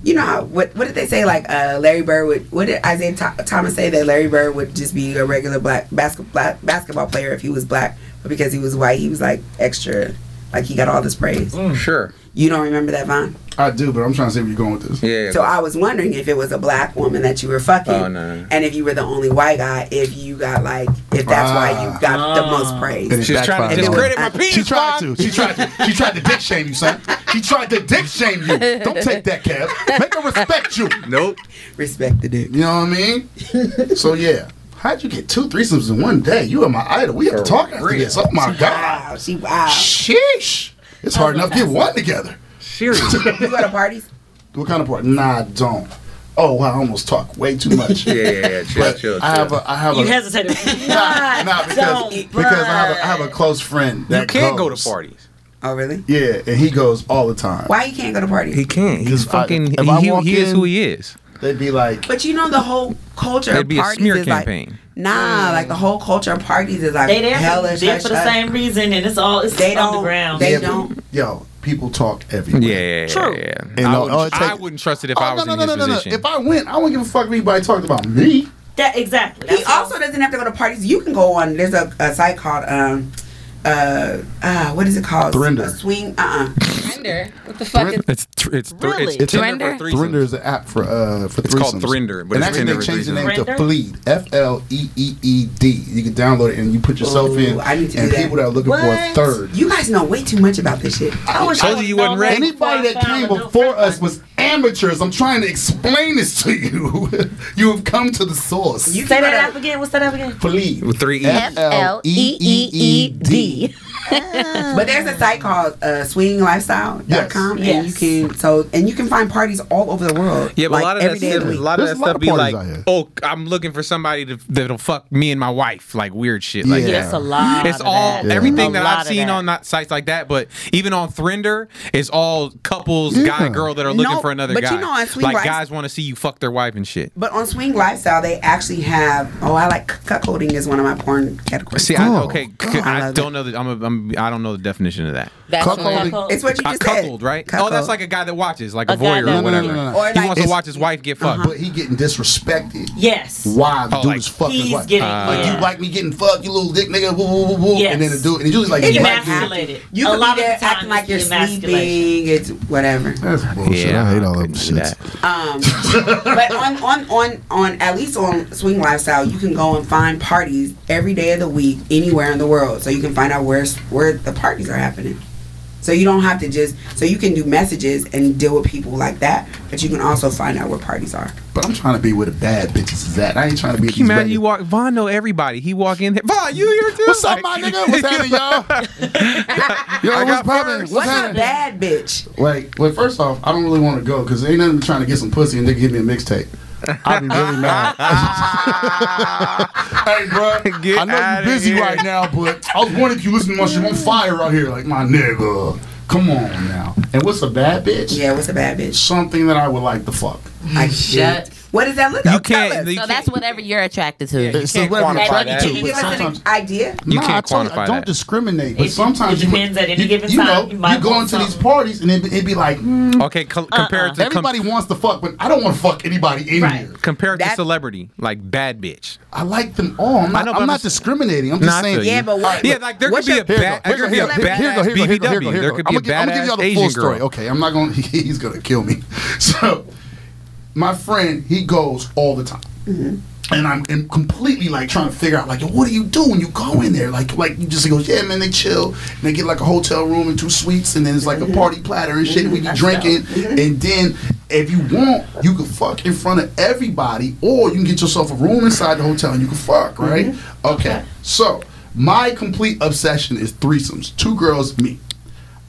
you know how what what did they say like uh Larry Bird would what did Isaiah Tho- Thomas say that Larry Bird would just be a regular black basketball basketball player if he was black, but because he was white, he was like extra. Like he got all this praise.
Mm.
Mm.
Sure.
You don't remember that Vaughn?
I do, but I'm trying to see where you're going with this.
Yeah.
So I was wondering if it was a black woman that you were fucking,
Oh, no.
and if you were the only white guy, if you got like, if that's why
Ah.
you got the most praise.
She's trying to
backfired.
discredit my penis.
She tried
Bob.
to. She tried to. She tried to dick shame you, son. She tried to dick shame you. Don't take that, Kev. Make her respect you.
Nope.
Respect the dick.
You know what I mean? So yeah. How'd you get two threesomes in one day? You are my idol. We have to talk after this. Oh my
Wow,
god.
she wow.
Sheesh. It's hard enough to get one together.
Serious. (laughs)
You go to parties?
What kind of part? Nah, don't. Oh, wow, I almost talk way too much.
(laughs) yeah, yeah. Chill,
But I have a, I have
(laughs) You
a, (laughs)
hesitated.
nah,
Why?
nah, because,
Don't,
because I, have a, I have a
bruh.
close friend that
you can't go to
goes.
parties.
Oh, really?
Yeah, and he goes all the time.
Why you can't go to parties?
can't.
He's fucking- he- he- he is who he
is.
They'd be like,
But you know the whole culture
That'd
of
be a
parties
smear
is
campaign.
like nah, like the whole culture of parties is like
They there,
hellish.
there for the
hush, hush.
same reason, and it's all it's
They don't.
underground.
They
Yeah, but-
don't.
yo, people talk everywhere.
Yeah,
True.
yeah, yeah.
And
I,
all-
wouldn't,
all it
I
uh, take-
wouldn't trust it if
Oh,
I was
no,
in
no, no,
his
no, no, no.
position.
If I went, I wouldn't give a fuck if anybody talked about me.
That exactly.
He
That's all.
also doesn't have to go to parties. You can go on. There's a, a site called um uh uh what is it called?
Thrinder.
A swing. Uh. uh
What the fuck?
Thrind-
it's thr- it's thr-
Really?
it's Tinder
Thrinder?
for
Thrinder
threesomes.
is an app for uh for
It's called
threesomes.
Thrinder, but
and
it's
actually
Tinder
they
for
changed the name
threesomes.
to
Thrinder?
Fleed. F L E E E D. You can download it and you put yourself
Ooh,
in.
I need to do
and
that.
people that are looking for a
What?
third.
You guys know way too much about this shit.
I wish
Told
would've
you you
known
wasn't ready.
before
Anybody
I
that came
found a new
before
friend.
us was amateurs. I'm trying to explain this to you. (laughs) you have come to the source.
Say that up again. What's that up again?
Please.
With three E. E's.
F L E E E D.
um,
But there's a site called uh, swinginglifestyle.com, and
Yes.
you can so and you can find parties all over the world.
Yeah, but
like,
a lot of
every
that
day of
stuff,
the
a
week.
lot of that
There's a lot
stuff
of
be
parties
like,
out here.
oh, I'm looking for somebody to, that'll fuck me and my wife, like weird shit. Like
Yeah.
that.
Yes,
That's a lot.
It's
of
all
that.
everything
A
that
lot
I've
of
seen
that.
on not sites like that, but even on Thrinder, it's all couples, guy
Yeah.
and girl that are looking
No,
for another
but
guy.
you know, on Swing
like
Rice-
guys want to see you fuck their wife and shit.
But on Swing Lifestyle, they actually have. Oh, I like cuckolding is one of my porn categories.
Oh,
See, I, okay, c-
I
I,
love
don't know that I'm, a, I'm I don't know the definition of that.
That's
Cuckolding.
when-
it's what you
I
just said.
cuckold, right? Oh,
Cuckold.
that's like a guy that watches, like a,
A guy
voyeur
that- No, no,
or whatever.
no, no, Uh-huh. no.
Or
He
like-
wants to
It's-
watch his wife get fucked.
But he getting disrespected.
Yes.
Why the
Oh,
dude
like, Uh,
is fucking
he's
like,
getting-
like
yeah.
you like me getting fucked, you little dick nigga, woo woo woo woo,
Yes.
and then the dude and he's usually like
It
a
doesn't
black dude.
have to.
Emasculated.
You
A
could
lot
be
of
there
the time
acting like
it's
you're sleeping.
emasculation.
It's whatever.
That's bullshit. I hate all that
couldn't do
shit.
(laughs)
Um, but on, on on on at least on Swing Lifestyle, you can go and find parties every day of the week anywhere in the world. So you can find out where where the parties are happening. So you don't have to just so you can do messages and deal with people like that, but you can also find out where parties are.
But I'm trying to be where the bad bitches is at. I ain't trying to be. at
Can you
these
imagine you
regular-
walk? Vaughn know everybody. He walk in there. Vaughn, you here too?
What's up,
Like-
my nigga?
(laughs)
What's happening, y'all? Yo, what's
got
poppin'? What's
first.
What's a
happening?
bad bitch?
Like, well, first off, I don't really want to go because ain't nothing trying to get some pussy and they give me a mixtape. I'd be
(laughs)
really mad. hey, bro,
Get
I know
outta
you're busy
here.
right now, but I was wondering if you listen to my shit on fire out here, like my nigga. Come on now. And what's a bad bitch?
Yeah, what's a bad bitch?
Something that I would like to fuck.
I
Shut.
What does that look
You
like? Tell
can't.
us.
you
So
can't-
that's whatever you're attracted to.
It's the
can't
way I'm
quantify
attracted
that.
to,
Can you
but
give us
sometimes.
an idea?
You
Nah,
can't
I told you,
quantify
I don't
that.
discriminate, but
It-
sometimes
it depends at any
you,
given
you
time,
Know,
you might
you go
want
into these
something.
parties and it'd it be like, mm,
(laughs) Okay, co- compare it to com-
Uh-uh. everybody wants to fuck, but I don't want to fuck anybody in
Right.
here.
compare it to
That-
celebrity, like bad bitch.
I like them all. I'm
I
not,
know,
I
but
am
I'm
not
just-
discriminating. I'm
Nah, I
just
feel
saying.
you.
Yeah, but what?
Yeah, like there could
what's
be
your-
a bad, there could be a badass BBW. There could be a badass Asian
story.
girl.
Okay, I'm not going to, (laughs) he's going to kill me. (laughs) So, my friend, he goes all the time.
Mm-hmm.
And I'm, I'm completely like trying to figure out like, yo, what do you do when you go in there? Like, like you just he goes, yeah, man, they chill and they get like a hotel room and two suites and then it's like a party platter and shit. We be drinking and then if you want, you can fuck in front of everybody or you can get yourself a room inside the hotel and you can fuck, right? Okay, so my complete obsession is threesomes, two girls, me.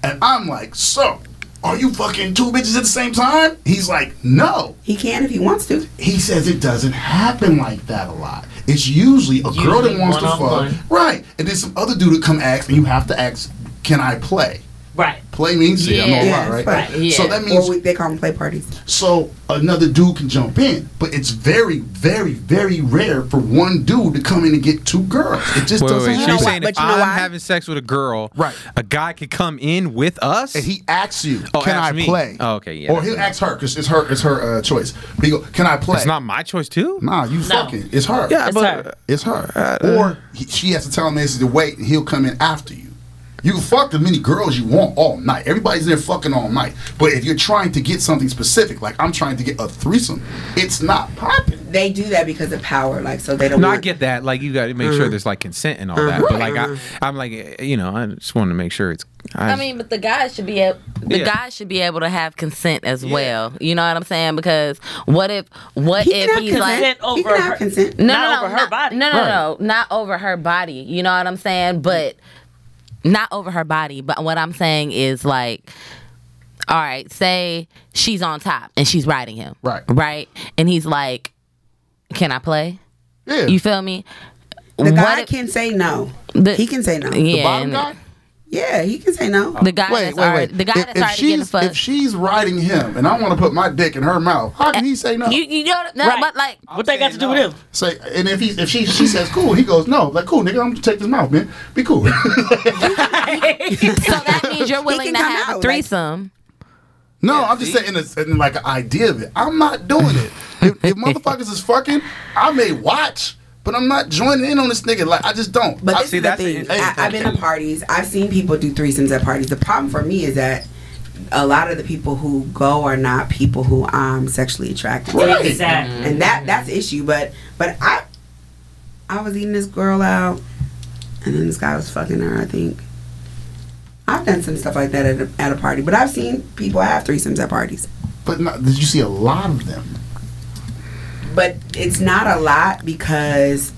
And I'm like, so are you fucking two bitches at the same time? He's like, no
He can if he wants to.
he says it doesn't happen like that a lot. It's usually a girl that
Usually
wants to fuck,
one-on-one.
right? And then some other dude would come ask, and you have to ask, "Can I play?"
Right.
Play means yeah, I'm all
Yeah,
right, right?
right,
So
yeah.
that means
Or we, they call them play parties.
so another dude can jump in, but it's very, very, very rare for one dude to come in and get two girls. It just doesn't
Wait, wait, wait. So
happen.
you're
why-
saying if
but you know
I'm
why?
having sex with a girl,
Right.
a guy could come in with us?
and he asks you,
Oh,
"Can I
ask me.
play?"
Oh, okay, yeah,
Or
that's
he'll
right.
ask her because it's her, it's her uh, choice. But he go, "Can I play?"
it's not my choice too?
Nah, you fucking. It's her.
Yeah,
It's
but
her.
It's her. or he, she has to tell him this is the wait, and he'll come in after you. You can fuck as many girls you want all night. Everybody's in there fucking all night. But if you're trying to get something specific, like I'm trying to get a threesome, it's not popping.
They do that because of power, like so they don't.
No, I
want-
get that. Like you got to make
Mm-hmm.
sure there's like consent and all that. But like I, I'm like eh, you know I just want to make sure it's.
I mean, but the guys should be able, the
Yeah.
guys should be able to have consent as well. You know what I'm saying? Because what if what
He
if
can
he's
have
like
consent.
like-
he
over
can
her-
have consent.
no,
Not
no, no,
over her
not,
body.
No, no, no, not over her body. You know what I'm saying? But not over her body. But what I'm saying is like, all right, say she's on top and she's riding him,
Right.
Right, and he's like, "Can I play?"
Yeah.
You feel me?
The guy
if-
can say no.
The-
he can say no.
yeah,
Bottom
and-
guy?
Yeah, he can say no.
The guy that's already, the guy
if,
that's
if
already getting
she's,
fucked.
if she's riding him and I want to put my dick in her mouth, how can he say no?
you you know no,
Right. (laughs)
but like
what they got to do with him?
Say and if he if she she says cool, he goes, No, like cool, nigga, I'm gonna take this mouth, man. Be cool. (laughs)
so that means you're willing
can
to
come
have
out,
a
like-
threesome.
No, I'm just saying it's in like an idea of it. I'm not doing it. if,
(laughs)
if motherfuckers is fucking, I may watch, but I'm not joining in on this nigga. Like I just don't.
But
I-
this is the
that's an
thing.
interesting
I, I've been to parties. I've seen people do threesomes at parties. The problem for me is that a lot of the people who go are not people who I'm sexually attracted to,
Right.
Exactly.
and that that's the issue. But but I I was eating this girl out, and then this guy was fucking her. I think I've done some stuff like that at a, at a party. But I've seen people have threesomes at parties.
But not, did you see a lot of them?
but it's not a lot because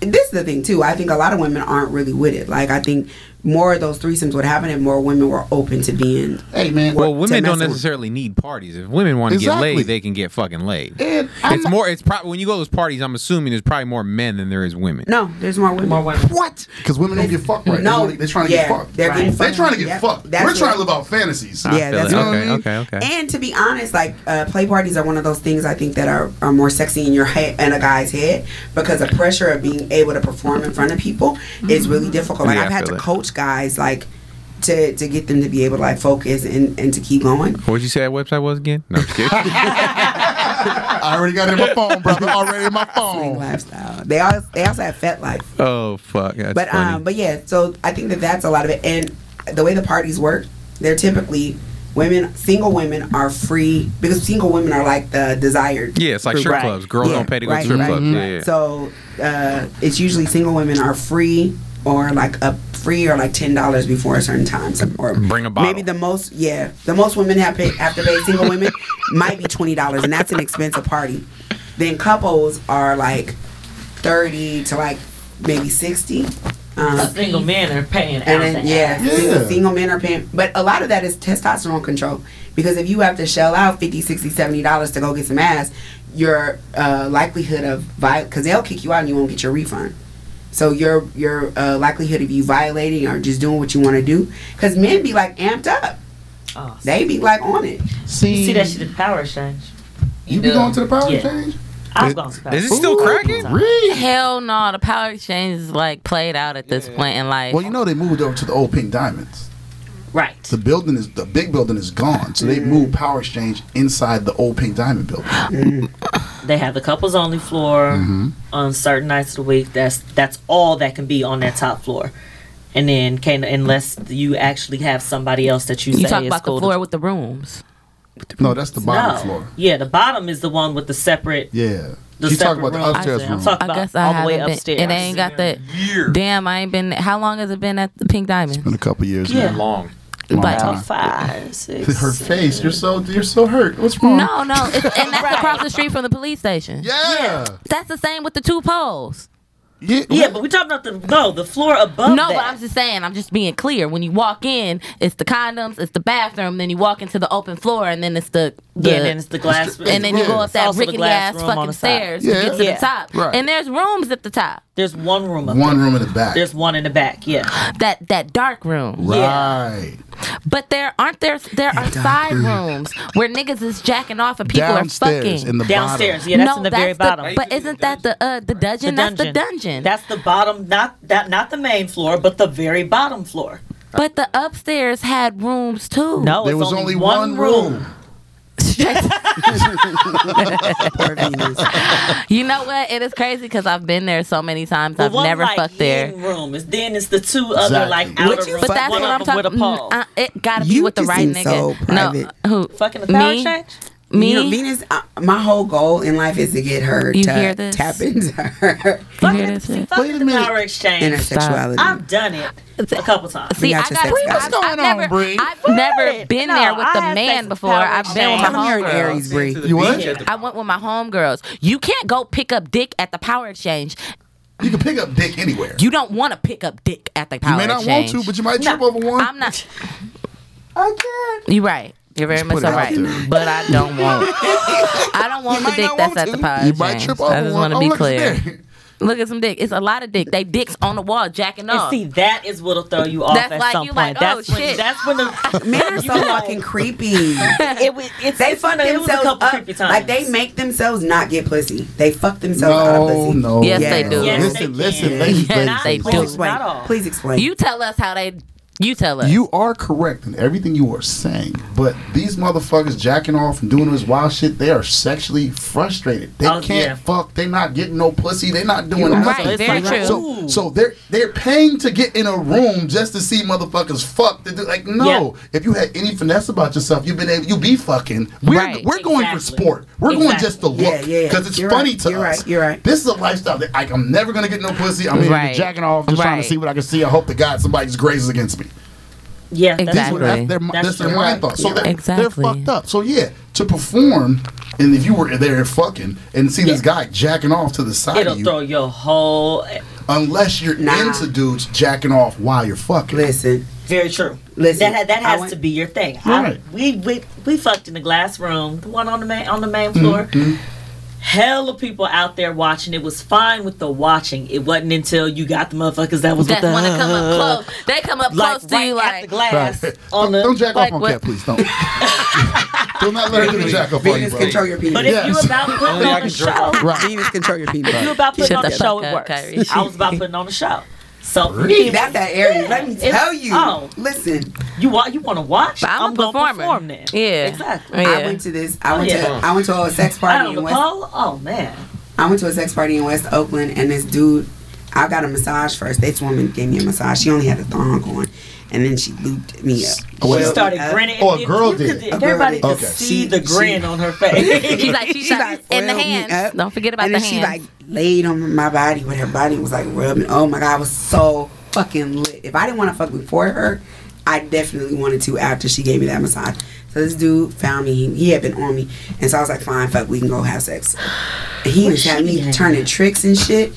this is the thing too. I think a lot of women aren't really with it. Like I think more of those threesomes would happen if more women were open to being.
Hey man,
Well,
Well, women
to
don't
mess with-
necessarily need parties. If women want to
Exactly.
get laid, they can get fucking laid.
And
it's more. It's probably when you go to those parties. I'm assuming there's probably more men than there is women.
No, there's more women.
More women.
What? Because women don't get fucked right.
No.
No, they're trying to
Yeah,
get fucked.
they're getting
They're
fucked.
trying to get
Yep.
fucked.
That's
We're
it.
trying to live out fantasies.
I
Yeah,
feel
that's
it.
what
okay,
I mean.
okay, okay,
And to be honest, like uh, play parties are one of those things I think that are, are more sexy in your head and a guy's head because the pressure of being able to perform in front of people is really difficult. Like
Yeah, I
I've had
feel it.
to coach guys like to, to get them to be able to like focus and, and to keep going.
What'd you say that website was again? No, I'm just kidding.
I already got it in my phone,
(laughs)
brother. Already in my
Swing
phone.
lifestyle. They also they also have fat life.
oh fuck, that's
but
funny.
um, but yeah, so I think that that's a lot of it. And the way the parties work, they're typically women, single women are free because single women are like the desired.
yeah, it's like
group.
strip
Right.
clubs. Girls
Yeah,
don't pay to go
right,
to strip
right,
clubs.
right.
Yeah, yeah.
So uh, it's usually single women are free or like a free or like ten dollars before a certain time. Some- Or
Bring a bottle.
Maybe the most yeah, the most women have pay, have to pay single women (laughs) might be twenty dollars, and that's an expensive party. Then couples are like thirty to like maybe sixty. Um,
Single men are paying out
and then
the
yeah,
ass.
Single,
Yeah.
single men are paying, but a lot of that is testosterone control because if you have to shell out 50 60 70 dollars to go get some ass your uh, likelihood of viol because they'll kick you out and you won't get your refund so your your uh, likelihood of you violating or just doing what you want to do because men be like amped up
Oh, so-
they be like on it
you see that shit at Power Exchange?
You be going to the power
Yeah.
change?
I've gone to Power
Is it
Exchange.
still cracking?
Really?
Hell no, the power exchange is like played out at this point in life.
Well, you know they moved over to the old Pink Diamonds.
Right.
The building is the big building is gone, so they moved Power Exchange inside the old Pink Diamond building.
(gasps)
They have the couples only floor
Mm-hmm.
on certain nights of the week. That's that's all that can be on that top floor. And then can unless you actually have somebody else that you,
You
say
talk
is
about the
cool to-
floor with the rooms.
No, that's the bottom
no.
floor.
Yeah, the bottom is the one with the separate.
Yeah.
The
She talking
separate
about the
room.
upstairs
I'm
room.
talking
I
about
guess I
all the
haven't
way
been.
upstairs.
It ain't got the. Damn, I ain't been. How long has it been at the Pink Diamond?
In a couple years.
Yeah.
man.
long.
Long
But-
time.
five, six.
Uh, Her face. You're so you're so hurt. What's wrong?
No, no, it's,
(laughs)
and that's across the street from the police station.
Yeah.
That's the same with the two poles.
Yeah.
Yeah, but we're talking about the no, the floor above.
No,
that.
but I'm just saying, I'm just being clear. When you walk in, it's the condoms, it's the bathroom, then you walk into the open floor, and then it's the, the
yeah, and then it's the glass.
and then you
Yeah.
go up
It's
that
also the
rickety
glass
ass
room on
fucking
the side.
stairs
Yeah.
to get to
Yeah.
the top.
Right.
And there's rooms at the top.
There's one room up.
One
there.
room in the back.
There's one in the back. Yeah.
That that dark room.
Right.
But there aren't there there are side rooms where niggas is jacking off and people are
Downstairs
fucking
in the
Downstairs.
bottom.
Yeah, that's in the very bottom.
But isn't that the uh, the dungeon? That's the dungeon.
That's the bottom, not that, not the main floor, but the very bottom floor.
but the upstairs had rooms too. (laughs)
No,
There
Oh, it's
was
only,
only one room.
(laughs)
you know what? It is crazy because I've been there so many times.
The
I've
one,
never
like,
fucked there.
yin room is then it's the two other
Exactly.
like outer
Would you
rooms.
But
Fuck
that's
one of
what I'm
them with
talking.
a pole.
mm, uh, it gotta be
You
with the
just
right
seem so
nigga.
private.
no, who?
Fucking the power
me?
change.
Me?
you know venus uh, my whole goal in life is to get her
You
to
hear this?
tap into
(laughs)
her
You
Fucking
hear
the,
this
see,
shit?
Wait a
fucking the
minute.
power exchange.
intersexuality
I've done it a couple times.
See,
We got
I
your
got.
sex Bree, what's
I've,
going
I've
on,
never,
Bree?
I've never been
No,
there with
I
the
had sex
man
with
before.
Power
I've been
Exchange.
with my
Tell 'em you're an
homegirls.
Aries, Bree.
You what?
I went with my homegirls. You can't go pick up dick at the power exchange.
You can pick up dick anywhere.
You don't want to pick up dick at the
You
power
may not
exchange.
want to, but you might trip over one.
I'm not.
I can't.
You're right. You're very
put
much
it
so
out
right.
there.
But I don't want. I don't want the
might
dick
not
that's
want
at the
to.
power
(laughs) You
exchange.
might trip over
I just
one.
want to
Oh,
be
look, it's
clear.
there.
Look at some dick. It's a lot of dick. They dicks on the wall jacking
And
off.
see, that is what'll throw you off
uh, That's
at
like
some
you
point.
like,
that's
oh,
when,
shit.
That's when
(laughs)
the
men are so
You know.
fucking creepy
(laughs) it was. It's,
They
it's
fuck
funny, it was a
themselves
couple
up.
creepy times.
Like they make themselves not get pussy. They fuck themselves out
No,
of pussy.
no.
Yes, they
no.
do.
Yes,
listen,
they
listen,
can.
ladies,
Yes,
ladies,
(laughs) they
ladies.
Please
do.
explain.
Not all.
Please explain.
you tell us how they. You tell us.
You are correct in everything you are saying, but these motherfuckers jacking off and doing this wild shit, they are sexually frustrated. They
Oh,
can't
yeah.
fuck. They're not getting no pussy. They're not doing
You're
nothing.
right, very true.
So, so they're they're paying to get in a room just to see motherfuckers fuck. They do- Like no, if you had any finesse about yourself, you've been able, you be fucking. We're
Right.
we're going for
Exactly.
sport. We're going just to
Yeah,
look because
yeah, yeah.
it's
You're
funny
right.
to
You're
us.
right. You're right.
This is a lifestyle that like, I'm never gonna get no pussy. I'm in here
Right.
jacking off, just trying
Right.
to see what I can see. I hope to God somebody's grace is against me.
Yeah,
Exactly.
That's, their, that's,
That's
their
true.
mind thoughts. So
You're
they're,
right.
they're
Exactly.
fucked up. So yeah, to perform, and if you were there fucking and see this guy jacking off to the side
It'll
of you,
throw your whole.
unless you're
Nah.
into dudes jacking off while you're fucking.
Listen,
Very true.
Listen,
that ha- that
I
has
went-
to be your thing. I-
Right.
we we we fucked in the glass room, the one on the main on the main floor. Hell of people out there watching. It was fine with the watching. It wasn't until you got the motherfuckers that was with
That's
the
when they come up close. They come
(laughs)
up
like
close to
right
you
at
like
the glass (laughs) on
(laughs) Don't,
the.
don't jack
like
off on
what-
cat, please. Don't. do not let her do the jack off on you,
Venus control
bro.
your penis.
but if
Yes.
you about putting
Only I
on the
can jerk
show,
Oh, Venus control your penis.
you about putting
Shut
on
the
the show,
fuck
it
up,
works.
Kyrie.
I was about putting on the show. So for
Really?
me,
That's that Aries. Let me
It's-
tell you.
oh.
Listen,
you want you want to watch?
But I'm, a
gonna
performer.
perform then.
Yeah,
exactly.
Yeah.
I went to this. I went
Yeah.
to. I went to a sex
I
party
don't
in
know.
West.
Oh man.
I went to a sex party in West Oakland, and this dude, I got a massage first. This woman gave me a massage. She only had a thong on, and then she looped me up.
Oh,
She
yeah.
started
Uh,
grinning.
oh, a
If
girl
you could-
did.
if
A girl
everybody
did.
could
Okay.
see
She-
the grin
she-
on her face. (laughs)
She's like, she's
She
like,
like
in the
oiled me
hands.
up,
Don't forget about
and
the
then
hands.
She like laid on my body with her body was like rubbing. Oh my god, I was so fucking lit. If I didn't want to fuck before her, I definitely wanted to after she gave me that massage. So this dude found me. He, he had been on me, and so I was like, fine, fuck, we can go have sex. And he was had me turning tricks and shit.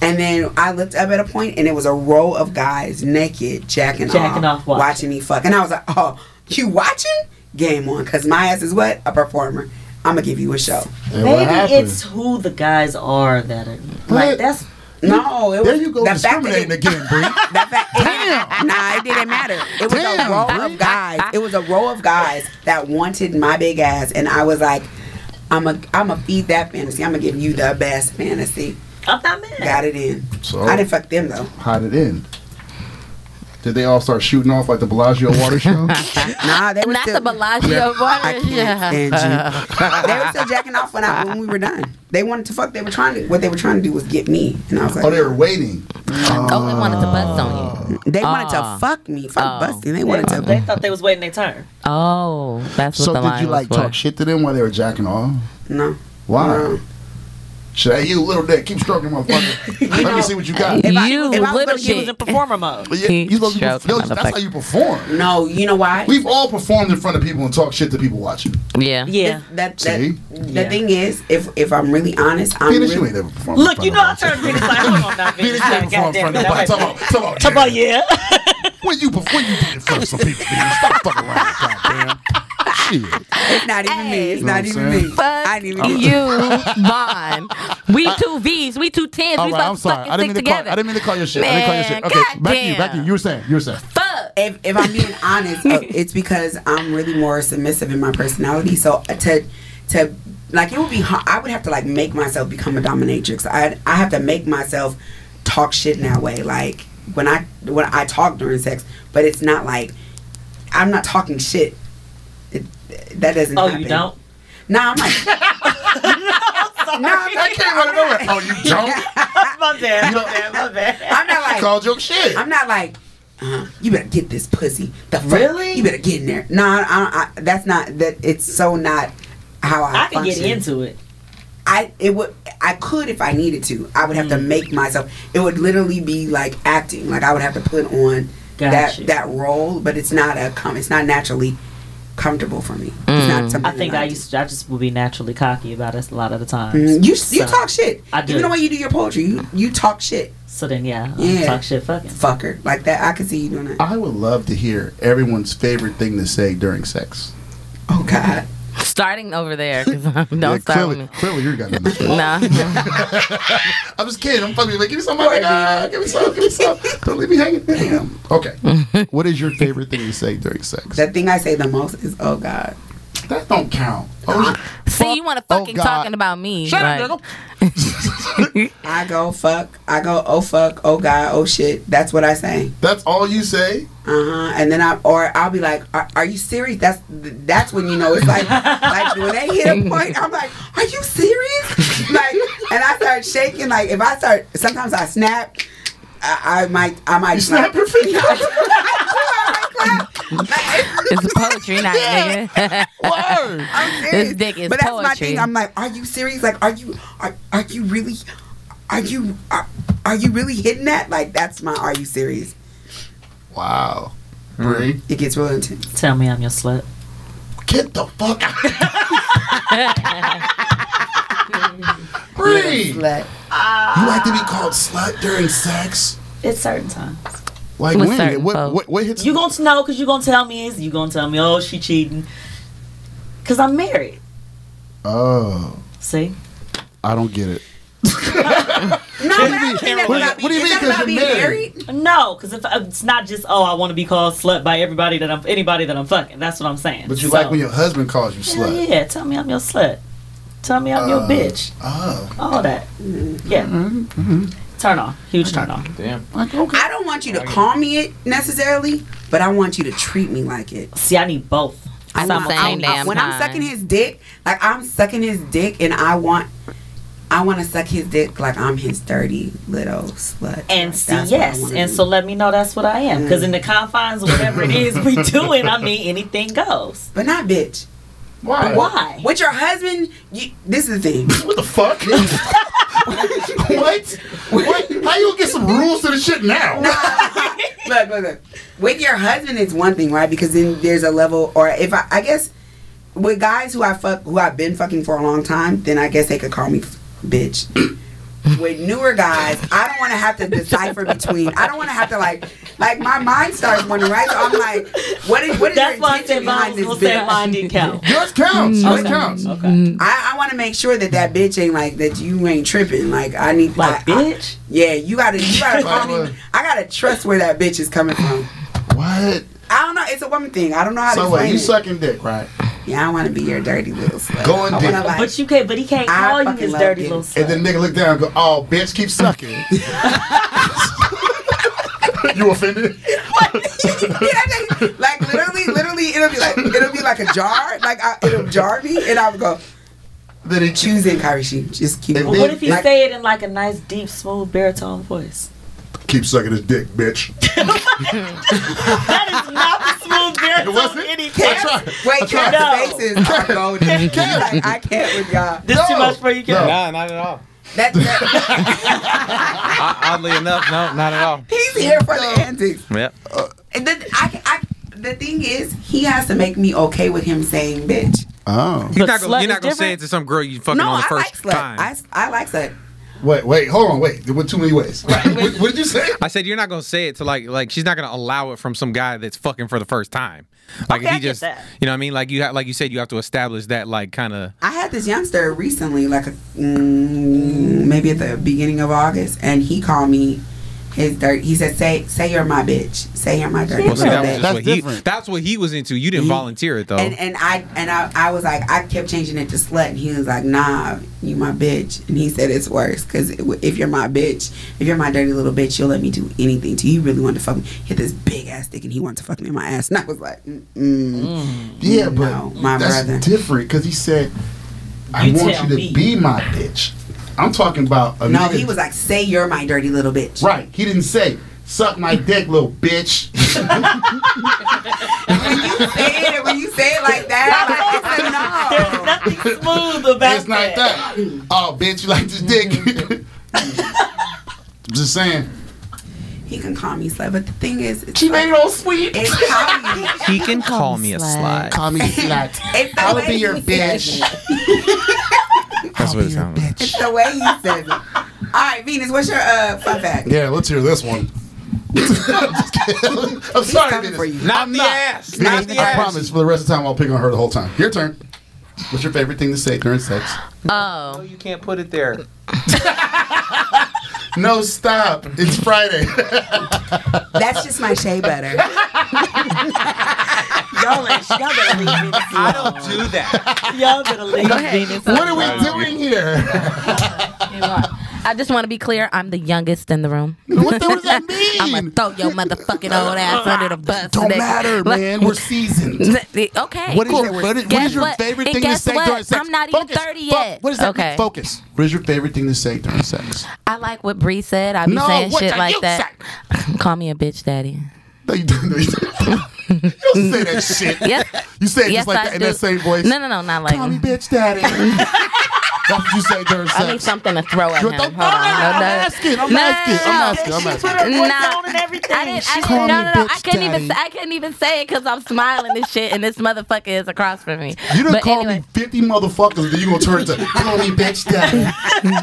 And then I looked up at a point, and it was a row of guys naked, jacking,
Jacking
off,
off, watching.
watching me fuck. And I was like, oh, you watching? Game on, cause my ass is what a performer. I'm gonna give you a show.
And what
Maybe
happened?
it's who the guys are that are
What?
like that's
No, it was
There you go
the fact that
discriminating
it,
again, Bree.
the fact, it, nah, it didn't matter. It was
Damn,
a row
Bree.
of guys. It was a row of guys that wanted my big ass, and I was like, I'm a, I'm a feed that fantasy. I'm gonna give you the best fantasy.
I'm not mad.
Got it in.
So-
I didn't fuck them though.
How did it end? Did they all start shooting off like the Bellagio water
(laughs)
show?
Nah, they were
Not
still.
the Bellagio
I (laughs)
water. (laughs)
can't stand you. (laughs) they were still jacking off when I when we were done. They wanted to fuck. They were trying to. What they were trying to do was get me, and I was like,
oh, they were waiting.
Oh, they wanted to bust on you.
they wanted
Oh.
to fuck me. Fuck
Oh.
busting. Ah. They
They,
wanted
they
to.
thought they was waiting their turn.
Oh, that's what
So
the
did
line
you like
was for.
talk shit to them while they were jacking off?
No.
Why?
No.
Should I you little dick? Keep stroking, motherfucker. Let me see what you got.
You
I- if I was
little
gonna
She was
shit.
in performer mode.
But yeah,
Keep
you supposed to be-
stroking,
yo, that's how
motherfucker.
you perform.
No, you know why?
We've all performed in front of people and talked shit to people watching.
Yeah.
Yeah.
That, that
See?
the thing is, if if I'm really honest, I'm
Venus, you
really,
ain't ever performed. in
Look,
front
you
of
know I
nobody.
turned Venus like, hold on now, Venus.
Venus ain't performed in front of nobody. Talk about, talk about,
Come on, yeah.
When you perform, you did in front of some people, Venus. Stop fucking around, goddamn.
(laughs)
Shit.
it's not even me. It's
You know
not
what
even
I'm
me.
saying?
Fuck
I didn't even get
you, (laughs) Vaughn. We two V's, we two tens.
All
we
right, I'm
supposed to
sorry.
fucking
I didn't mean
stick
to call.
together.
I didn't mean to call your shit. I didn't call your shit.
Man,
Okay, back to you.
goddamn.
Back to you. You were saying. You were saying.
Fuck.
if, if I'm being honest, uh, it's because I'm really more submissive in my personality. So uh, to to like it would be hard. I would have to like make myself become a dominatrix. I I have to make myself talk shit in that way. Like when I when I talk during sex, but it's not like I'm not talking shit. It, that doesn't.
Oh,
happen.
you don't?
Nah,
(laughs)
I'm like. (laughs) no, I'm not, I'm not,
(laughs) Oh, you don't.
My bad, my bad, my bad.
I'm not like.
Called your shit.
I'm not like, uh, you better get this pussy. The fuck?
Really?
You better get in there. No, I, I, I, that's not that. It's so not how I.
(laughs) I can get
function.
into it.
I it would I could if I needed to. I would have
Mm.
to make myself. It would literally be like acting. Like I would have to put on
Gotcha.
that that role, but it's not a com. It's not naturally comfortable for me. It's not something.
Mm. I think
that
I
do.
used to, I just would be naturally cocky about us a lot of the times.
Mm, You you
So-
talk shit.
I do.
Even the way you do your poetry, you you talk shit,
So then, yeah,
Yeah.
yeah. talk shit, fucking.
fucker. Like that, I could see you doing that.
I would love to hear everyone's favorite thing to say during sex.
Oh God.
Starting over
(laughs)
there, 'cause um, don't start
clearly,
with me.
clearly you got nothing. to say.
Nah.
(laughs) I'm just kidding. I'm fucking like, give me some money. Ah, give me some. Give me some. Don't leave me hanging. Damn. Okay.
(laughs)
what is your favorite thing to say during sex?
The thing I say the most is, "Oh God."
That don't count. Oh,
See, you want to
Oh,
fucking
God.
talking about me? like-
I go fuck. I go oh fuck. Oh god. Oh shit. That's what I say.
that's all you say?
Uh huh. And then I or I'll be like, are, are you serious? That's that's when you know it's like like when they hit a point. I'm like, are you serious? Like, and I start shaking. Like if I start, sometimes I snap. I, I might I might
snap your finger?
(laughs) I do, I might clap. Like,
It's
(laughs)
poetry night, nigga. (laughs)
Word.
I'm serious.
This dick is
but that's my
poetry.
thing. I'm like, are you serious? Like, are you are, are you really are you are, are you really hitting that? Like, that's my are you serious?
Wow. Bree.
It gets real intense.
Tell me I'm your slut.
Get the fuck
(laughs)
out. Bree, you
Like,
like to be called slut during sex?
It's certain times.
Like
With
when?
certain
What,
folks.
what, what hits?
You gonna t- know because you gonna tell me is you gonna tell me oh she cheating because I'm married.
oh,
See,
I don't get it.
no, but I don't think that's
What do you-
about
what do you
being-
mean
is that
'cause
about
you're
being
married?
married.
no, because if it's not just oh I want to be called slut by everybody that I'm anybody that I'm fucking. That's what I'm saying.
But you
So-
like when your husband calls you
Hell
slut. Uh,
yeah, tell me I'm your slut. Tell me I'm your bitch.
Oh,
All that.
Mm-hmm.
Yeah.
Mm-hmm.
Turn on. Huge turn on.
Damn.
like okay.
I don't want you to call me it necessarily, but I want you to treat me like it.
See, I need both.
I
the
want-
same
I want-
damn
when I'm
time.
sucking his dick, like I'm sucking his dick, and I want, I want to suck his dick like I'm his dirty little slut.
And
Like,
see,
that's what I
yes.
wanna
And
do.
so let me know that's what I am. Because in the confines of whatever it is we doing, I mean, anything
(laughs)
goes.
but not bitch.
Why?
Why?
With your husband, you, this is the thing. (laughs)
What the fuck? (laughs) what? What? How you gonna get some rules to the shit now?
look, look, look. With your husband, it's one thing, right? Because then there's a level, or if I, I guess, with guys who I fuck, who I've been fucking for a long time, then I guess they could call me f- bitch. (clears throat) with newer guys, I don't want to have to decipher between. I don't want to have to like, like my mind starts wondering, right? So I'm like, what is what is
That's
your
why I said
intention
mine
behind this
was going
bitch?
mine didn't
(laughs)
count.
Yours counts. Yours counts.
Okay.
I, I want to make sure that that bitch ain't like that. You ain't tripping. Like I need
Like,
I- I-
bitch?
yeah, you gotta you gotta call me. I gotta trust where that bitch is coming from.
What?
I don't know. It's a woman thing. I don't know how to
So wait,
explain
you
it.
sucking dick, right?
yeah, I want to be your dirty little slut.
Go and
I
do
wanna,
it.
like,
But you can't, but he can't
I
call you
fucking
his
love
dirty
you.
little
And
slut.
then nigga look down and go, oh, bitch, keep sucking. (laughs) you offended?
(laughs) yeah, like, like literally, literally, it'll be like it'll be like a jar. Like I, it'll jar me, and I would go
Then he
choose in Kairishin. Just keep.
And
But what if he
like,
say it in like a nice, deep, smooth baritone voice?
keep sucking his dick,
(laughs)
bitch.
(laughs) That is not the (laughs) smooth baritone.
was it?
any-
Wait, Kev's
No.
faces
(laughs)
are golden. He's like, I can't with y'all.
This too
No.
much for you, Kev.
Nah, not at all.
That, that
(laughs)
O- Oddly enough, no, not at all.
he's here for the antics.
Yep.
And then I, I, the thing is, he has to make me okay with him saying bitch.
Oh.
You're
But
not
slut
gonna, you're
is
not gonna say it
different?
to some girl you fucking
No,
on the
I like
first
slut.
time.
I, I like slut.
Wait, wait, hold on, wait. There were too many ways. (laughs) what, what did you say?
I said you're not gonna say it to like like she's not gonna allow it from some guy that's fucking for the first time. Like
Okay,
if
I
he
get
just
that.
you know what I mean like you ha- like you said you have to establish that like kind of
I had this youngster recently, like a, mm, maybe at the beginning of August, and he called me his dirt. He said, "Say, say you're my bitch. Say you're my dirty
well see
little
that was
That's
just what
bitch."
he
different.
that's what he was into. You didn't volunteer it though.
And and I and I, I was like, I kept changing it to slut, and he was like, Nah, you my bitch. And he said it's worse because if you're my bitch, if you're my dirty little bitch, you'll let me do anything to you. You really want to fuck me? Hit this big ass dick, and he wanted to fuck me in my ass, and I was like, Mm-mm.
Mm.
Yeah, but
No, my
that's
brother.
different because he said, I
You
want
tell
you to
me.
be my bitch. I'm talking about a
No,
nigga-
he was like, Say you're my dirty little bitch.
Right. He didn't say, suck my dick, little
(laughs)
bitch.
When you say it, when you say it like that, like, it's a no.
Nothing smooth about
it's not that. Oh, bitch, you like this dick? (laughs) I'm just saying.
He can call me slut, but the thing is, it's
She
like,
made it all sweet.
it's how
(laughs)
you.
he can call me a
slut.
slut.
Call me slut.
It's the
I will
way
be your
he says
bitch.
it.
That's what it sounds like.
It's the way he says it. All right, Venus, what's your uh, fun fact?
Yeah, let's hear this one. (laughs) I'm
He's
sorry,
coming
Venus.
for you.
Not the ass.
Venus,
Not the
I
ass.
promise for the rest of the time I'll pick on her the whole time. Your turn. What's your favorite thing to say during sex?
Oh,
You can't put it there.
No, stop. It's Friday.
That's just my shea
(laughs)
butter.
Y'all, ain't- y'all
(laughs)
better leave Venus alone.
I don't do that.
Y'all better leave Venus
(laughs) what are we doing here? (laughs)
I just want to be clear. I'm the youngest in the room.
What the- what does that mean?
I'ma throw your motherfucking old ass under the bus.
Don't
nigga.
matter,
Like-
man. We're seasoned.
(laughs) Okay.
What is
cool.
your, what is, what
Guess
is your
what?
favorite
And
thing to
guess
say
what?
during sex?
I'm not even
Focus.
30
Fuck.
yet.
What does that
okay.
mean? Focus. What is your favorite thing to say during sex?
I like what Bree said. I be
No,
saying
what
shit
did
like
you
that. (laughs) Call me a bitch, daddy.
No, you don't. No, you don't. You don't say that shit.
(laughs) Yes.
You say it
yes,
just like
I
that in
do.
that same voice.
(laughs) No, no, no, not like.
Call me bitch daddy. That's what you say during sex.
I need something to throw at
You
him.
a throw-
Hold
No,
on.
no, no, I'm
no.
asking, I'm
No,
asking, I'm
no,
asking, I'm
no.
asking.
Nah. I didn't, I didn't, no, no, no. I
bitch
couldn't even.
daddy.
I couldn't even say it because I'm smiling and shit, and this motherfucker is across from me.
You done
But
called
anyway.
me 50 motherfuckers, then you gonna turn to call me bitch daddy.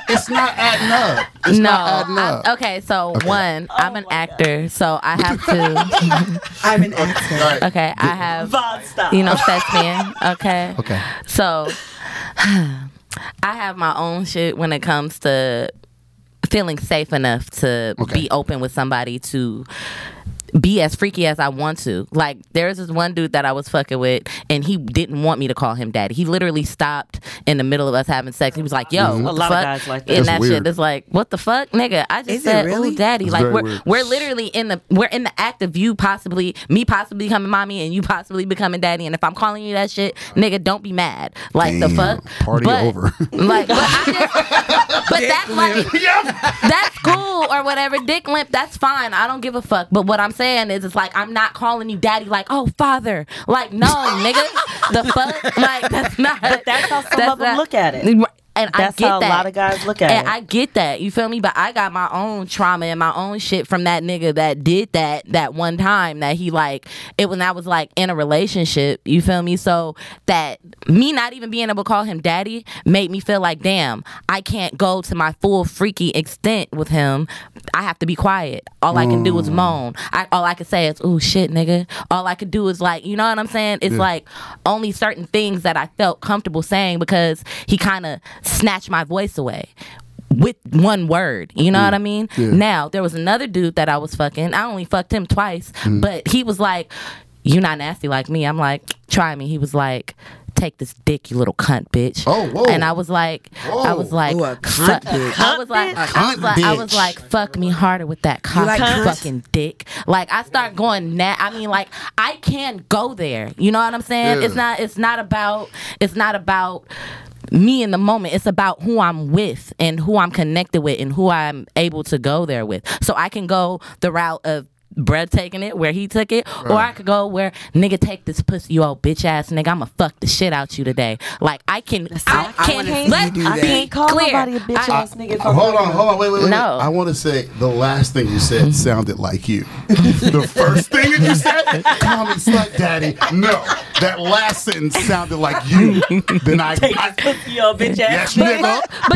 (laughs)
it's not adding up. It's
no.
not adding
I'm-
up.
okay, so one, I'm an actor, so I
(laughs)
have to.
I'm an actor.
All right.
Okay, I have.
Vod style.
You know, fetch man. Okay.
Okay.
So, I have my own shit when it comes to feeling safe enough to
Okay.
be open with somebody to be as freaky as I want to. Like there's this one dude that I was fucking with and he didn't want me to call him daddy. He literally stopped in the middle of us having sex. He was like, "Yo, what
A
the
lot of
fuck?"
guys like that.
And
Mm-hmm. That's
that
weird.
shit is like, "What the fuck, nigga? I just
Is it
said, "Ooh,
really?
daddy."
It's
like
very
we're
weird.
we're literally in the we're in the act of you possibly me possibly becoming mommy and you possibly becoming daddy and if I'm calling you that shit, nigga, don't be mad. Like the
Damn,
fuck?
party
But-
over.
Like but, I just, but
(laughs)
that's like that's cool or whatever. Dick limp, that's fine. I don't give a fuck. But what I'm saying is, it's like I'm not calling you daddy. Like, oh father. Like, no, nigga. The fuck. Like, that's not. But
that's how some of them look at it.
And
That's
I get
how a
that.
lot of guys look at
and
it.
I get that. You feel me? But I got my own trauma and my own shit from that nigga that did that that one time that he like it when I was like in a relationship. You feel me? So that me not even being able to call him daddy made me feel like damn, I can't go to my full freaky extent with him. I have to be quiet. All I can do is moan. I, all I can say is "ooh shit, nigga." All I could do is like, you know what I'm saying? It's like only certain things that I felt comfortable saying because he kind of snatched my voice away with one word. You know what I mean? Now, there was another dude that I was fucking. I only fucked him twice,
Mm-hmm.
but he was like, You not nasty like me. I'm like, Try me. He was like, Take this dick, you little cunt bitch.
Oh, whoa.
And I was like, I was like,
Ooh, a
fuck-
cunt bitch.
I was like, I was
Cunt
like, I was
bitch.
like, fuck me harder with that cock,
like
you
cunt?
fucking dick. Like I start going na I mean, like I can go there. You know what I'm saying?
Yeah.
It's not. It's not about. It's not about me in the moment. It's about who I'm with and who I'm connected with and who I'm able to go there with. So I can go the route of. Bread taking it where he took it, or I could go where nigga take this pussy, you old bitch ass nigga. I'ma fuck the shit out you today. Like I can, I,
I
can.
wanna see you
let
do
I
that.
can't
call
clear.
nobody a bitch
I-
ass nigga. if I'm
Uh, Hold on,
talking
hold on, wait, wait, wait.
No.
wait. I want to say the last thing you
Mm-hmm.
said sounded like you. the first thing that you said, call me slut daddy. No, that last sentence sounded like you. Then I, I
about Yo, bitch
yes,
ass.
nigga.
but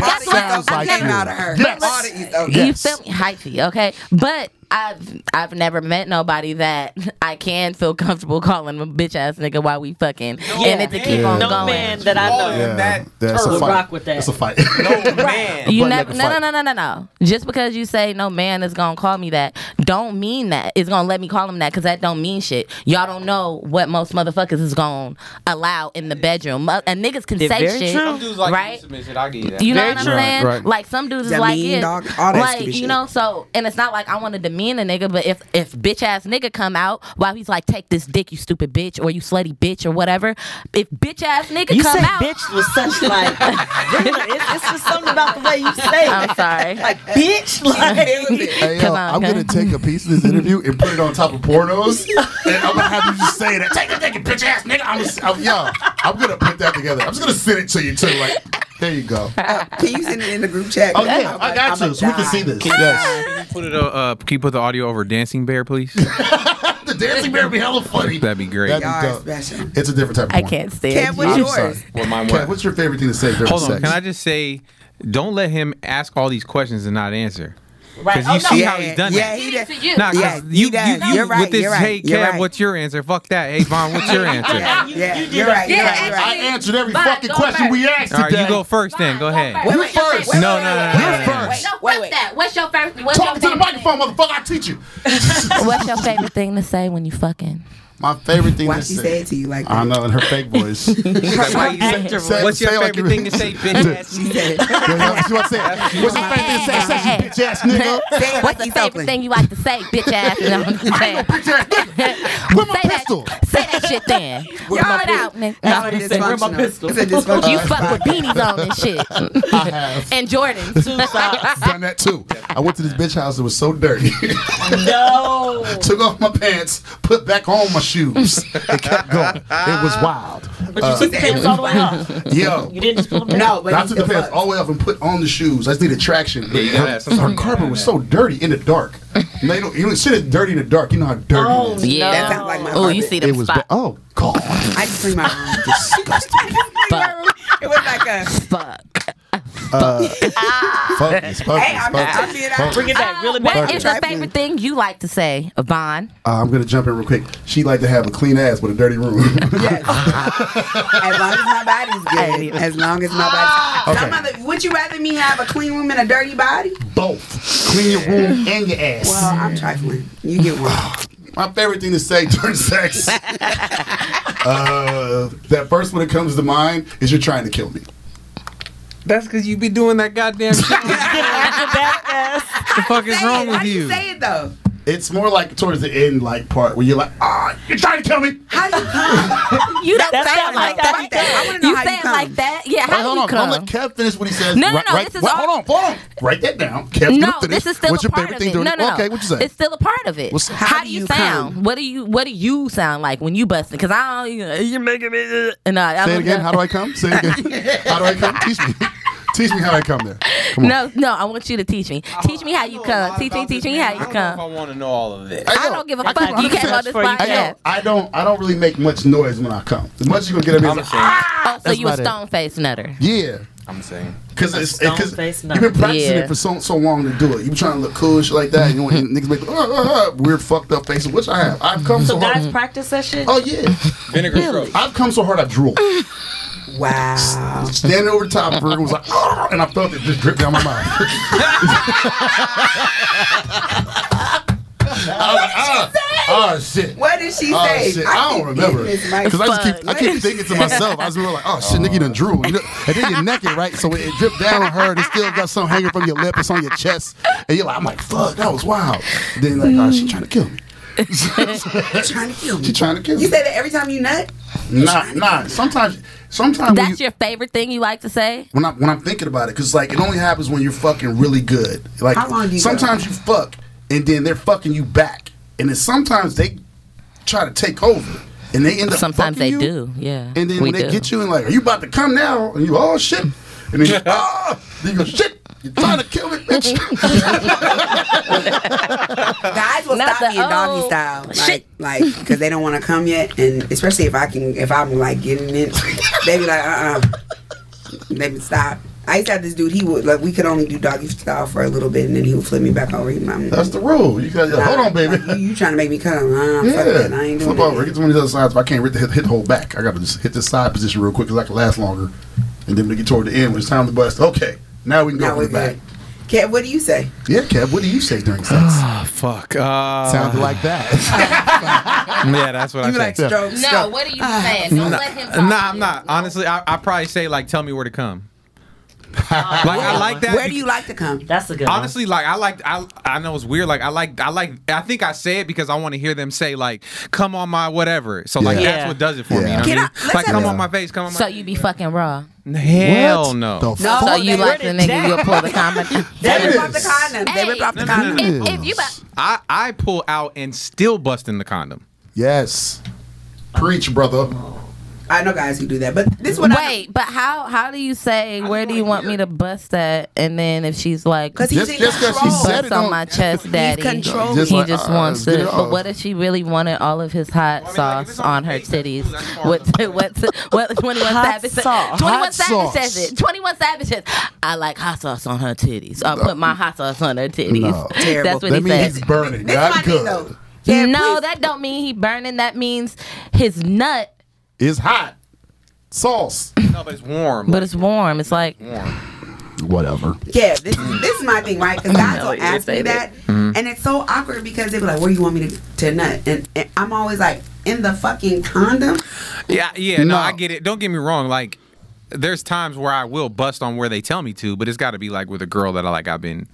that
that's what-
sounds
I've
like
never-
came
you.
out of her.
Yes.
All the East- okay.
you
Yes.
feel me hyphy, okay? But I've I've never met nobody that (laughs) I can feel comfortable calling a bitch ass nigga while we fucking and it to keep
man.
on
No
going.
man that I know.
Yeah. That
that's
turd.
a fight.
Rock with that.
That's a fight. (laughs)
No man.
You
But like
never
a
no no
fight.
no no no no. Just because you say no man is gonna call me that, don't mean that it's gonna let me call him that because that don't mean shit. Y'all don't know what most motherfuckers is gonna allow in the bedroom. Mo- And niggas can say
very
shit,
true.
Some dudes like to
right?
submit shit. I give you that.
You know what I'm
true.
saying?
Right, right.
Like some dudes is
Demean,
like, yeah,
dog, all that
like you
stupid shit.
know. So and it's not like I want to demean a nigga, but if if bitch ass nigga come out while he's like, take this dick, you stupid bitch, or you slutty bitch, or whatever. If bitch ass nigga
You
come
say
out,
bitch was such
(laughs)
like, really, it's, it's just something about the way you say
I'm
it.
sorry.
(laughs) Like, bitch, like,
Hey, yo,
Come on,
I'm
come-
gonna take a piece of this interview and put it on top of pornos, and I'm gonna have you just say that. Take it, take it, bitch ass nigga. I'm, I'm yo, I'm gonna put that together. I'm just gonna send it to you too. Like, there you go.
Can you send it in the group chat?
Oh yeah, I got
I'ma
you. So we can
die.
see this. Yes.
Can you put it uh, uh, can you put the audio over Dancing Bear, (laughs) please?
the dancing bear be hella funny.
That'd be great.
That'd be
Y'all are
dope.
special.
It's a different type of
I
porn.
can't stand
Kev,
you.
what's
I'm
yours?
sorry.
Well, mine
Kat, what's your favorite thing to say during
Hold on.
sex?
Can I just say, don't let him ask all these questions and not answer.
right?
Because you see how he's done
yeah,
that.
he did.
Nah, 'cause
Yeah, he
you,
does.
you, you,
You're right,
with this,
you're right,
hey,
you're
Kev,
right."
what's your answer? Fuck that. Hey, Vaughn, what's (laughs) your answer?
Yeah, you,
Yeah,
you did
you're
a-
right. You're right. You're right.
I answered every
Fine,
fucking
go
question
first.
we asked
all right,
today.
you go first then. Go ahead.
Wait,
You
wait, wait,
first.
wait,
No,
wait,
no, no,
wait, wait,
no,
no,
wait, wait,
no.
wait. What's that? What's your first? What's
Talk
your
to the
favorite
microphone, motherfucker. I teach you.
thing- What's your favorite thing to say when you fucking?
My favorite thing
Why
to
she
say.
say it to you like that?
I know in her fake
(laughs)
voice.
Why you say-
Afterwards.
Say-
What's your
say like
favorite thing
(laughs)
to say, bitch? ass?
She
(laughs)
said it.
That's what I said.
(laughs)
What's your favorite thing to say, sexy bitch ass nigga?
Say it like
What's the
he's
favorite
Oakland.
thing you like to say, bitch ass? You know what I'm saying?
Where my
say
pistol?
That, say that shit then. Throw
my
it
pi-
out, nigga.
Y'all are
He said, "Where my
dysfunctional.
pistol?"
It's a dysfunctional.
Oh,
Uh,
You fuck with beanies on and shit.
(laughs) I have
And Jordans.
done that too. I went to this bitch house. It was so dirty. (laughs)
No.
Took off my pants, put back on my shoes, and kept going. It was wild.
But you took the pants all the way off.
Yo.
You didn't just pull them down.
No, but
I
he
took the pants all the way off and put on the shoes. I just needed traction.
Yeah, you gotta have
her,
something.
her carpet was so dirty in the dark. No, you don't, you don't shit is dirty in the dark. You know how dirty
Oh,
it is.
Yeah.
That sounds like my
Oh, you
carpet.
see
It
them
was
spots.
ba- oh god.
(laughs)
I just clean my room. Disgusting. it was like (laughs) a
Fuck.
Focus, focus,
hey, I'm
focus,
not. I'm being out.
focus.
Bring it back, reel it back.
What is your favorite thing you like to say, Yvonne?
Uh, I'm gonna jump in real quick. She like to have a clean ass but a dirty
(laughs)
room.
Yes. as long as my body's good. As long as my body's
Okay.
Some other- Would you rather me have a clean room and a dirty body?
(laughs) Both clean your room and your ass.
Well, I'm trifling. You get one.
My favorite thing to say during
(laughs)
sex. uh, that first one that comes to mind is you're trying to kill me.
That's because you be doing that goddamn shit. what the fuck is
Say
wrong
it.
with
How do
you?
you say it though?
It's more like towards the end, like part where you're like, ah, you're trying to kill me.
How do you come?
You don't
That's
say
not
it like
like
that.
Fuck that. I want to know
You
how
say
you
it
come.
like that? Yeah,
Wait, Oh,
how do
hold
you
on. Don't
come?
let Kev finish what he says.
No, no,
Right-
no,
right-
this is
Wait,
all-
Hold on, hold on. Write that down. Kev,
no,
you finish.
this is still
What's
a
your
part
favorite
of
thing
it.
during
no,
the-
no, no.
Okay, what you say?
It's still a part of it.
What's-
how, do you sound? What do you What do you sound like when you busting? Because I don't. You know, you're making me. uh, And I, I
Say it
don't
again.
know.
How do I come? Say it
(laughs)
again. how do I come? Teach me. Teach me how I come there. Come on.
No, no. I want you to teach me. Teach me how you come. Teach me. Teach me how you
I
come.
want to know all of this.
Hey,
I
yo,
don't give a
I
fuck.
come-
You
I
came
come-
on this
for you.
Hey, yo,
podcast.
I don't. I don't really make much noise when I come. The much you gonna get at me is like,
Oh, so
That's
you a
about it.
stone faced nutter.
yeah.
I'm saying.
Cause it's
stone
because
face
you've been
nut.
practicing
Yeah.
it for so so long to do it. You trying to look cool, shit like that. And you want and niggas make (laughs) uh, uh, uh, weird, fucked up faces, which I have. I've come so,
So
hard.
guys practice that shit.
Oh yeah,
Vinegar stroke.
I've come so hard I drool.
Wow.
Standing over the top of her it was like, "Ah," and I felt it just drip down my
(laughs)
mouth. I was like, ah, oh shit.
What did she
Oh,
say?
shit. I,
keep
don't remember
getting this mic.
because I just keep I keep thinking to myself. I was really like, oh shit, nigga, you done drew, you know? and then you're naked, right? So it dripped down on her, and it still got something hanging from your lip, it's on your chest, and you're like, I'm like, fuck, that was wild. Then you're like, oh, she trying to
(laughs)
kill me.
You're trying to kill me.
She trying to kill me.
You say that every time you nut?
Nah, nah. Sometimes, sometimes when,
That's
you,
your favorite thing you like to say.
when I when I'm thinking about it, because like it only happens when you're fucking really good. Like
How long you
sometimes you fuck, and then they're fucking you back, and then sometimes they try to take over, and they end up
Sometimes
fucking
they
you.
do. Yeah.
And then
we
when they
do.
get you and like, are you about to come now? And you, oh shit. And then you, ah, then you go, shit, you're trying to kill me,
(laughs)
bitch.
Guys will
Not
stop
the
me in doggy
old
style, like,
shit.
like because they don't want to come yet, and especially if I can, if I'm like getting in, they be like, uh, uh they would stop. I used to have this dude. He would like we could only do doggy style for a little bit, and then he would flip me back over. He, I'm,
That's the rule. You guys, hold on, baby.
Like, you, you trying to make me come? Uh,
Yeah,
fuck that. I ain't doing
flip over.
that.
Get to one of the other sides. If I can't hit the, hit, hit the whole back, I gotta just hit this side position real quick because I can last longer. And then when we get toward the end, when it's time to bust, okay, now we can go
Now
for
we're
the back.
good. Kev, what do you say?
Yeah, Kev, what do you say during
(sighs)
sex?
Ah, fuck. Uh,
Sounded like
(laughs)
that.
yeah, that's what I
Oh, You
say.
like stroke?
No, what are you saying? Don't let him talk.
Nah, I'm not. Honestly, I, I probably say like, tell me where to come. like I like that.
Oh, Where do
be-
you like to come?
That's a good one.
Honestly, like I like I I know it's weird. Like I like I like I think I say it because I want to hear them say like, "Come on my whatever." So like
Yeah.
that's what does it for
Yeah.
me. You
Can
know
I-
what I mean?
let's
Like,
have
come
a-
on my face. Come on my.
So you be fucking raw.
hell
What
no.
The
No.
fuck?
So
Oh, they
you like the
worded
nigga
that.
you'll pull the comment.
That
They rip off the
is-
condoms. They rip off the
No, no, no,
condoms.
no.
if, if you about
I I pull out and still bust in the condom.
Yes. Preach, brother.
I know guys who do that, but this one.
wait, but how how do you say where do you want me to bust at? And then if she's like,
because he's
Just-
in
just 'cause she
control.
said
bust
it
on
on- (laughs)
my chest, daddy.
controlling.
Just
he
like,
just
uh,
wants
get it
to. But
off.
what if she really wanted all of his
Well, I mean,
hot
like, if
sauce
it's on
on
the
her
face, that's
titties?
cool, that's fine.
What what what? Twenty One
Hot
Savage.
sauce.
Twenty One
Hot sauce.
Savage says it. Twenty One Savage says, "I like hot sauce on her titties. I put my hot sauce on her titties."
No.
(laughs) That's what
that
he
means
says.
he's burning.
This
Not
my thing, though.
good.
Yeah,
no,
please.
that don't mean he burning. That means his nut,
It's hot. Sauce.
No, but it's warm.
but it's warm. It's like
Whatever.
Yeah, this, this is my thing, right? Because guys
know
will
what you're
ask me
saying.
that,
Mm-hmm.
and it's so awkward because they be like, "Where you want me to, to nut?" And, and I'm always like, "In the fucking condom."
Yeah, yeah, no.
No.
I get it. Don't get me wrong. Like, there's times where I will bust on where they tell me to, but it's got to be like with a girl that I like. I've been,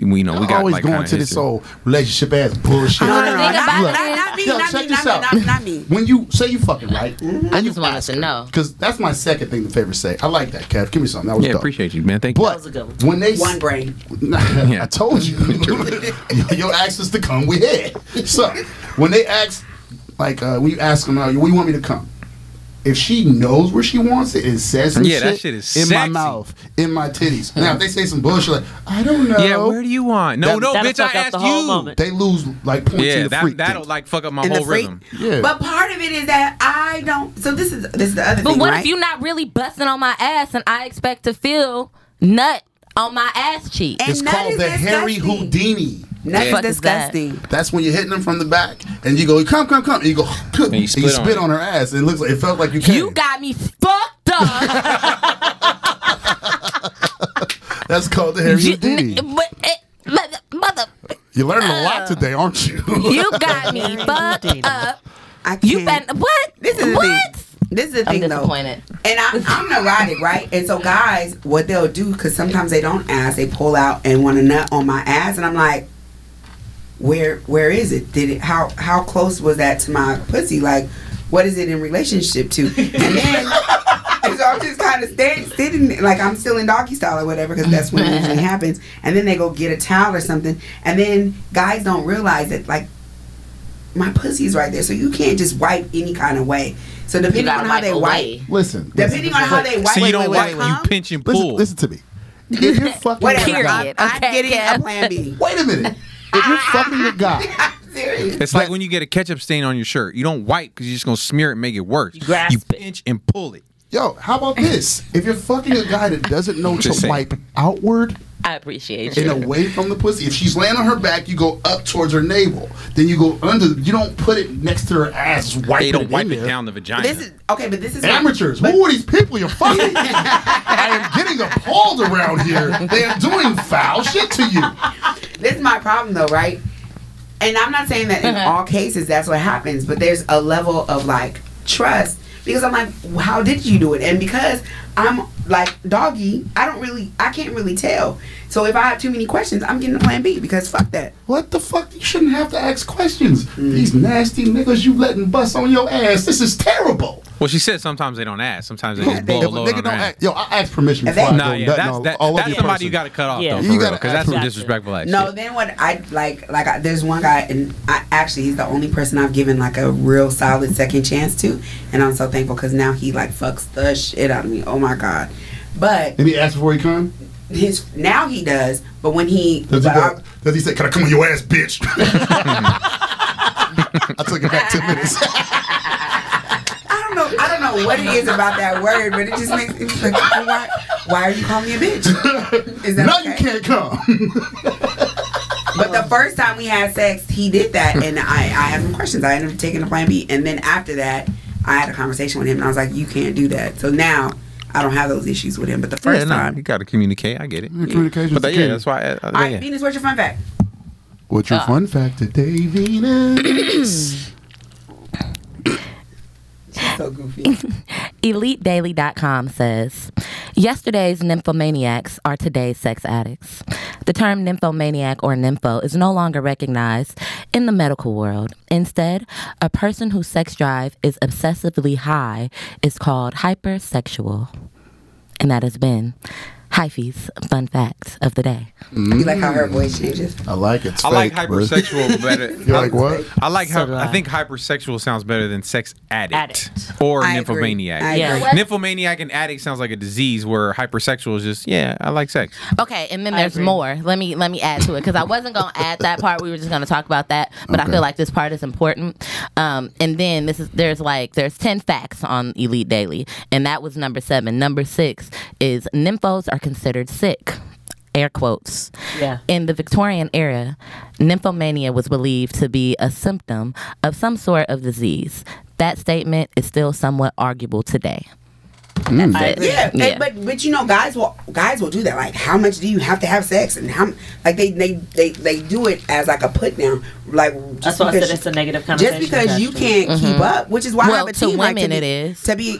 we know, we got
always
like
going
kinda
to this
history.
old relationship ass bullshit.
No, no, no,
think
not,
about
not,
it.
not me,
Yo,
not
check
me,
this
not
out.
me, not, not
(laughs)
me. Mm-hmm.
When you say you fucking right,
I just wanted to know.
because that's my second thing to favorite say. I like that, Kev. Give me something. That was
Yeah,
dope.
appreciate you, man. Thank you.
But
was a good one.
when they
One brain.
(laughs)
I told you, your, your ask is to come. We here. So when they ask, like uh, when you ask them, uh, "Where you want me to come?" If she knows where she wants it and says some
Yeah,
shit,
that shit is
in my
sexy.
mouth, in my titties. Now, if they say some bullshit like, I don't know.
Yeah, where do you want? No,
That-
no,
that'll
bitch, I
fuck up
asked
the whole
you.
moment.
They lose like points in
Yeah,
the
that,
freak
that'll
thing.
like fuck up my
In the
whole
freak-
rhythm.
Yeah.
But part of it is that I don't. So this is this is the other
But
thing,
what
right?
if you not really busting on my ass and I expect to feel nut on my ass cheek?
And
it's
that
called
is
the Harry
disgusting.
Houdini.
That's
Fuck is that?
disgusting.
That's when you're hitting them from the back, and you go, come, come, come, and you go, (laughs) and you spit,
spit on it.
on, her ass, and it looks like it felt like you. Came.
You got me fucked up.
That's called the Harry
you,
Houdini.
n- but, eh, mother, mother,
You're learning a lot today, aren't you? (laughs)
you got (laughs) me fucked up.
I can't.
You been what?
This is the
what?
thing. This is the
I'm
thing, though.
disappointed.
And I, I'm neurotic, right? And so, guys, what they'll do, because sometimes they don't ask, they pull out and want to nut on my ass, and I'm like, where where is it? Did it? How how close was that to my pussy? Like, what is it in relationship to? And then. And so I'm just kind of stand, sitting, like I'm still in doggy style or whatever, because that's when it usually happens. And then they go get a towel or something, and then guys don't realize that, like, my pussy's right there, so you can't just wipe any kind of way. So depending on how they wipe,
listen, listen,
Depending on how they wipe,
So you
wait,
don't
wait, wait,
wipe, you
wait.
pinch and
listen,
pull.
listen to me. If
(laughs)
you're fucking
Whatever.
a guy-
Period.
I'm
Okay,
getting
Kev.
a plan B.
wait a minute. If you're fucking a guy,
(laughs) Serious.
It's like when you get a ketchup stain on your shirt. You don't wipe because you're just gonna smear it and make it worse. You,
grasp it.
pinch and pull it.
yo, how about this? If you're fucking a guy that doesn't know
Just
to
saying.
wipe outward
I appreciate you.
and away from the pussy, if she's laying on her back, you go up towards her navel. Then you go under. You don't put it next to her ass. Just wipe
They don't
in
wipe it
there.
down the vagina.
This is okay, but this is
Amateurs, who are these people you're fucking? (laughs) I am getting appalled around here. They are doing foul shit to you.
this is my problem though, right? And I'm not saying that in all cases that's what happens, but there's a level of like trust because I'm like, "Well, how did you do it? And because I'm like doggy, I don't really, I can't really tell. So if I have too many questions, I'm getting a plan B because fuck that.
What the fuck? You shouldn't have to ask questions. These nasty niggas you letting bust on your ass. This is terrible.
well, she said sometimes they don't ask. Sometimes they
If
just
a
blow a load
nigga don't
on their ass.
ask, yo, I ask permission
If
before
they-
I
Nah,
go
yeah,
nutting
that's
on
that,
all over
that's
your
somebody
person.
you got to cut off
Yeah.
though, for
You
real,
gotta
because that's some
ask-
disrespectful ass.
No,
shit.
then what I like, like I, there's one guy, and I actually he's the only person I've given like a real solid second chance to, and I'm so thankful because now he like fucks the shit out of me. Oh my god! But
Did he ask before he come?
his now he does, but when he,
Does he,
but I-
go, does he say, "Can I come on your ass, bitch"? (laughs) I took it back ten
(laughs)
minutes.
I don't know, I don't know what it is about that word, but it just makes it's like, well, why, why are you calling me a bitch? Is
(laughs)
that
no,
okay?
you can't come.
But the first time we had sex, he did that, and I, I had some questions. I ended up taking a plan B, and then after that, I had a conversation with him, and I was like, "You can't do that." So now I don't have those issues with him. But the first
Yeah, no,
time,
you got to communicate. I get it.
Communication.
But that, yeah, that's why. I,
all
I,
right,
yeah.
Venus, what's your fun fact?
What's
Uh.
your fun fact today, Venus?
So goofy.
EliteDaily.com says, Yesterday's nymphomaniacs are today's sex addicts. The term nymphomaniac or nympho is no longer recognized in the medical world. Instead, a person whose sex drive is obsessively high is called hypersexual. And that has been Hyphy's Fun Facts of the Day.
You like how her voice changes?
I like it.
I like (laughs) hypersexual better.
You like what?
I like
So
how
do
I.
I.
think hypersexual sounds better than sex addict,
Addict.
or
I agree.
nymphomaniac.
I
Yeah.
agree.
Nymphomaniac and addict sounds like a disease where hypersexual is just yeah, I like sex.
Okay, and then there's more. Let me let me add to it because I wasn't gonna add that part. We were just gonna talk about that, but I feel like this part is important. Um, and then this is there's like there's ten facts on Elite Daily, and that was number seven. Number six is nymphos are considered sick. Air quotes.
Yeah.
In the Victorian era, nymphomania was believed to be a symptom of some sort of disease. That statement is still somewhat arguable today. That's it.
Mm. Yeah,
Yeah.
and- but but you know, guys will guys will do that. Like, how much do you have to have sex, and how like they they they, they do it as like a put down. Like
That's
just
why I said
because-
it's a negative
Just
connotation.
because you
actually.
can't keep up, which is why
Mm-hmm. Well,
I have a
to
team. like,
women
be-
it is.
to be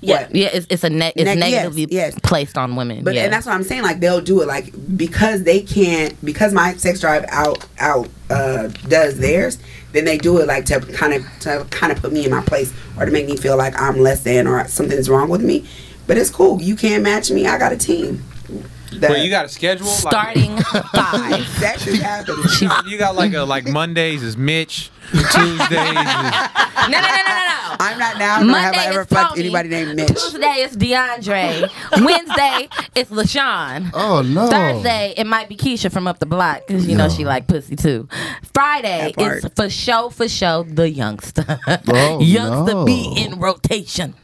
Yeah.
what?
Yeah, it's, it's a ne- it's
Neg- yes,
negatively
yes.
placed on women.
But
yeah.
and that's what I'm saying. Like they'll do it like because they can't because my sex drive out out uh, does theirs. Then they do it like to kind of to kind of put me in my place or to make me feel like I'm less than or something's wrong with me. But it's cool. You can't match me. I got a team. That
But you
(laughs)
got a schedule like-
starting five.
that shit happening.
you got like a like Mondays is Mitch, Tuesdays is
(laughs)
(laughs)
No, no, no, no, no, no.
I'm not now. I don't know have I ever fucked
Tony.
anybody named Mitch.
Tuesday is DeAndre. Wednesday it's LaShawn.
Oh no.
Thursday it might be Keisha from up the block because you know she like pussy too. Friday
That part.
it's for show for show the youngster.
Oh,
(laughs) youngster
no.
be in rotation.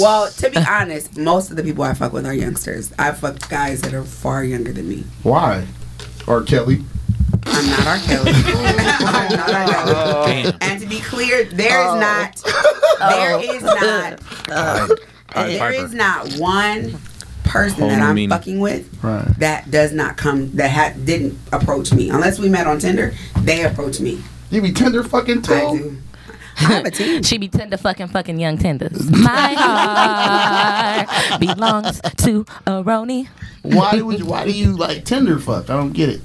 Well, to be honest, most of the people I fuck with are youngsters. I fuck guys that are far younger than me.
Why? R. Kelly.
I'm not R. Kelly. (laughs) I'm not R. Kelly. and to be clear, there is not. There is not. uh, There is not one person
Whole
that
new
I'm
meaning.
fucking with
Right.
that does not come that ha- didn't approach me unless we met on Tinder. They approach me.
You be tender fucking too.
I do. I'm a teen.
She be tender fucking fucking
(laughs)
young tenders. My heart belongs to a Roni.
Why would you, why do you like tender fuck? I don't get it.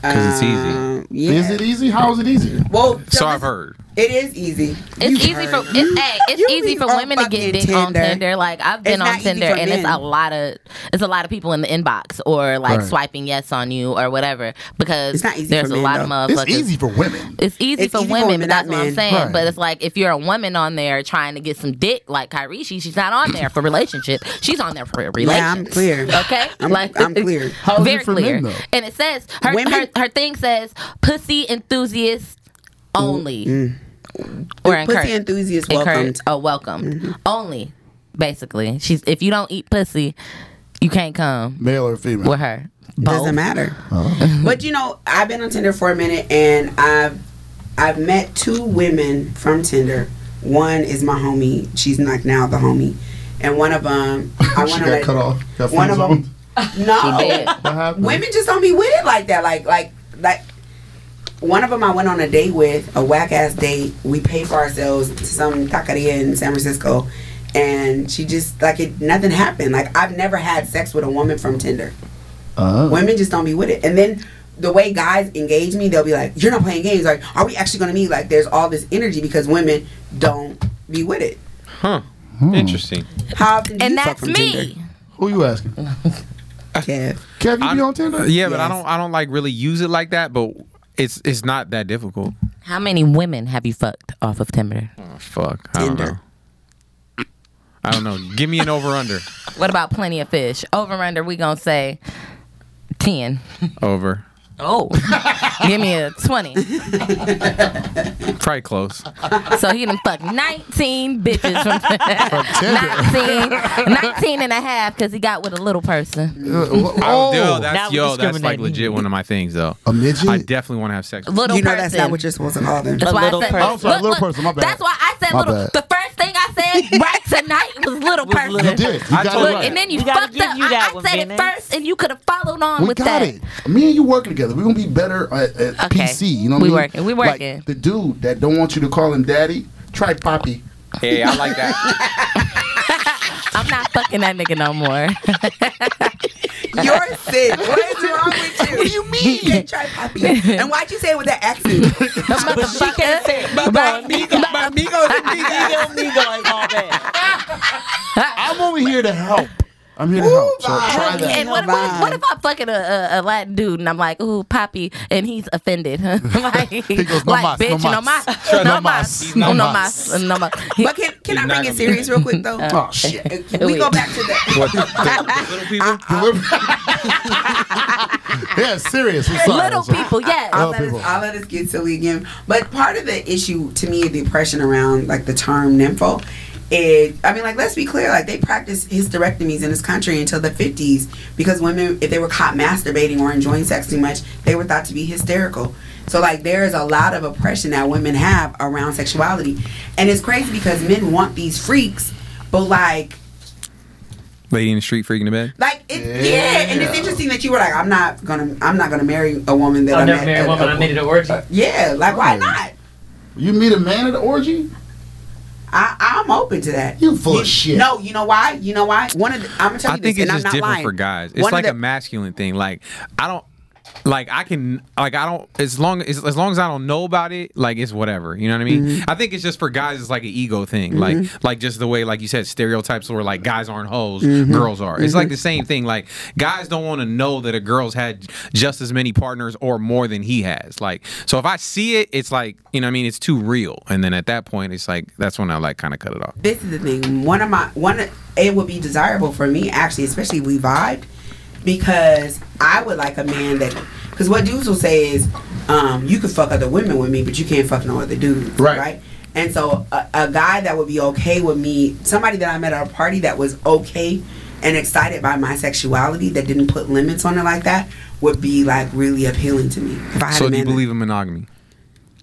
Because it's easy.
Um, yeah.
Is it easy? How is it easy?
Well,
So I've
listen,
heard.
It is easy.
It's
You've
easy
heard.
for it's, hey, it's
You
easy
be
for
on
women to get
fucking
dick on
Tinder.
Tinder. Like I've been
It's
on
not easy
Tinder
for
and it's a
men.
lot of it's a lot of people in the inbox or like
Right.
swiping yes on you or whatever because
It's not easy for
there's a
men,
lot of
though.
motherfuckers.
It's easy for women.
It's easy
It's
for
easy for
women,
women,
but that's
not
what I'm
men.
saying.
Right.
But it's like if you're a woman on there trying to get some dick, like Kyrie, she, she's not on there for relationship. She's on there for relationship.
Yeah, I'm clear.
Okay,
I'm- I'm clear.
How is it
(laughs) very
for men,
clear.
though?
and it says her,
Women-
her her thing says pussy enthusiasts only or
Mm, Pussy Mm-hmm.
encouraged.
enthusiast welcome.
Encouraged. Oh, welcome only. Basically, she's if you don't eat pussy, you can't come
Male or female?
with her.
Doesn't matter.
Oh.
But you know, I've been on Tinder for a minute, and I've I've met two women from Tinder. One is my homie. She's like now the homie, and one of
(laughs)
them. I
She
wanna
got
let-
cut off. Got
One of
friend
them. No.
did.
What happened?
women just don't be with it like that. Like like like one of them I went on a date with a whack ass date. We paid for ourselves to some taqueria in San Francisco, and she just like it. Nothing happened. Like I've never had sex with a woman from Tinder.
Oh.
Women just don't be with it. And then the way guys engage me, they'll be like, "You're not playing games. Like, are we actually gonna meet?" Like, there's all this energy because women don't be with it.
Huh. Interesting.
How often do
And
you fuck
that's
from
me.
Who you asking?
Tinder? Kev?
Kev, you be on Tinder?
Yeah, but I
Yes.
don't. I don't like really use it like that. But it's it's not that difficult.
How many women have you fucked off of Tinder?
Oh, fuck. I don't
Tinder.
know. I don't know. Give me an over under.
What about plenty of fish? Over under, we gonna say ten.
Over.
Oh, (laughs) give me a twenty.
Probably close.
Oh.
So he done fuck nineteen bitches from
Tinder.
19, 19 and a half because he got with a little person.
Oh,
oh,
that's
now we
yo. That's like
discriminating.
legit one of my things though.
a
I
midget?
definitely want to have sex. with-
Little
You know
person.
that's not what you're supposed to call them.
That's
A
why
little
I said,
person.
I'm sorry, little person, my bad.
That's why I said
My
little.
bad.
The first thing I said right tonight was little person.
You did. You
I
got
told
it
Look,
you.
right.
and then you
We gotta
fucked
give
up.
you
I-
that
I,
one,
said it
Venice.
first, and you could have followed on
we
with
got
that.
it. Me and you working together. We're gonna be better at, at
Okay.
PC. You know what
We
I mean?
working. We
Like,
working.
the dude that don't want you to call him daddy, try Poppy.
Hey, I
(laughs)
like that.
I'm not fucking that nigga no more.
You're sick. What is wrong with you? What do you mean? (laughs) You can't try puppy. And why'd you say it with that accent?
But she
(laughs)
can't say it. Bye-bye, Migo, bye-bye, Migo, Migo, Migo, and all that.
I'm over here to help. I'm here to help. So try
And-
that.
and what, what, what if I'm fucking a, a, a Latin dude and I'm like, ooh, Poppy, and he's offended? (laughs) like,
goes, "No mas,
like,
no
bitch, no
mas.
mas,
No
no
mas,
mas,
no
no
mas."
mas, no mas.
but can, can I
You're not
bring it
gonna-
serious real quick though?
Oh shit.
Can we go back to the
What, the, the little people?
yeah, serious. I'm sorry.
(laughs) Little
I'm sorry.
people, yes.
(laughs)
Oh,
I'll let,
people.
us, I'll let us get silly again. But part of the issue to me, the oppression around like the term nympho, is I mean, like let's be clear, like they practiced hysterectomies in this country until the fifties because women, if they were caught masturbating or enjoying sex too much, they were thought to be hysterical. So like there is a lot of oppression that women have around sexuality, and it's crazy because men want these freaks, but like
Lady in the street freaking to bed.
Like it, yeah. and it's interesting that you were like, I'm not gonna, I'm not gonna marry a woman that
I'll
I
never
met
marry a
at
woman. I made it an orgy.
Yeah, like why not?
You meet a man at the orgy?
I, I'm open to that.
You full of shit.
No, you know why? You know why? One of the, I'm gonna tell
I
you this,
think it's
and
just
I'm not
different
lying.
for guys. It's
One of
like
the-
a masculine thing. Like I don't. like I can like I don't as long as as long as I don't know about it, like it's whatever. You know what I mean?
Mm-hmm.
I think it's just for guys it's like an ego thing. Like like just the way like you said stereotypes where like guys aren't hoes,
Mm-hmm.
girls are. It's like the same thing. Like guys don't want to know that a girl's had just as many partners or more than he has. Like so if I see it, it's like, you know what I mean, it's too real. And then at that point it's like that's when I like kind of cut it off.
this is the thing. One of my one, it would be desirable for me actually, especially if we vibed, because I would like a man that. Because what dudes will say is, um, you can fuck other women with me, but you can't fuck no other dudes,
Right.
right? And so a, a guy that would be okay with me, somebody that I met at a party that was okay and excited by my sexuality that didn't put limits on it like that would be like really appealing to me. If I had
So
a
do
man
you
that-
believe in monogamy?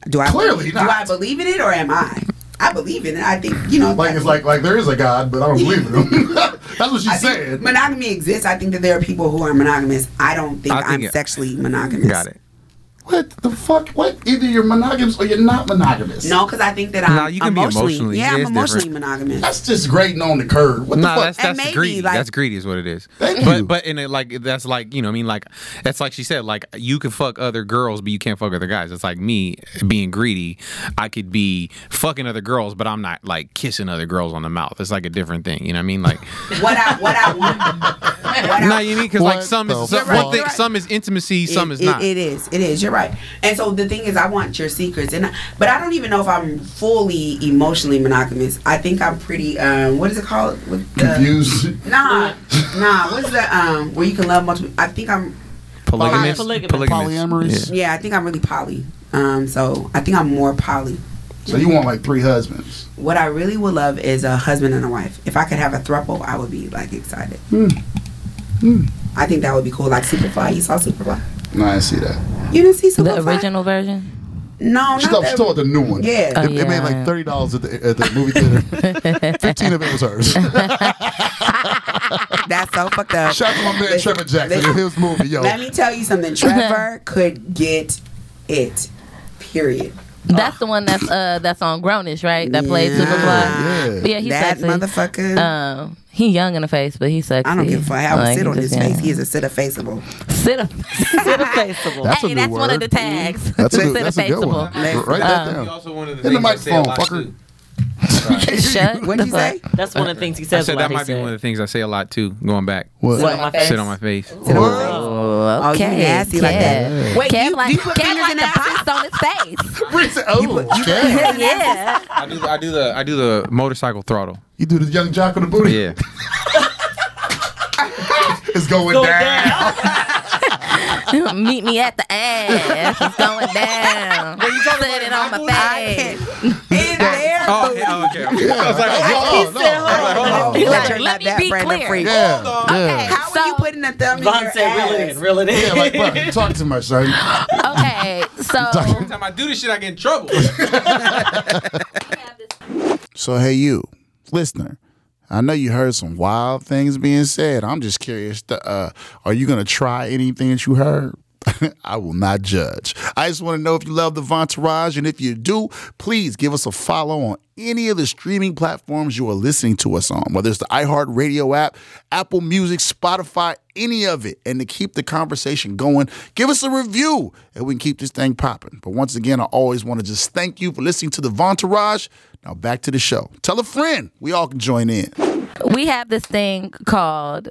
do I
Clearly
do I
not.
believe in it or am I? I believe in it. I think you know.
Like it's like like there is a God, but I don't believe in him. (laughs) That's what she's
I think
saying.
monogamy exists. I think that there are people who are monogamous. I don't think,
I think
I'm
it-
sexually monogamous.
Got it.
What the fuck? What? Either you're monogamous or you're not monogamous.
No, because I think that I'm
No, you can be
emotionally,
emotionally.
Yeah,
Yeah,
I'm
it's
emotionally
different.
monogamous.
That's just grading on the curve. What the
No,
fuck?
that's that's
And maybe,
greedy.
like-
that's greedy is what it is.
Thank
but
you.
but in a, like that's like you know what I mean like that's like she said like you can fuck other girls but you can't fuck other guys. It's like me being greedy. I could be fucking other girls but I'm not like kissing other girls on the mouth. It's like a different thing. You know what I mean? Like
What I what I
(laughs)
want. what
no, you mean because like
What
some
the
is some,
fuck?
one thing, some is intimacy, some
it,
is not.
It, it is. It is. You're right. And so the thing is, I want your secrets, and I, but I don't even know if I'm fully emotionally monogamous. I think I'm pretty. Um, what is it called? With the,
Confused.
Nah, nah. What's that? Um, where you can love multiple. I think I'm.
Polygamous,
Polygamous.
Polyamorous.
Yeah, I think I'm really poly. Um, so I think I'm more poly.
So you want like three husbands?
What I really would love is a husband and a wife. If I could have a throuple, I would be like excited. I think that would be cool. Like Superfly, you saw Superfly.
No, I see that.
You didn't see Superfly.
The original version.
No,
She
not
thought she
the,
told the new one.
Yeah.
It, it made
yeah.
like thirty dollars at the at the movie theater. Fifteen
(laughs)
of it was hers. Shout
That's so fucked up.
out to my man Trevor Jackson. His movie, yo.
Let me tell you something.
(laughs)
Trevor could get it. Period.
That's the one that's uh that's on Grownish, right? That played
Yeah.
Superfly.
Yeah.
But yeah, he's
that
sexy.
motherfucker.
Um, he young in the face, but he's sexy.
I don't give a fuck. I would
Like,
sit on his
just
face.
young.
He is a sit faceable.
sit a sit a faceable.
That's a
hey,
new
that's one
word.
of the tags.
That's a
sit
good, that's a good one.
faceable.
R- Write that (laughs) down.
also one of
In the things I say a microphone, lot, fucker. too.
(laughs)
Shut.
What'd
the
you say?
fuck-
That's one of the things he
I
says.
said
a lot,
that
he
might be
said.
one of the things I say a lot too. Going back,
What?
Sit on my face.
sit on my face.
Sit on my
What?
face.
Oh,
you
okay.
nasty like that.
Kev.
Wait,
Kev
you-
like
you put
Kev
fingers
like
in
the
asses?
box on
(laughs)
his face.
Reese- Oh, okay.
Hell yeah.
I do I do the I do the motorcycle throttle.
You do the young jock on the booty.
Yeah.
It's going,
Going
down.
down.
(laughs) Meet me at the ass. It's
(laughs)
going down. Set it on my face. (laughs)
In there.
Oh, yeah, okay. okay. I was like,
Oh, no.
Hold on.
He like,
You're
let
not
me
that
be
Brandon
clear.
Freak.
Yeah.
Okay,
Yeah.
How
so
are you putting a thumb in your
Von said, reel it
ass?
in, reel it in.
Yeah, like, bro, you talk too much, son.
(laughs)
okay, so
Every time I do this shit, I get
(laughs)
in trouble.
So hey, you listener, I know you heard some wild things being said. I'm just curious. th- uh, are you gonna try anything that you heard? (laughs) I will not judge. I just want to know if you love the Vontourage, and if you do, please give us a follow on any of the streaming platforms you are listening to us on, whether it's the iHeartRadio app, Apple Music, Spotify, any of it. And to keep the conversation going, give us a review and we can keep this thing popping. But once again, I always want to just thank you for listening to the Vontourage. Now back to the show. Tell a friend. We all can join in.
we have this thing called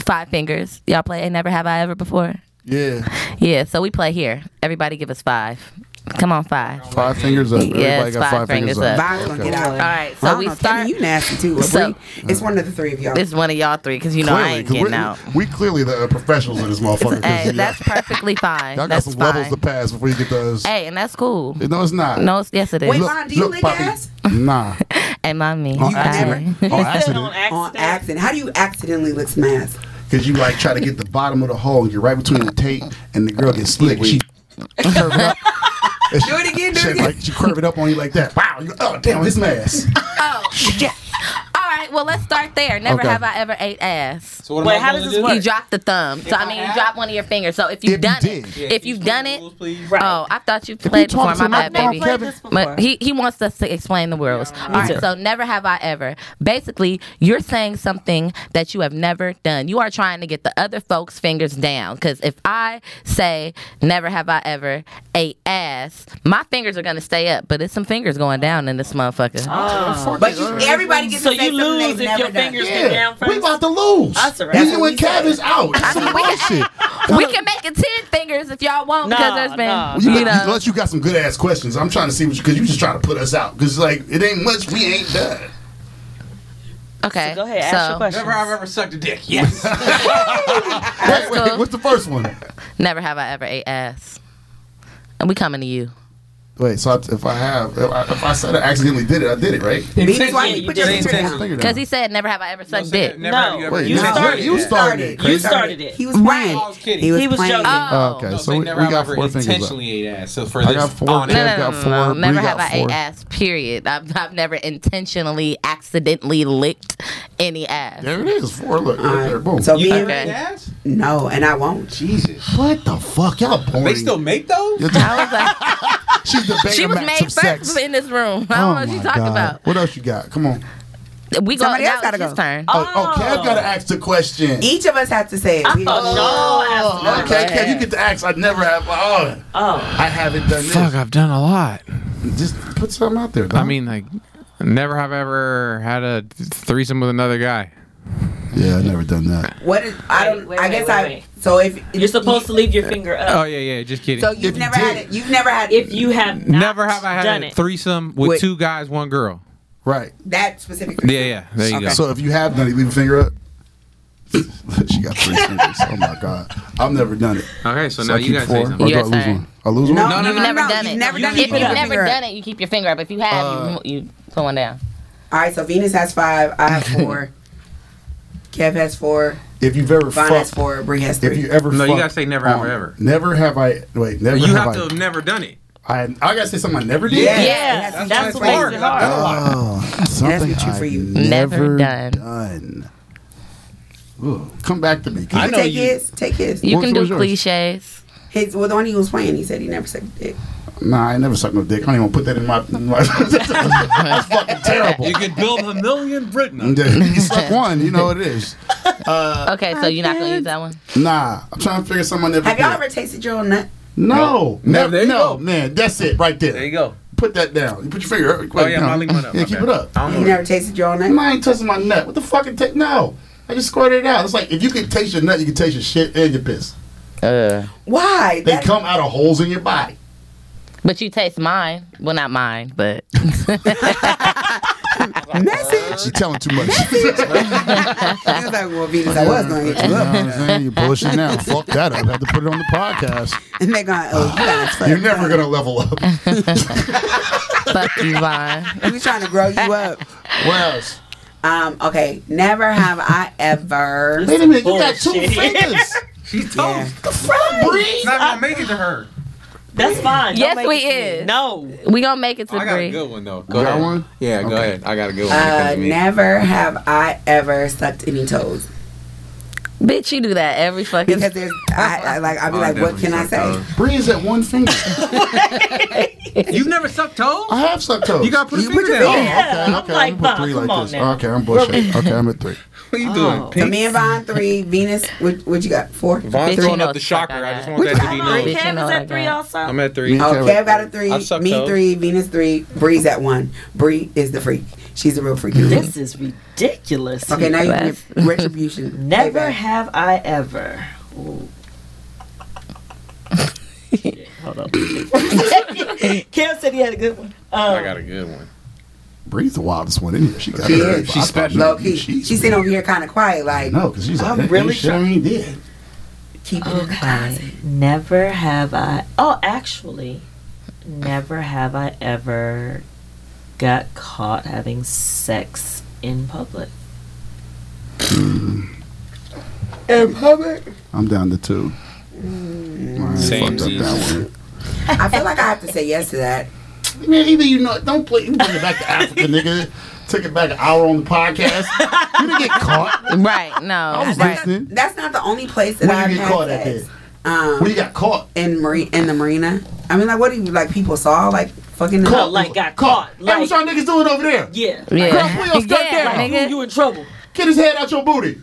Five Fingers. Y'all play Never Have I Ever Before? (laughs)
Yeah.
Yeah, so we play here. Everybody give us five. Come on, five.
Five fingers up. Everybody
Yeah, it's
got five, fingers, up.
Von's gonna get out.
All right,
I
so
don't
we
know, Kenny,
start.
You nasty too. Or
So-
Bree. it's one of the three of y'all.
This is one of y'all three because you know I
(laughs)
ain't
'cause
getting
we're-
out.
We clearly the uh, professionals in this motherfucker. 'cause
Hey,
you- (laughs)
that's perfectly fine.
y'all got
that's
some
fine.
levels to pass before you get those.
Hey, and that's cool.
No, it's not.
No, it's- yes, it is.
Wait, Von, do you lick
Poppy.
ass?
(laughs)
Nah.
and mommy.
On
Bye.
Oh, accident. On
On (laughs)
accident.
On
accident.
accident. How do you accidentally lick some ass?
Because you like try to get the bottom of the hole, you're right between the tape, and the girl gets slick. She curve it up. Do
it again, do it again.
Like, she curve it up on you like that. Wow. You, oh, damn, it's mass.
All right, well, let's start there. Never
Okay.
have I ever ate ass.
So what am Wait, I how supposed does to this do? work?
You drop the thumb. so I
I
mean, you
have-
drop one of your fingers. So if you've
you
done
did.
it, if you've done it,
Right.
oh, I thought you played
talk
before.
to
My
my
bad,
mom,
baby.
Kevin-
But he, he wants us to explain the rules. All right, so never have I ever. Basically, you're saying something that you have never done. You are trying to get the other folks' fingers down. Because if I say, never have I ever ate ass, my fingers are going to stay up, but it's some fingers going down in this motherfucker.
Oh.
But you, everybody gets
So
to say
you
something
lose
they've
if
never
your
done.
fingers get
Yeah,
down
we
first.
about to lose.
That's all right.
And
That's
you
what
and
we
Kevin's
said.
out. It's some bullshit.
(laughs) we can make it 10 fingers if y'all want.
Nah,
Because there's been,
nah,
You
you
better-
know.
unless you got some good ass questions, I'm trying to see what because you, just trying to put us out because like it ain't much we ain't done.
Okay.
Go ahead, ask your question.
Never have I ever sucked a dick. Yes.
Wait, wait,
cool.
what's the first one?
Never have I ever ate ass. And we coming to you.
Wait, so I, if I have if I, if I said I accidentally did it, I did it right.
That's why you put your
Intentionally.
finger down.
Think of that.
Because he said, never have I ever sucked dick.
Never have you ever.
Wait,
you
now-
started
you
it.
started it.
You started it.
He was playing.
I was kidding.
He was
playing.
joking.
Oh, okay,
No,
so
they
we, we
never have
got
ever
four fingers up.
intentionally ate ass. So for
I
this,
got four.
on it.
Kev got four.
Never
Bree
have
got
I ate
four.
ass, period. I've, I've never intentionally, accidentally licked any ass.
There it is. Four. Look, right there. Boom.
So
So,
me,
You-
Ate
Okay.
ass?
no, and I won't.
Jesus.
what the fuck? Y'all boring.
They still make those?
I was like,
She's the
she was
Betamax
made
of
first
sex. Oh
in this room. I don't know what
my
you talking
God. What else you got? Come on.
about. We
Somebody
go,
else
now
gotta
it's his
go.
turn.
Oh, oh Kev got to ask the question.
Each of us have to say it. We-
Oh, no,
Okay, Kev, you get to ask. I never have. Oh,
oh.
I haven't done this.
I've done a lot.
Just put something out there.
I
dog.
mean, like, never have I ever had a threesome with another guy.
yeah, I never done that.
What is? I don't.
Wait, wait,
I
wait,
guess
wait,
I.
wait.
So if
You're supposed to leave your finger up.
Oh yeah, yeah. Just kidding.
So you've
you
never had
did.
it. You've never had
if you have not
never have I
done
had a
it.
threesome with
Wait.
two guys, one girl.
Right.
that specific.
Yeah, yeah. There you go.
So if you have done it, leave a finger up. (laughs) she got three fingers. Oh my god, I've never done it.
Okay, so,
I
now you
keep
guys
four.
say
Or
something.
do I
Yes,
lose
sir.
one? I lose one.
No,
no,
You've
no,
never done
you've
it.
Never done
if
it.
you've
Keep your
never
finger
done
up.
it, you keep your finger up. If you have,
Uh,
you, you put one down.
All right. So Venus has five. I have four. Kev has four.
If you've ever
Von has
fucked,
four. Bree has
if
three.
you ever
No,
fucked-
you
um,
gotta say never have I ever.
Never have I. Wait, never
You
have,
have to
I,
have never done it.
I. I gotta say something I never did.
Yeah.
Yeah,
That's
that's,
why
what makes
hard.
it hard.
Oh, something
what you-
I've
for you.
never,
Never
done.
done.
Ooh, come back to me.
Did you
I know
take
you-
his. Take his.
You
What-
can
what was
do
yours?
cliches.
His. Well, the one he was playing, he said he never sucked dick.
Nah, I never sucked no dick. I don't even wanna put that in my. In my (laughs) that's fucking terrible.
You could build a million Britain.
you suck one, you know what it is.
Okay, so you're not going to use that one?
Nah, I'm trying to figure someone that.
Have y'all ever tasted your own nut?
No,
No,
never.
there you
no,
go.
man, that's it right there.
There you go.
Put that down. You put your finger. up.
Oh yeah,
no.
I'll link mine up.
Yeah,
my
keep
bad.
it up.
I don't
You
know.
never tasted your own
No,
nut.
I ain't touching my nut. What the fucking take? No, I just squirted it out. It's like if you can taste your nut, you can taste your shit and your piss. Uh,
Why?
They
That-
come out of holes in your body.
But you taste mine. Well, not mine, but (laughs)
She's telling too much. (laughs)
He was like, well, Venus, I was going to hit you
You know (laughs) what
up.
I'm saying? You bullshit now. (laughs) Fuck that up. I have to put it on the podcast.
And they're going, oh, you guys fucked
You're never
up.
gonna level up.
fuck you, Vaughn.
We was trying to grow you up.
What else?
Um, okay, never have I ever.
Wait a minute. You got two
Bullshit.
fingers.
She's
Yeah.
toast.
Breathe.
Not gonna make it to her.
That's fine. Don't
Yes,
make
we
it to me.
is.
No.
We gonna make it to
I got a
Bree.
good one though. (laughs) Go
You got
ahead.
one?
Yeah, go
Okay.
ahead. I got a good one. when it comes
Uh,
to me.
never have I ever sucked any toes
Bitch, you do that every fucking.
because there's I, I like I'll be
Oh,
like, what can I say?
Bree is at one finger.
(laughs)
You've never sucked toes?
Oh.
I have sucked toes.
You gotta put a
You put
finger
your
down.
Oh, okay,
Yeah, I'm
okay. I'm
like,
gonna put
Bob,
three
come
like
on
this.
now.
Okay, I'm bullshit. Okay, I'm at three.
What are you doing?
So me and Vaughn three, Venus, what, what you got? Four.
Von's
Bitch,
throwing
you
up
know
the
it's like
shocker.
I
I just
got-
want that to be
Come on,
Bitch,
known.
you
Kev
know
is
what I
at three
got.
also.
I'm at three.
Me-
Okay, I've Oh, got a
I
three.
suck
Me
toes.
three, Venus three, Bree's at one. Bree is the freak. She's a real freak.
This is ridiculous.
Okay, now you can
Bless.
get
(laughs)
retribution.
Never
Payback.
have I ever. Ooh. Shit, (laughs) Hold (laughs) on. Kev said he had a good one. Um,
I got a good one.
Bree's the wildest one in here. She got
She
her-
is.
I
She's
thought
special.
maybe
Low key.
she's-
She's sitting over here kind of quiet, like
No, because she's like,
I'm
that
really
really shit I ain't did.
keep
Oh,
it in
(laughs)
the closet.
Okay. Never have I. Oh, actually, never have I ever got caught having sex in public.
In public.
I'm down to two.
Mm.
I
Same.
fucked up that one.
I feel like I have to say yes to that.
(laughs)
Man, either you know, don't play. You bring it back to Africa, nigga. took it back an hour on the podcast. you didn't get
(laughs)
caught.
Right. No.
I was
right.
listening.
That's not the only place that
When
I've
you get
had
caught at
sex.
that?
Um,
When you got caught?
in marine in the marina. I mean, like, what do you like? People saw like fucking.
No, like got caught.
Hey,
Like
what y'all niggas doing over there?
yeah,
Yeah.
Girl, pull your skirt
Yeah,
down.
nigga.
you in trouble.
Get his head out your
(laughs)
booty.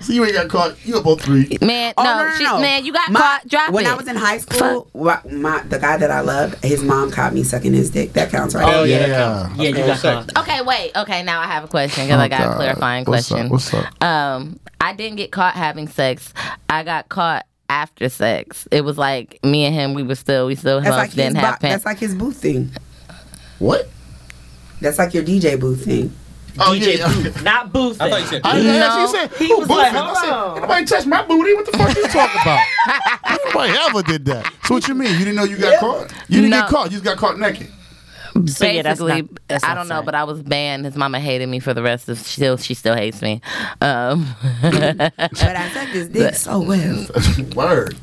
so you ain't got caught. You up on three.
Man,
Oh,
no, she, man, you got
My-
caught. Drop
when
it.
I was in high school, wa- my, the guy that I loved, his mom caught me sucking his dick. That counts, right?
Oh yeah,
Yeah.
yeah, you got caught.
okay, wait. Okay, now I have a question because I got a clarifying
What's
question.
up? What's up?
Um, I didn't get caught having sex. I got caught after sex. It was like me and him. We were still, we still
That's like
hugged,
his
didn't
bo-
have
that's
pants.
like his booth thing.
What?
That's like your DJ booth thing.
Oh,
DJ
yeah.
Booth, not Booth.
I thought you said.
I didn't ask you
No.
said,
He
who
was like,
boofing? I
hold
said,
on.
"Ain't nobody touched my booty. What the fuck you talking
(laughs)
about? Nobody ever did that. So what you mean? You didn't know you got caught? You didn't get
No.
caught. You just got caught naked. (laughs)
So, yeah, that's
Basically,
not- that's
I
not
don't know,
science.
but I was banned. His mama hated me for the rest of. Still, she still hates me. Um, (laughs)
But I sucked his dick so well.
Word.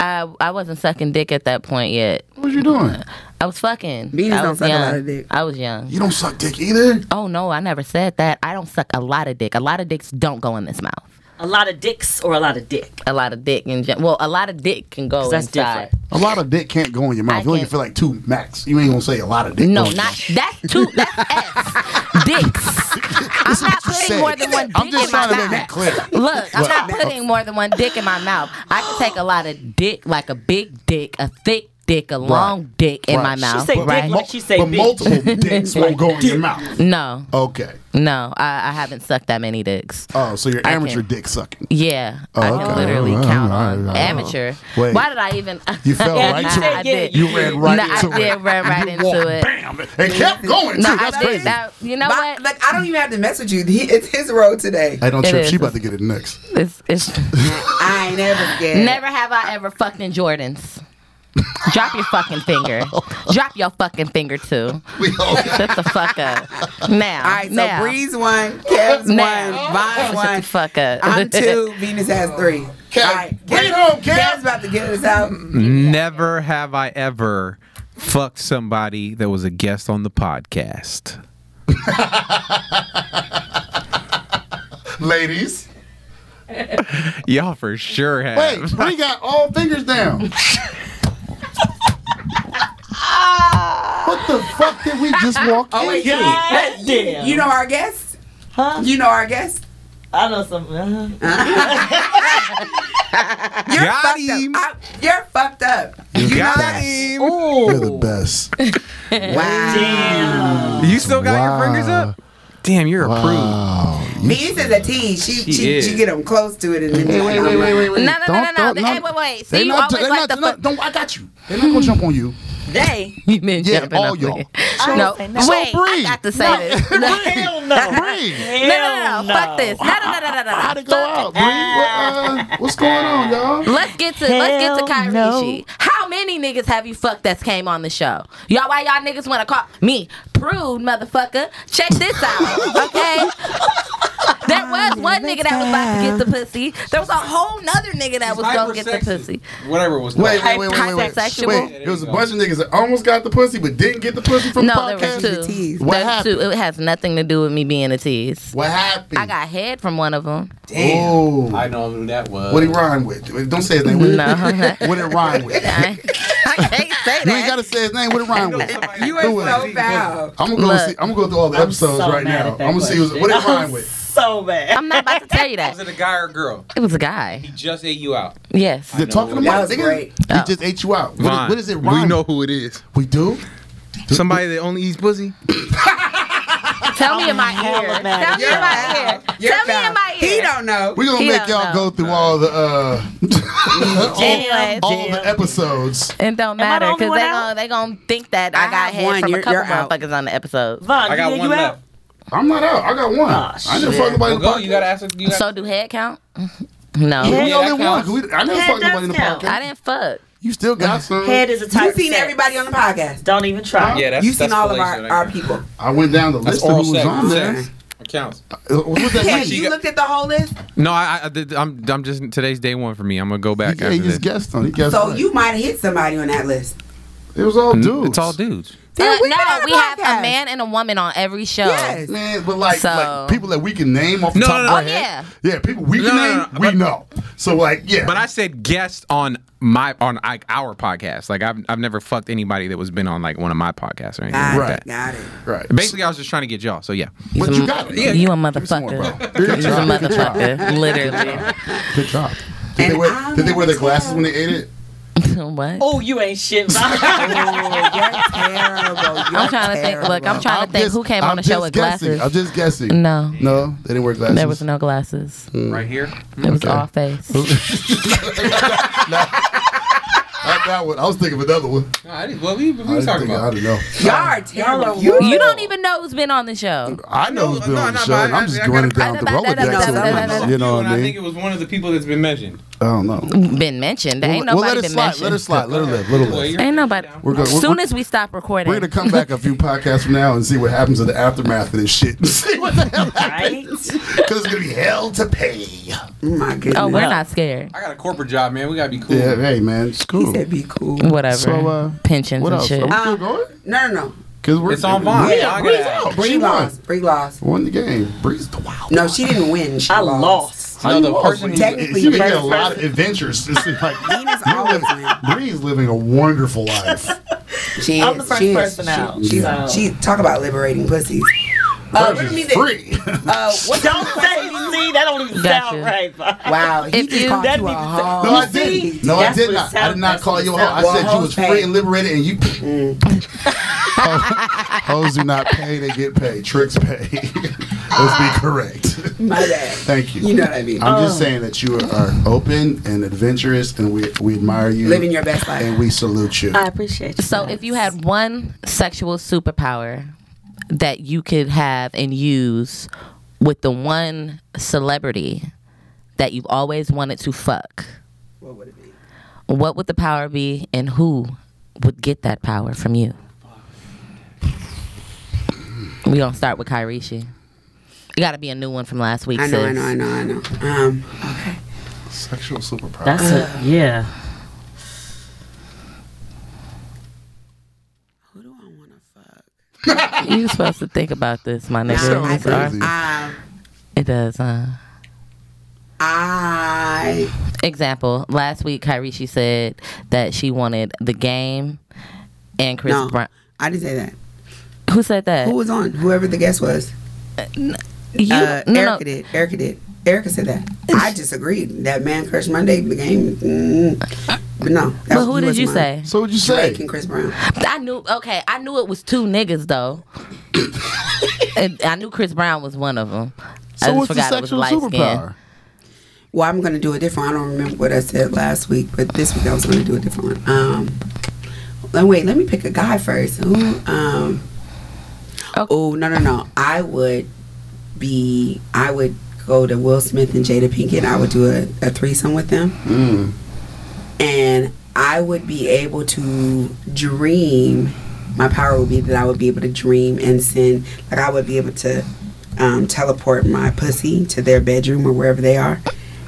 I I wasn't sucking dick at that point yet.
What you doing?
I was fucking.
Beans
I
don't
was
suck a
young.
lot of dick.
I was young.
You don't suck dick either.
Oh no, I never said that. I don't suck a lot of dick. A lot of dicks don't go in this mouth.
a lot of dicks or a lot of
(laughs)
dick.
A lot of dick in gen- well, a lot of dick can go
that's
inside.
different.
A lot of dick can't go in your mouth.
I
you only can
can't.
feel like two max. You ain't gonna say a lot of dick. Oh,
No,
go in your
not that's two.
(laughs)
That's S. Dicks. I'm not
you
putting
said.
more than one dick
I'm just
in my
trying to make that
mouth.
clear.
Look, I'm not putting more than one dick in my mouth. I can take a lot of dick, like a big dick, a thick dick, a long dick in my
Right. She
mouth.
said dick
right?
like-
mouth.
she say
but
bitch. (laughs)
multiple dicks won't go in your mouth.
no,
Okay.
no, I, I haven't sucked that many dicks.
Oh, so you're amateur
can't.
dick sucking.
Yeah, I can
okay.
literally
All right,
count
all
on
right, all right.
amateur.
Wait.
Why did I even? (laughs)
You fell
Yeah,
right
you
I,
to
said,
I
yeah,
did.
You ran right
no,
into
I
it.
did run right into it.
Bam! It kept going.
No,
too.
I
That's
did
crazy.
that. You know
My-
what?
like I don't even have to mess with you. (laughs) He, it's his road today.
Hey, don't
It
trip.
is.
She about to get it next.
It's, it's
I ain't never scared.
never have I ever fucked in
(laughs)
Jordans. Drop your fucking finger. Drop your fucking finger too.
(laughs) We all
Shut the fuck up. Now.
All right, so
now.
Breeze one, Kev's
Now.
one, Vine
Shut the
one.
fuck up. (laughs)
I'm two. Venus has three.
Kev,
All right,
bring it home, Kev.
Kev's about to get us out.
Mm-hmm. Never have I ever fucked somebody that was a guest on the podcast.
ladies.
Y'all for sure have.
(laughs) Wait, we got all fingers down. (laughs) what the fuck did we just walk
Oh wait,
into?
you,
God damn.
you know our guest?
Huh?
You know our guest?
I know something. Uh-huh.
You're
Got
fucked
him.
up. I- you're fucked up.
you got
best.
him.
You're the (laughs) best.
Damn.
You still got
Wow.
your fingers up? Damn, you're a
Wow.
Venus is a teen. She she, she,
is.
get them close to it and then
Hey, wait, wait, wait, wait, wait.
No, no, no,
Don't-
no, no.
don't-
They- hey, wait, wait. See,
They
you
not,
always
they
like
not,
the
they not-
fuck-
don't, I got you. They're not gonna jump on you.
They.
(laughs) You been
Yeah,
jumping
all
up
y'all.
again.
So-
no,
so
(laughs) wait. I
Bree.
got
(laughs)
to say this. No,
Hell no.
Bree,
no, no, no, no. Fuck this. No, no, no, no, no, no.
how'd it go out? Bree, what, uh, what's going on, y'all?
Let's get to let's get to Kyrie.
Hell no.
She. How many niggas have you fucked that came on the show? Y'all, why y'all niggas want to call me prude, motherfucker? Check this
(laughs)
out, okay? There was one nigga that was about to get the pussy. There was a whole nother nigga that was gonna get the pussy.
Whatever was
Wait, wait, wait, wait, wait, wait.
Hypersexual.
Wait, there was a bunch of niggas that almost got the pussy but didn't get the pussy from
No,
the
there was
podcast.
two.
What
There was
happened?
two. It has nothing to do with me being a tease.
What happened?
I got head from one of them.
Damn. I
know who that was.
What it rhyme with? Don't say his name. What it,
No.
(laughs) what it rhyme
(laughs)
with?
I, I can't say
You ain't
that.
gotta say his name. What it rhyme
(laughs)
with?
(laughs) You are so foul.
I'm gonna go.
Look.
see, I'm gonna go through all the
I'm
episodes
so
right
mad
now.
at that
I'm gonna see who's,
question.
what it rhyme
I'm
with.
So bad.
I'm not about to tell you
Was
that.
it a guy or a girl?
It was a guy.
Just ate you out.
Yes.
They're talking about
was
nigga.
great.
He just ate you out. What,
Vine,
what is it rhyme?
We know who it is.
with? We do.
Somebody that only eats pussy.
Tell me in my
hella
ear.
mad.
Tell me in my ear.
You're
Tell me in
foul.
my ear.
He don't know.
We're gonna
He
make
don't
y'all go
know.
through all the uh, (laughs)
Anyways.
all the episodes.
It don't
Am I the
matter
only
because
one
they
out?
gonna, they gonna think that I,
I
got
have
head
one.
from
You're-
a couple
you're out.
motherfuckers on the episode.
Von,
I got
you,
one
you out?
left.
I'm not out. I got one. I didn't fuck nobody.
Well,
in the
go. You gotta
podcast.
ask. You gotta,
So do head count? (laughs) No,
We
Yeah,
only
that
one. 'cause We, I never
Yeah,
fucked nobody in the
it does
podcast.
count.
I didn't fuck.
You still got some.
Head is a type.
You
of
seen
sex.
everybody on the podcast.
Don't even try.
yeah, that's
You've seen
that's
all of our,
fellatio,
our
that counts.
people.
I went down the
That's
list of
oral
who was
sex.
on there.
Sex. It counts.
Uh, What was that?
Kev,
list?
she
you
got-
looked at the whole list,
No, I, I, I, am I'm just today's day one for me. I'm gonna go back.
Yeah,
after
he just
this.
guessed on. it. He guessed
so
right.
you might have hit somebody on that list.
It was all dudes.
It's all dudes.
Uh, no, we have a man and a woman on every show.
Yes. Man, but like, like people that we can name off the
No,
top
no,
of
no.
our
Oh,
head. Yeah. people we can
No, no,
name,
no,
we know. So like, yeah.
But I said guest on my on like our podcast. Like I've I've never fucked anybody that was been on like one of my podcasts or anything.
Got
like
it,
that.
got it.
Right.
Basically, I was just trying to get y'all. So yeah.
But you got it.
You a motherfucker. You a
(laughs)
motherfucker. Literally.
Good job. Did they, wear, did they wear their glasses when they ate it?
(laughs) what?
Oh, you ain't shit. I'm
I'm trying to think. Look, I'm trying to think who came on
I'm
the show
just
with
guessing.
glasses.
I'm just guessing.
No.
No, they didn't wear glasses.
There was no glasses.
Right here.
It was all face.
Not that one. I was thinking of another one.
I didn't, well, we, we
I, didn't
was talking
think, I
about.
don't know.
Y'all are terrible. You,
You don't even know who's been on the show.
I know who's been
no,
on the
no,
show,
but
and
I-
I'm just
I
going
gotta-
down the
I- I- I- I- I- I-
Rolodex. of
I-
names, You know what
and
I
I think
mean?
it was one of the people that's been mentioned.
I don't know.
Been mentioned. There ain't
Well, let
nobody
it
been
slide. Let it
mentioned.
slide. Let it live. Let it
Well,
live.
you're-
Ain't nobody.
We're gonna-
As
we're-
soon
we're-
as we stop recording,
We're gonna (laughs) come back a few podcasts from now and see what happens in the aftermath of this shit. (laughs) See what the hell happens. Because it's gonna be hell to pay.
My goodness.
oh, we're not scared.
I got a corporate job, man. We gotta be cool.
Yeah, hey man, it's
He
cool.
said be cool.
Whatever.
So, uh,
Pensions
what
and
else?
shit.
Are we still
Um,
going?
No, no, no.
Because we're
It's on Vine.
Yeah,
Y'all
Breeze
gotta-
out.
Bree
Bree won.
lost. Bree lost.
Won the game. Breeze the wild.
No, she didn't win.
(laughs)
She
I lost.
How
No,
you
the
lost?
person who-
Technically,
you
the
had a
first
lot of adventures. It's like, (laughs)
Nina's
you
always
live- Bree's living a wonderful life.
She
I'm the
is-
first
she is-
person out,
She, she,
so.
she talk about liberating pussies. Uh,
Hers
let me
is
think.
free.
Uh, what the-
Don't say (laughs) see that don't even
Gotcha.
sound right.
Wow, he
If
just
you-
called
that
you a
nigga-
(laughs)
hoe.
No, I
see,
didn't. No, I
that's
did
what
not.
sound-
I did not
that's
call
what
you a hoe.
sound-
I
Well,
said you was
hoes pay.
free and liberated, and you. (laughs) Ho- Hoes do not pay; they get paid. Tricks pay. (laughs) Let's be correct.
My bad.
Thank you.
You know what I mean.
I'm just saying that you are open and adventurous, and we we admire you.
Living your best life.
and we salute you.
I appreciate you.
So, if you had one sexual superpower that you could have and use with the one celebrity that you've always wanted to fuck,
What would it be?
what would the power be, and who would get that power from you? We gonna start with Kyrishi. You gotta be a new one from last week.
I know, I
sis.
know, I know, I know. Um,
Sexual superpower.
That's a yeah.
who do I want to fuck?
You supposed to think about this, my
I,
nigga.
sounds
think,
crazy.
um,
It does. Huh?
I
Example: Last week, Kyrie she said that she wanted the game and Chris
No.
Brown.
I didn't say that.
Who said that?
Who was on? Whoever the guest was.
you,
Uh,
no, no.
Erica did. Erica did. Erica said that.
(laughs)
I disagreed. That man crushed Monday became. Mm, but no. that
But
was-
who
he
did
was
you
mine.
say?
So what'd you
Drake
say?
and Chris Brown.
I knew. Okay, I knew it was two niggas though.
(laughs)
and I knew Chris Brown was one of them. I
So what's
just
the
forgot it was
sexual
light skin.
superpower?
Well, I'm gonna do a different. I don't remember what I said last week, but this week I was gonna do a different one. Um, and wait, let me pick a guy first. Who? Um,
Oh.
Oh no no no! I would be. I would go to Will Smith and Jada Pinkett. I would do a, a threesome with them, and I would be able to dream. My power would be that I would be able to dream and send. Like I would be able to um, teleport my pussy to their bedroom or wherever they are,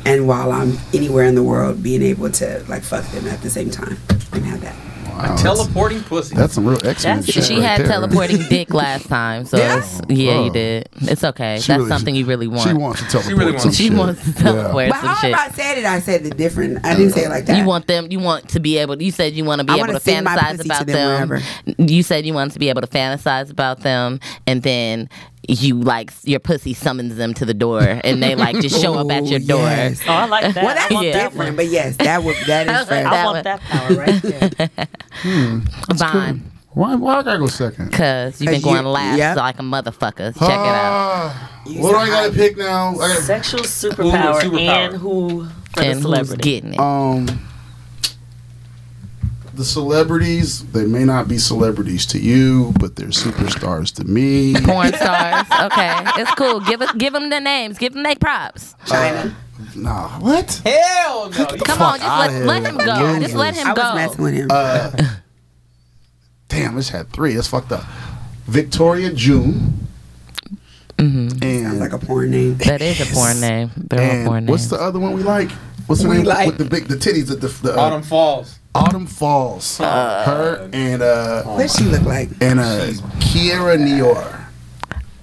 and while I'm anywhere in the world, being able to like fuck them at the same time and have that.
Wow, that's,
Teleporting pussy.
that's some real X Men
That's-
shit.
She
right
had
there.
teleporting dick last
(laughs)
time, so it's, yeah, you did. It's okay.
She
That's
really-
something you really want.
She wants to teleport.
really
some
wants-
She
shit.
wants to
Yeah.
teleport
But
some
how
shit.
I said it, I said it different. I didn't say it like that.
You want them. You want to be able. You said you want to be
I
able
wanna
to
send my
fantasize
pussy to
about
them
them. You said you wanted to be able to fantasize about them, and then you like your pussy summons them to the door, and they like just show up at your
(laughs) Ooh,
door.
yes.
Oh, I like that.
Well, that's
I
(laughs)
want that
different,
one.
but yes, that would that is fair.
I
That
want
one.
that power
(laughs)
right there.
Vine,
Why? Why I gotta go second?
because you've been
'Cause you-
going last
yep.
like a motherfucker. Check it out.
(laughs)
Ah, What do I gotta pick now? I gotta
Sexual superpower,
superpower.
and who for
And
the
who's
celebrity?
getting it?
um the celebrities they may not be celebrities to you but they're superstars to me
Porn stars. Okay, it's cool. Give us, give them the names. Give them their props.
China.
nah what
Hell no. You
Come on,
fuck
just let,
outta
let
here,
him go. Just let
I
him
was messing
go.
with him.
damn I just had three that's fucked up victoria june
Sounds
Mm-hmm.
and,
like a porn name.
That is a porn name. They're all
and
porn names.
what's the other one we like what's the
We
name
like-
with the big the titties at the, the uh,
Autumn Falls.
Autumn Falls. her and uh,
What she look like?
And uh, Kiera Nior.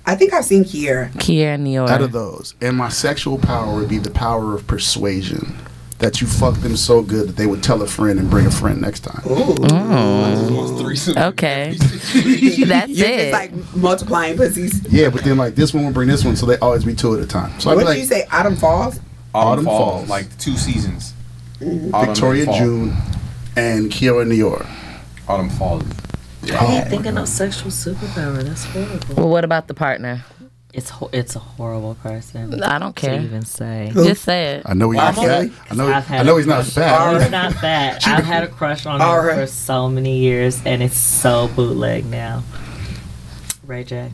I think I've seen Kiera.
Kiera Nior.
Out of those, and my sexual power would be the power of persuasion. That you fuck them so good that they would tell a friend and bring a friend next time.
(laughs) Okay. That's
You're just
it.
like multiplying pussies.
Yeah, but then like this one will bring this one, so they always be two at a time. So I'd
what
be
did
like,
you say? Autumn Falls?
Autumn
Autumn
Falls,
Falls.
like two seasons.
Autumn
Victoria
and fall.
June and Kiora Nior. Autumn Falls.
I hate thinking of sexual superpower. That's horrible.
Well, what about the partner?
It's ho- it's a horrible person.
I don't care.
To even say.
Who? Just say it.
I know he's not fat. I know.
I've had
I know he's not
a-
fat.
He's not fat. I've had a crush on
All
him
right.
for so many years, and it's so bootleg now. Ray J.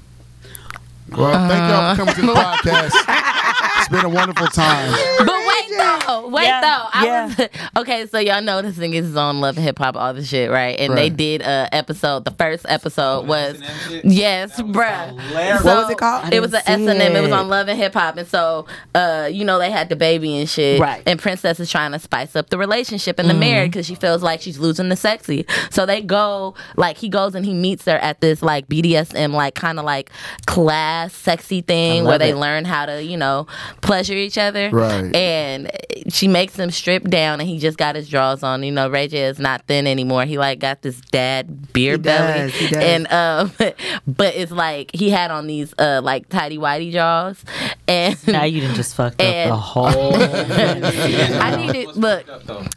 Well, thank y'all
Uh.
for coming
(laughs)
to the podcast. It's been a wonderful time.
But wait though, wait
Yeah,
though. I was (laughs) okay. So y'all know this thing is on Love and Hip Hop, all the shit, right? And they
Right.
did a episode. The first episode was yes, bruh.
What was it called? I
It was an
didn't
S
see
and M. It was
it.
on Love and Hip Hop, and so uh, you know they had the baby and shit.
Right.
And Princess is trying to spice up the relationship and the
Mm-hmm.
marriage because she feels like she's losing the sexy. So they go like he goes and he meets her at this like BDSM like kind of like class sexy thing where
love
they
it.
learn how to you know pleasure each (laughs) other.
Right.
And she makes him strip down, and he just got his drawers on. You know, Ray J is not thin anymore. He like got this dad beer belly,
does, he does.
and um, (laughs) but it's like he had on these uh like tidy whitey drawers, and
Now you didn't just fucked
And-
up the (laughs) whole.
(laughs) I needed look.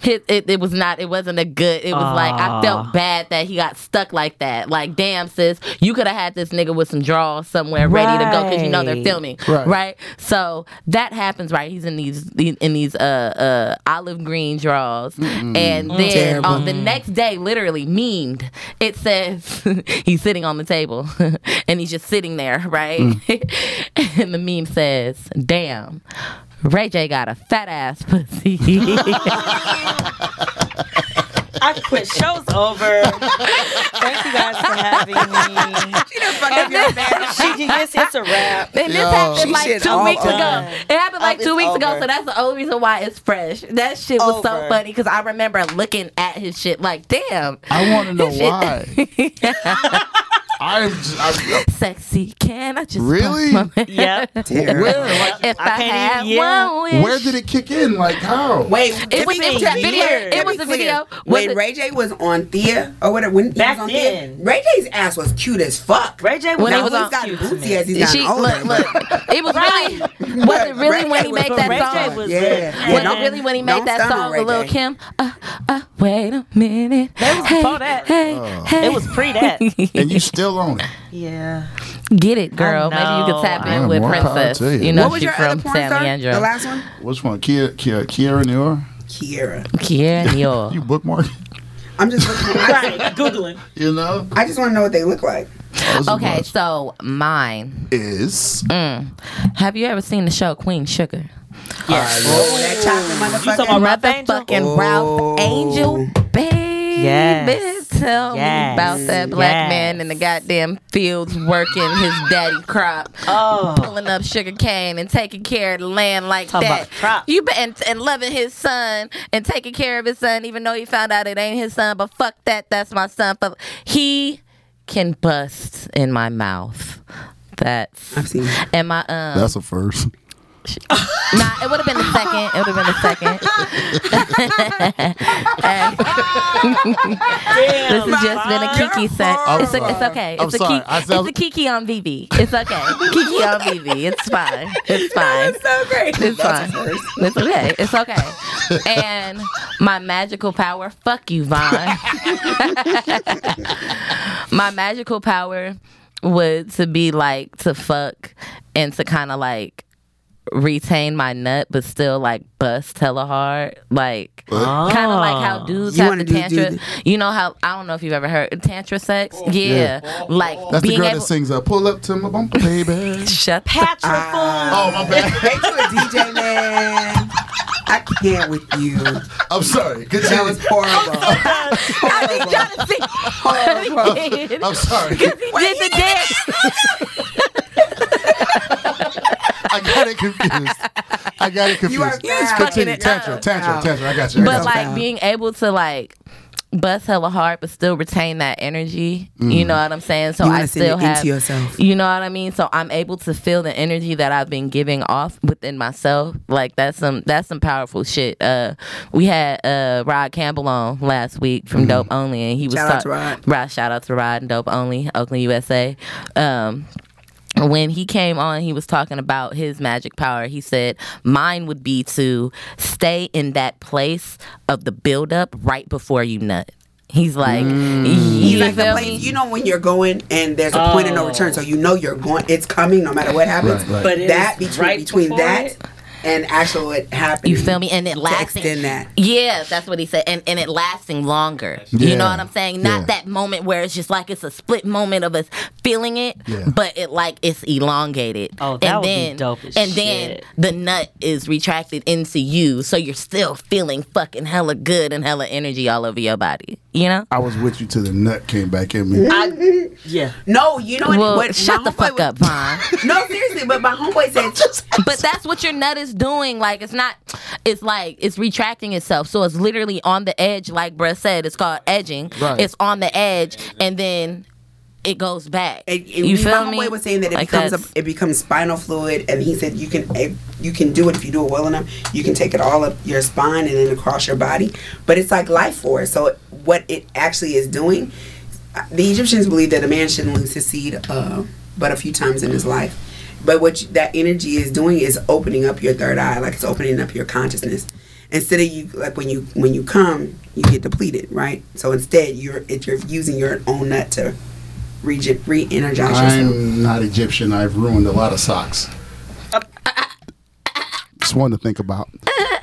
It, it it was not. It wasn't a good. It was like I
Aw.
felt bad that he got stuck like that. Like damn, sis, you could have had this nigga with some draws somewhere ready to go because you know they're
Right.
filming,
Right.
right? So that happens, right? He's in these in these uh uh olive green draws, and then
Terrible.
on the next day, literally memed. It says (laughs) he's sitting on the table, (laughs) and he's just sitting there, right? (laughs) and the meme says, "Damn." Ray J got a fat ass pussy. (laughs)
I quit. Show's over. Thank you guys for having me.
She done fucked up your marriage.
She just it's a wrap.
And this
Yo.
happened
(laughs) She
like
shit
two
all
weeks
over.
ago. It happened like
Oh,
two
it's
weeks ago,
over.
so that's the only reason why it's fresh. That shit was
Over.
so funny because I remember looking at his shit like, damn.
I want to know
This shit-
why. I'm just, I'm,
(laughs) Sexy, can I just
Really?
(laughs)
pump my-
Yep.
Where? Like,
(laughs) if I,
can't
had
even- yeah.
one wish.
where did it kick in? Like how?
(laughs)
Wait,
It was- it was a video. It was a video. Was
When
it-
Ray J was on Thea or whatever, when he
Back
was on
then.
Thea, Ray J's ass was cute as fuck.
Ray J
When
when
he
Now
I
was
was
he's
on-
gotten
cute to
booty
me.
as he's gotten
She-
older.
look, look. It was really, was
(laughs)
it really
Ray
when
J
he
was
made
so-
that
Ray J
song?
was
Yeah.
a-
Was
Don't-
it really when he made
don't
that
stop
song
it,
with
Ray
Lil
J.
Kim? Uh, uh, wait a minute.
That was before that.
Hey, hey.
It was pre that.
And you still on it?
Yeah.
Get it, girl. Maybe you
know.
could tap
Yeah,
in with
more power
Princess.
to you.
You know
what was
she
your
from
other porn
San
star?
Leandro.
The last one,
Which one? Kia, Kia, Kiera Nior?
Kiera.
Kiera
You bookmark?
I'm just
(laughs)
looking.
Right. Googling.
(laughs) You know?
(laughs) I just want to know what they look like.
Those are
Okay, Uh.
mine.
so mine. Mm.
Is
Have you ever seen the show Queen Sugar?
Yes.
Oh, that chocolate
talking
motherfucker.
about- Ralph Angel?
Motherfucking Ralph Angel, baby.
Oh. Yes.
Tell
Yes.
me about that black
Yes.
man in the goddamn fields working his daddy crop,
Oh.
pulling up sugar cane and taking care of the land like
Talk about
that.
crop.
You be, and, and loving his son and taking care of his son, even though he found out it ain't his son. But fuck that, that's my son. But he can bust in my mouth. That's
I've seen that.
and my um.
that's a first.
Nah, it would have been the second. It would have been the second.
Damn.
this has just been a kiki set.
I'm
It's, a,
sorry.
it's okay.
I'm
it's, a
sorry.
kiki,
I sound-
it's a kiki on VV. It's okay. kiki on VV. It's fine. It's fine.
so great.
It's fine.
That's a first.
It's okay. (laughs) It's okay. And my magical power, fuck you, Vaughn. (laughs) my magical power would to be like to fuck and to kind of like retain my nut but still like bust hella hard like kind of like how dudes
You
have
wanna
the
do- do
tantra
the-
you know how i don't know if you've ever heard tantra sex yeah, like
Oh, That's the
being
girl
able
that sings uh, "Pull Up to My Bumper, (laughs) Baby."
(laughs) shut the
Patrick.
oh my bad.
Make you Ah. a DJ, man. I can't with you.
I'm sorry. Good
That was
job.
horrible.
I be trying to (laughs)
Horrible.
see
I'm sorry.
(laughs) did the dance
I got it confused. I got it confused.
You are
fucking
Continue.
it
Tantra,
up.
tantra, tantra. I got you. I
but
got you.
like being able to like bust hella hard, but still retain that energy. You
Mm.
know what I'm saying? So
You
I
wanna send
still
it into
have
yourself.
You know what I mean? So I'm able to feel the energy that I've been giving off within myself. Like that's some that's some powerful shit. Uh, we had uh Rod Campbell on last week from Dope Only, and he was
Mm-hmm. Shout out to
talk-
Rod.
Rod, shout out to Rod and Dope Only, Oakland, USA. Um, when he came on, he was talking about his magic power. He said, Mine would be to stay in that place of the buildup right before you nut. He's like,
He's
you
like the
feel
place,
me?
you know when you're going and there's a point of no return, so you know you're going. It's coming no matter what happens.
Right, right. But it
that
is
between
right
between
before
that
it?
and actual it happening.
You feel me? And it
to
lasting.
extend that.
Yeah, that's what he said. And and it lasting longer.
Yeah.
You know what I'm saying? Not
Yeah.
that moment where it's just like it's a split moment of us feeling it,
Yeah.
but it like it's elongated.
Oh, that
and
would be
then,
dope as
And then the nut is retracted into you, so you're still feeling fucking hella good and hella energy all over your body. You know?
I was with you till the nut came back at me.
yeah.
No, you know
Well,
what?
shut the fuck up, Vaughn.
no, seriously, but my homeboy said.
but that's what your nut is doing. Like it's not, it's like it's retracting itself. So it's literally on the edge, like Bruh said. It's called edging.
Right.
It's on the edge, and then it goes back. (laughs)
my
you feel
homeboy
me?
was saying that it
Like
becomes
that's-
a, it becomes spinal fluid, and he said you can eh, you can do it if you do it well enough. You can take it all up your spine and then across your body, but it's like life force. So what it actually is doing, uh, the Egyptians believe that a man shouldn't lose his seed, uh, but a few times in his life. But what you, that energy is doing is opening up your third eye, like it's opening up your consciousness. Instead of you, like when you when you come, you get depleted, right? So instead, you're it, you're using your own nut to re re-energize yourself.
I'm not Egyptian. I've ruined a lot of socks. Just one to think about.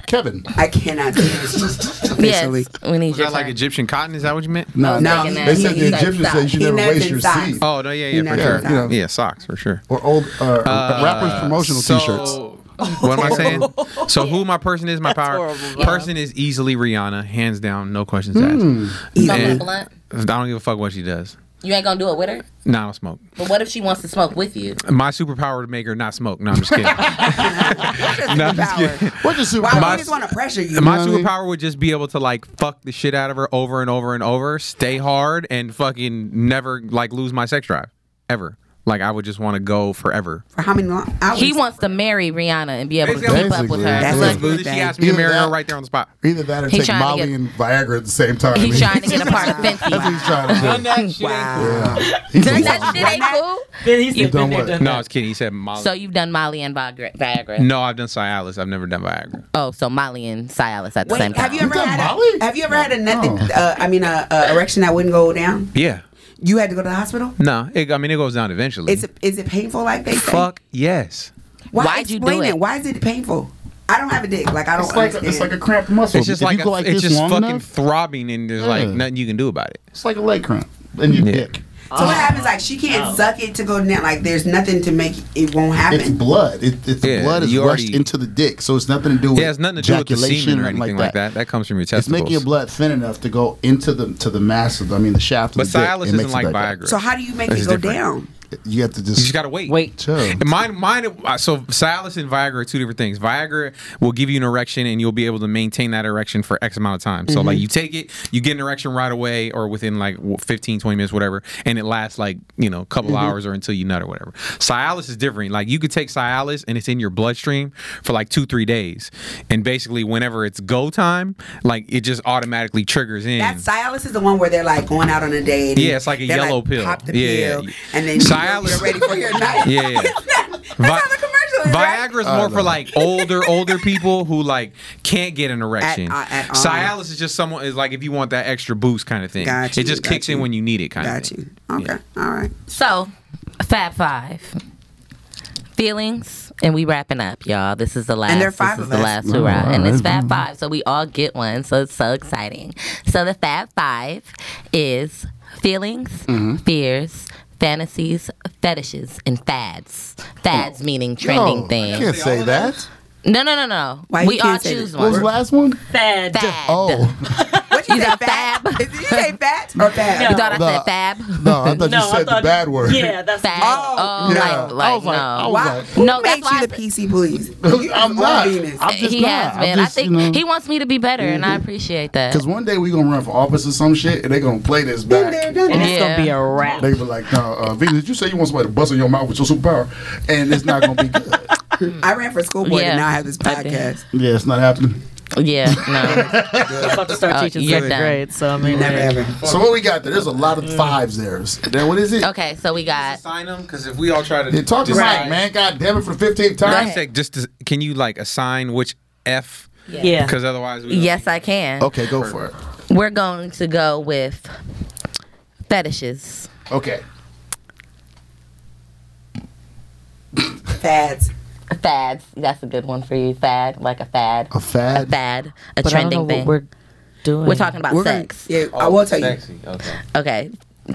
Kevin.
I cannot do this.
(laughs)
Officially.
we need
Was that like Egyptian cotton? Is that what you meant?
No,
Oh,
I was no, thinking they that. said the He said Egyptians say you should
He
never
knows
waste
in
your
socks.
seed.
Oh no, yeah, yeah,
He
for
knows
sure.
in socks.
Yeah, socks for sure.
Or old uh, rappers promotional
so-
t-shirts.
What am I
(laughs)
saying? So who my person is? My
That's
power
horrible,
person is easily Rihanna, hands down, no questions
Mm.
asked.
You smoking
And-
blunt?
I don't give a fuck what she does.
You ain't gonna do it with her.
Nah, I don't smoke.
But what if she wants to smoke with you?
My superpower to make her not smoke. No, I'm
(laughs)
just kidding. no, I'm just kidding.
What's your
Why would just want to pressure you?
my superpower would just be able to like fuck the shit out of her over and over and over, stay hard, and fucking never like lose my sex drive ever. Like I would just want to go forever.
For how many long hours?
He wants to marry Rihanna and be able to keep up with her. Look,
She asked me to marry her right there on the spot.
Either that or
He
take
trying to
Molly
get-
and Viagra at the same (laughs) time.
He's trying to get a
(laughs)
part of
That's
(laughs)
what he's trying to do.
(laughs) Wow.
Yeah. He's a
That shit ain't cool. Then
You done what? No, I was kidding. He said Molly.
So you've done Molly and Viagra. Viagra.
no, I've done Cialis. I've never done Viagra.
Oh, so Molly and Cialis at the
Wait,
same time.
have you ever had a, have you ever had a nut
Oh.
that, uh, I mean a, a erection that wouldn't go down?
Yeah.
You had to go to the hospital.
No, it, I mean it goes down eventually.
Is it is it painful like they say?
Fuck yes.
Why
Why'd you do
explain
it?
Why is it painful? I don't have a dick. Like I don't.
It's like a-
understand.
it's like a cramped muscle.
It's just
If
like,
you
a-
go like
it's
this
just
long
fucking
enough-
throbbing, and there's like
Yeah.
nothing you can do about it. It's
like a leg cramp in your dick.
So what happens? Like she can't suck it to go down. Like there's nothing to make it, it won't happen.
Oh. It's blood. It, it's
Yeah,
blood is
you
rushed
already-
into the dick, so it's nothing to do with
Yeah, it's nothing to do with the semen
ejaculation
or anything like that. That. comes from your testicles.
It's making your blood thin enough to go into the to the mass of, I mean, the shaft.
But
of the dick,
Cialis
It makes
isn't like
it that-
Viagra. So how
do you make It's it go different. down?
You have to just. You just
gotta wait.
Wait. (laughs) Chill.
And Mine, mine. uh, So Cialis and Viagra are two different things. Viagra will give you an erection, and you'll be able to maintain that erection for X amount of time. So
Mhm.
like you take it, you get an erection right away, or within like w- 15, 20 minutes, whatever, and it lasts like you know a couple
Mhm.
hours or until you nut or whatever. Cialis is different. Like you could take Cialis, and it's in your bloodstream for like two, three days, and basically whenever it's go time, like it just automatically triggers in.
That Cialis is the one where they're like going out on a date. and
yeah, it's like a
they're,
yellow pill.
Pop the
yeah,
pill,
yeah.
and then
Cialis.
you're ready
(laughs)
for your night.
yeah,
(laughs)
yeah. Vi- Viagra's
I
more
know.
for like older, older people who like can't get an erection.
At- uh, at all.
Cialis is just someone is like if you want that extra boost kind of thing.
Got
it
you,
just
got
kicks in
you.
when you need it kind
Got
of thing.
Okay, all right.
So, Fab Five. Feelings, and we wrapping up, y'all. This is the last.
there are five
this
of
is the
us.
last hurrah,
All
and it's
right.
Fab
Mm-hmm.
Five, so we all get one. So it's so exciting. So the Fab Five is feelings,
Mm-hmm.
Mhm.
fears, fantasies, fetishes, and fads.
Oh.
Fads meaning trending
Yo,
things.
I can't say that.
No, no, no, no.
Why you
we all
can't say
choose
that? What
one.
was the last one?
Fad.
Oh.
You said fab.
(laughs) Did you say fat or fab?
You thought I
No.
said fab?
No, I thought
No,
you
I
said the
thought-
bad word.
Yeah, that's
Fab.
Oh,
Oh,
yeah.
like, like,
I was like-
no.
I was
Why?
like-
Who
No, that's
makes
why
you the PC police? You-
(laughs) I'm
you
not.
are Venus.
I'm just
he
not.
has
I'm
been.
just,
I think
you know-
he wants me to be better, and I appreciate that.
Because one day we gonna run for office or some shit, and they gonna play this
Been there,
back.
done
and
that.
it's gonna be
Yeah.
a wrap.
They be like, "No, uh, Venus, did you say you want somebody to bust in your mouth with your superpower?" And it's not gonna be good.
I ran for school board
Yeah.
and now I have this
I've been-
podcast.
yeah, it's not happening.
Yeah,
(laughs)
no.
I'm about to start
Oh,
teaching
you're
seventh
done.
grade, so I mean,
Never ever.
So what we got there? There's a lot of fives there. Then what is it?
okay, so we got.
Sign them because if we all try to
They talk to
decide-
Mike, man. God damn it for the fifteenth time.
Hashtag just to- can you like assign which F?
yeah.
Because otherwise, we
Yes, I can.
Okay, go for it.
We're going to go with fetishes.
Okay.
Fads.
Fads. That's a good one for you. Fad, like a fad.
A fad?
A fad. A
But I don't know
trending
what
thing.
we're doing.
We're talking about
We're gonna-
sex.
Yeah, I will tell you.
Sexy. Okay.
Okay.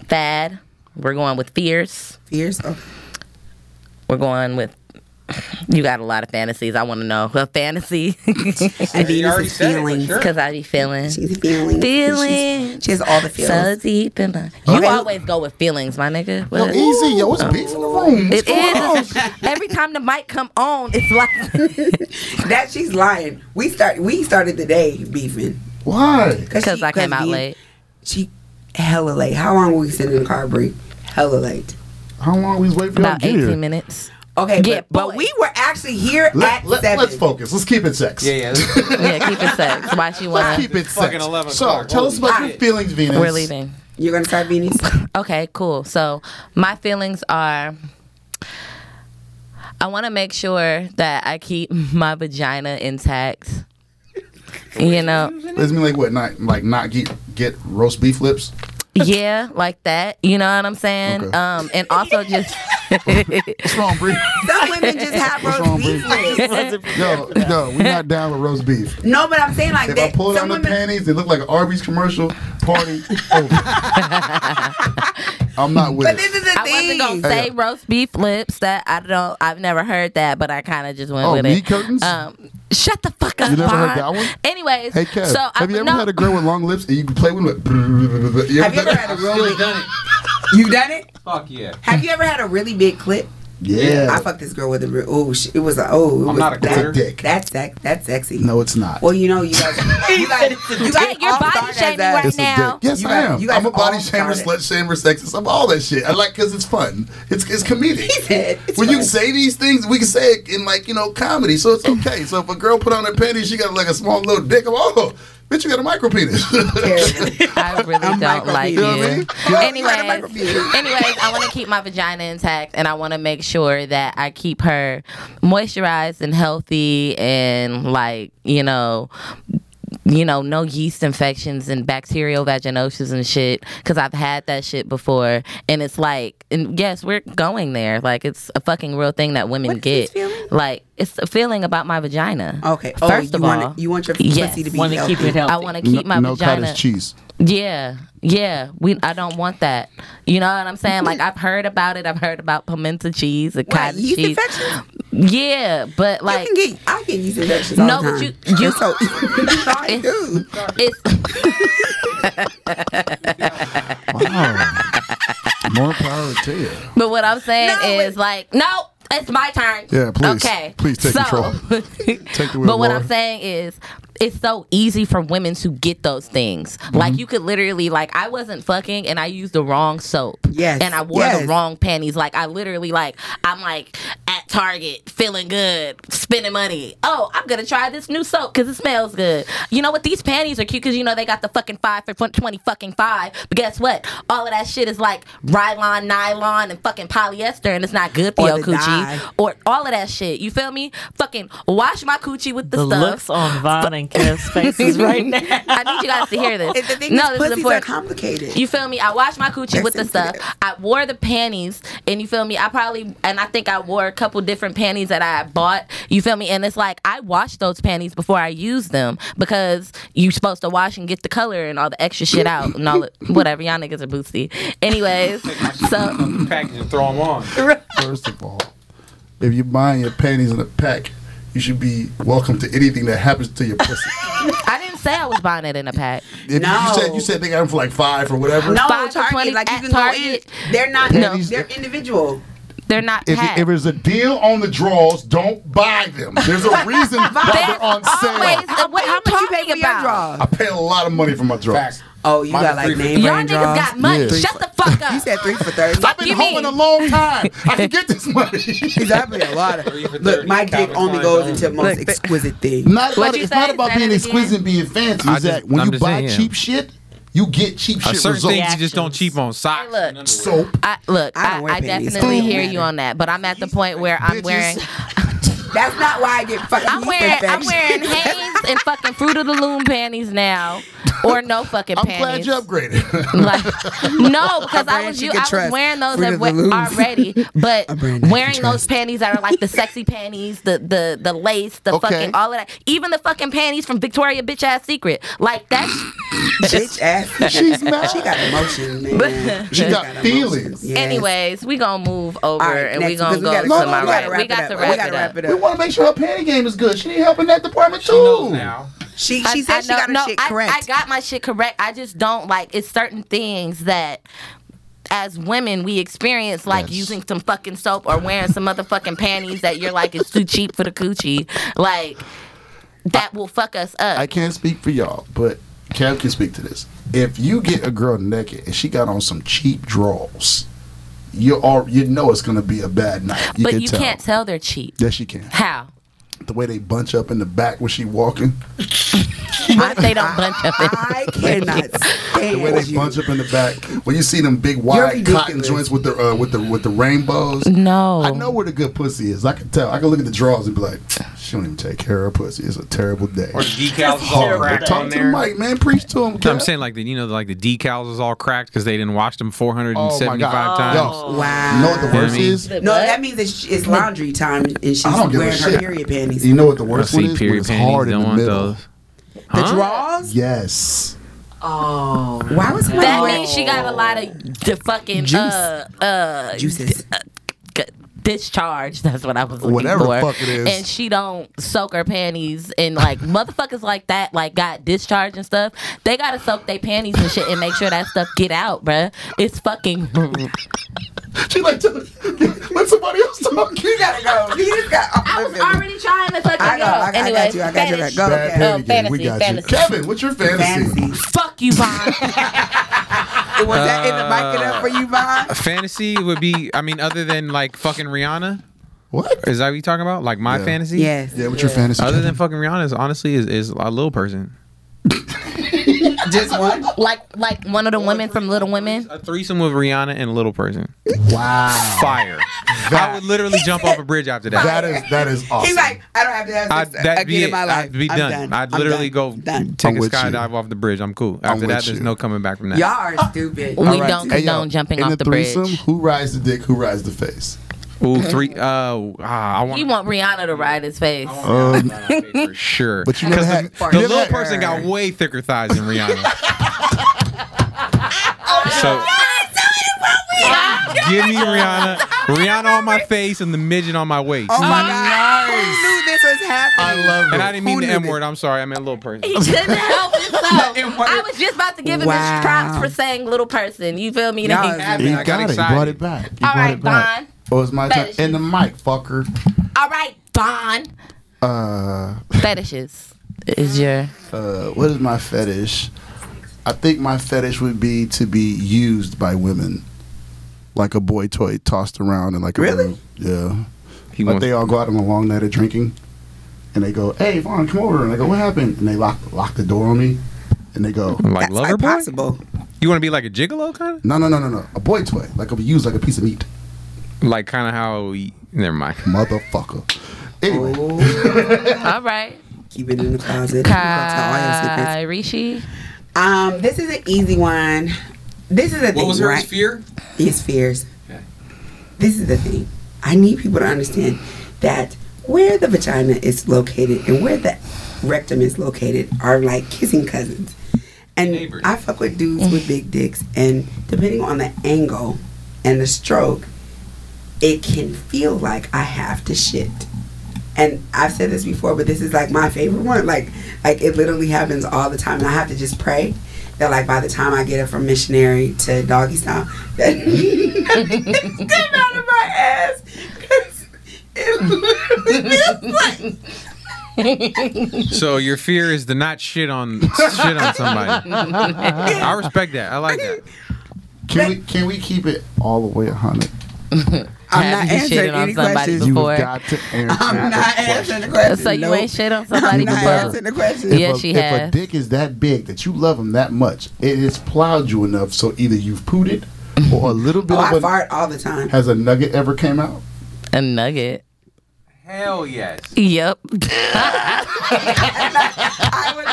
Fad. We're going with fears.
Fears. Oh,
We're going with. You got a lot of fantasies. I want to know a fantasy (laughs)
I mean,
You already
it's
said it,
feelings.
sure.
because I be feeling
She's feeling.
Feelings.
She has all the feelings.
so deep in my. You always go with feelings, my nigga.
Yo,
What? Oh.
easy, yo. It's beats in the room. What's
It
going on?
is. (laughs) Every time the mic come on, it's
(laughs)
like
(laughs) that she's lying. We start. We started the day beefing
Why?
because
she-
I came out
we-
late.
She hella late. How long were we sitting in the car, Brie? Hella late.
How long we wait for y'all
About
to get here?
18 minutes.
Okay,
Yeah,
but, but
boy.
we were actually here
Let,
at seven.
us focus. Let's keep it sex.
Yeah, yeah. this-
Yeah, keep it
(laughs)
sex. Why she
Let's
wanna?
keep it
fucking
sex.
11
So
o'clock.
tell us about your feelings, Venus.
We're leaving.
You're gonna start
(laughs)
Venus.
Okay, cool. So my feelings are I want to make sure that I keep (laughs) my vagina intact. You know,
Does it mean like what? Not like not get get roast beef lips.
yeah, like that. You know what I'm saying?
Okay.
Um, and also just (laughs)
What's wrong, Bree?
Some women just have roast
wrong,
beef legs.
(laughs)
yo, no, we're not down with roast beef.
No, but I'm saying like
If I
that.
pull
Some
down the
women.
panties, they look like an Arby's commercial. Party
(laughs)
over. I'm not with
but
it.
this is the
I
thing.
wasn't gonna say
Yeah.
roast beef lips. That I don't. I've never heard that, but I kind of just went
Oh,
with
knee
it.
curtains?
Um, shut the fuck up.
You never heard that
Vaughn.
one?
Anyways,
Hey, Kev,
so I,
have you ever
no,
had a girl with long lips and you can play with it?
uh, Have you ever had a really?
Done (laughs) it.
You done it?
Fuck yeah.
Have you ever had a really big clip? I
Yeah.
fucked this girl with a real. Oh, sh- it was a. Oh, it
I'm
was
not a
that-
quitter.
Dick.
That's sex. That's sexy.
No, it's not.
Well, you know, you
(laughs)
guys, you guys, you guys
Hey, you're
all
body
started as
shaming
that.
right
It's
now.
a dick. Yes,
You
I
guys-
am.
you guys
I'm a body
all
shamer,
started.
slut shamer, sexist. I'm all that shit. I like because it's fun. It's it's comedic.
said it's
when you
fun.
say these things, we can say it in like you know comedy, so it's okay. so if a girl put on her panties, she got like a small little dick. I'm oh, bitch, you got a micro penis. (laughs)
(laughs)
I really don't like
You
you.
know
what I mean?
Anyways, anyways, I want to keep my vagina intact, and I want to make sure that I keep her moisturized and healthy, and like you know. You know, no yeast infections and bacterial vaginosis and shit. Cause I've had that shit before, and it's like, and yes, we're going there. Like it's a fucking real thing that women
this
get.
feeling?
Like it's a feeling about my vagina.
Okay. Oh,
First
you
of
want it-
all,
you want your
yes.
pussy to be
Want to
healthy.
keep it healthy.
I want to keep my
no
vagina.
cottage
(laughs)
cheese.
Yeah, yeah. We I don't want that. You know what I'm saying? Like I've heard about it. I've heard about pimento cheese and
What,
cottage
yeast
cheese.
infections?
Yeah, but like
you can get, I get yeast infections all
No,
the
but
time.
you- you-
It's so,
(laughs)
I
It's-
do.
it's
Wow. More power to you.
but what I'm saying
No,
is
it-
like no. It's my turn.
Yeah, please.
Okay.
Please take
so,
control.
(laughs)
Take the wheel,
But what
Laura.
I'm saying is, it's so easy for women to get those things.
Mm-hmm.
Like you could literally, like I wasn't fucking and I used the wrong soap.
Yes,
And I wore
yes.
the wrong panties. Like I literally, like I'm like at Target, feeling good, spending money. Oh, I'm gonna try this new soap because it smells good. You know what? These panties are cute because you know they got the fucking five for twen- twenty fucking five. But guess what? All of that shit is like Rylon, nylon, and fucking polyester, and it's not good for
Or
your
the dye.
coochie or all of that shit. You feel me? Fucking wash my coochie with the,
the
stuff.
looks on Vaughn and
(laughs)
Kev's faces right now.
I need you guys to hear this.
It's the thing no, is, pussies are complicated.
You feel me? I washed my coochie
They're
with the stuff.
sensitive.
I wore the panties, and you feel me? I probably and I think I wore a couple different panties that I bought. You feel me? And it's like I washed those panties before I used them because you supposed to wash and get the color and all the extra shit out and
(laughs)
all the, whatever. Y'all niggas are bootsy. Anyways, so
Package and throw them on.
First of all, if you're buying your panties in a pack, you should be welcome to anything that happens to your pussy.
I didn't say I was buying it in a pack.
If you, you said you said they got them for like five or whatever.
No,
Five to
Target,
20
like you
at
can go
Target.
in. They're not.
No.
They're individual.
They're not
If, if there's a deal on the draws, don't buy them. There's a
(laughs)
reason why they're on sale.
How, what, how much you pay for your draws?
I pay a lot of money for my draws.
Oh, you got like name
Y'all
brand
niggas
draws?
got money. Shut the fuck up.
You said three for thirty.
I've been
you
holding
mean?
a long time. I
(laughs)
can get this money.
He's having a lot of. Look, my dick
Calvin
only
Klein
goes
don't.
into most
Look, but-
exquisite things.
Not,
What'd
not-
you
it's
say?
not about
Say that
being
again.
exquisite and being fancy.
I
It's that
just-
when
I'm
you
just
buy
saying, yeah.
cheap shit, you get cheap
Uh,
shit
certain
results.
things you just don't cheap on socks.
look.
and underwear.
Soap.
I, look,
I
I,
don't wear
I
panties.
definitely
Don't
hear
matter.
you on that, but I'm at the point where I'm
Bitches.
wearing,
That's not why I get fucking.
I'm
yeast
wearing, I'm
infection. (laughs)
wearing Hanes and fucking Fruit of the Loom panties now, or no fucking
I'm glad
panties.
you upgraded. (laughs)
Like, (laughs)
(laughs)
no, because I
brand
was
you
you.
can
I was
trust.
wearing those
Fruit
at
of
wa-
the Loom.
already,
A
but
brand (laughs) I can
wearing those
trust.
panties that are like the sexy panties, the the the lace, the
Okay.
fucking all of that. Even the fucking panties from Victoria Bitch Ass Secret, like that.
bitch ass.
(laughs) She's mad.
She got emotions, man.
She got feelings.
(sighs) Yes.
Anyways, we gonna move over
All right,
and
next,
we gonna
because
go
gotta-
to
no, no,
my
we gotta
right. We
wrap
got to
it up.
wrap,
We gotta
it up.
We want to make sure her panty game is good. She need help in that department too.
She knows now.
She she said she
know-
got her
no,
shit
I-
correct.
I, got my shit correct. I just don't like it's certain things that as women we experience like
Yes.
using some fucking soap or wearing some motherfucking panties that you're like it's too cheap for the coochie. Like that will fuck us up.
I can't speak for y'all, but Kev can speak to this. If you get a girl naked and she got on some cheap draws, you are you know it's gonna be a bad night. You
but
can
you
tell.
can't tell they're cheap.
Yes, she can.
How?
The way they bunch up in the back when she walking,
What if they don't bunch up
(laughs)
in
I cannot
the way
stand
they bunch
you.
up in the back when you see them big wide cotton
ridiculous.
joints with the uh, with the with the rainbows.
(laughs) No.
I know where the good pussy is. I can tell. I can look at the draws and be like, she don't even take care of her pussy. It's a terrible day.
Or the decals
Oh,
is all
Terrible
cracked
Talk to
on there.
the mic, man. Preach to him.
I'm saying like the you know like the decals is all cracked because they didn't wash them Oh 475 times.
Oh Yo,
Wow.
you know what the worst
I mean?
is?
No, that means it's, it's laundry time, and she's
I don't give a
wearing her
shit.
period panties.
You know what the
I
worst one
see
is? When
period
it's
panties.
hard in
don't
the
want
middle.
those.
The
Huh?
draws?
Yes.
Why was my
That
boy-
means she got a lot of the fucking uh uh (laughs)
juices?
g- discharge. That's what I was looking
Whatever
for.
the fuck it is.
And she don't soak her panties and like (laughs) motherfuckers like that, like got discharge and stuff. They gotta soak their panties and shit and make sure that stuff get out, bruh. It's fucking. (laughs)
She like, to, (laughs) let somebody else talk.
You gotta go. You just got.
I was already trying to fucking
I know,
go.
I got- I
anyway,
got you, I got you, I
fetish.
got you.
Bad
Okay.
panty game. We
fantasy,
got
fantasy.
you. Kevin, what's your fantasy?
Fancy.
Fuck you, Vaughn. (laughs)
Was that in the mic it up for you,
Uh.
Vaughn?
Fantasy would be I mean other than like fucking Rihanna.
What?
Is that what you talking about? Like my
Yeah.
fantasy?
Yes.
(laughs) Yeah, what's your fantasy?
Other
Kevin?
than fucking Rihanna is honestly is, is a little person.
Just one.
like like one of the women from Little Women.
A threesome with Rihanna and a little person.
wow.
Fire. I would literally jump off a bridge after that.
That is that is awesome.
He's like, I don't have to have
I'd,
sex
that'd
again
be
in
it.
my life.
I'd be
I'm
done. I'd
I'm
literally go
Done.
take
I'm
a
with you.
skydive off the bridge. I'm cool. After
with
that, there's
you.
no coming back from that.
Y'all are stupid.
We don't
Hey, yo,
condone jumping
in
off
the,
the, bridge.
threesome, Who rides the dick? Who rides the face?
Ooh, three. Uh, ah, I want.
He want Rihanna to ride his face.
Uh.
Um,
(laughs)
(laughs)
for sure.
but you never
'Cause
had-
the,
you
the
never
little
had-
person got way thicker thighs than
(laughs)
Rihanna.
Oh,
so give me Rihanna, Rihanna on my face and the midget on my waist.
Oh my god! Who knew this was happening?
I love it.
and I didn't mean
Who
the
knew
M
that?
word. I'm sorry. I meant little person.
He couldn't help
(laughs)
himself.
It worked.
I was just about to give him
Wow.
his props for saying little person. You feel me?
Y'all
Like,
is-
He
I
got,
got
it. He
excited.
brought it back. He
All
brought
right,
it back.
Vaughn.
Oh, it's my turn.
Fetishes.
In the mic, fucker.
All right, Don.
Uh,
Fetishes is your.
uh, what is my fetish? I think my fetish would be to be used by women, like a boy toy tossed around in like a
Really?
room. Yeah.
He
like
wants,
they all go out on a long night of drinking, and they go, "Hey, Vaughn, come over." And I go, "What happened?" And they lock lock the door on me, and they go,
like
That's
lover
like
boy.
possible.
You want to be like a gigolo kind
"No, no, no, no, no, a boy toy, like a used like a piece of meat,
of, like kind of how. We, never mind.
motherfucker." Anyway,
Oh.
All right,
Keep it in the closet.
Kai Rishi.
Um, this is an easy one. This is a thing, right?
fear?
His fears. This is the thing. I need people to understand that where the vagina is located and where the rectum is located are like kissing cousins. And
Neighbors.
I fuck with dudes with big dicks, and depending on the angle and the stroke, it can feel like I have to shit. and I've said this before, but this is like my favorite one. Like, like it literally happens all the time, and I have to just pray that like by the time I get it from missionary to doggy style, that (laughs) it's come out of my ass. 'Cause
(laughs)
It literally feels like.
So your fear is to not shit on shit on
(laughs)
somebody. I respect that. I like that.
Can we can we keep it all the way 100?
I'm not answering any questions.
You've got to answer.
I'm not answering the question.
So you
Nope.
ain't shit on (laughs) somebody
I'm not
before.
answering the question.
If
Yeah,
a,
she
if
has.
a dick is that big that you love him that much, it has plowed you enough so either you've pooted or a little bit
Oh, I
of a,
fart all the time.
has a nugget ever came out?
A nugget.
Hell yes.
(laughs) Yep.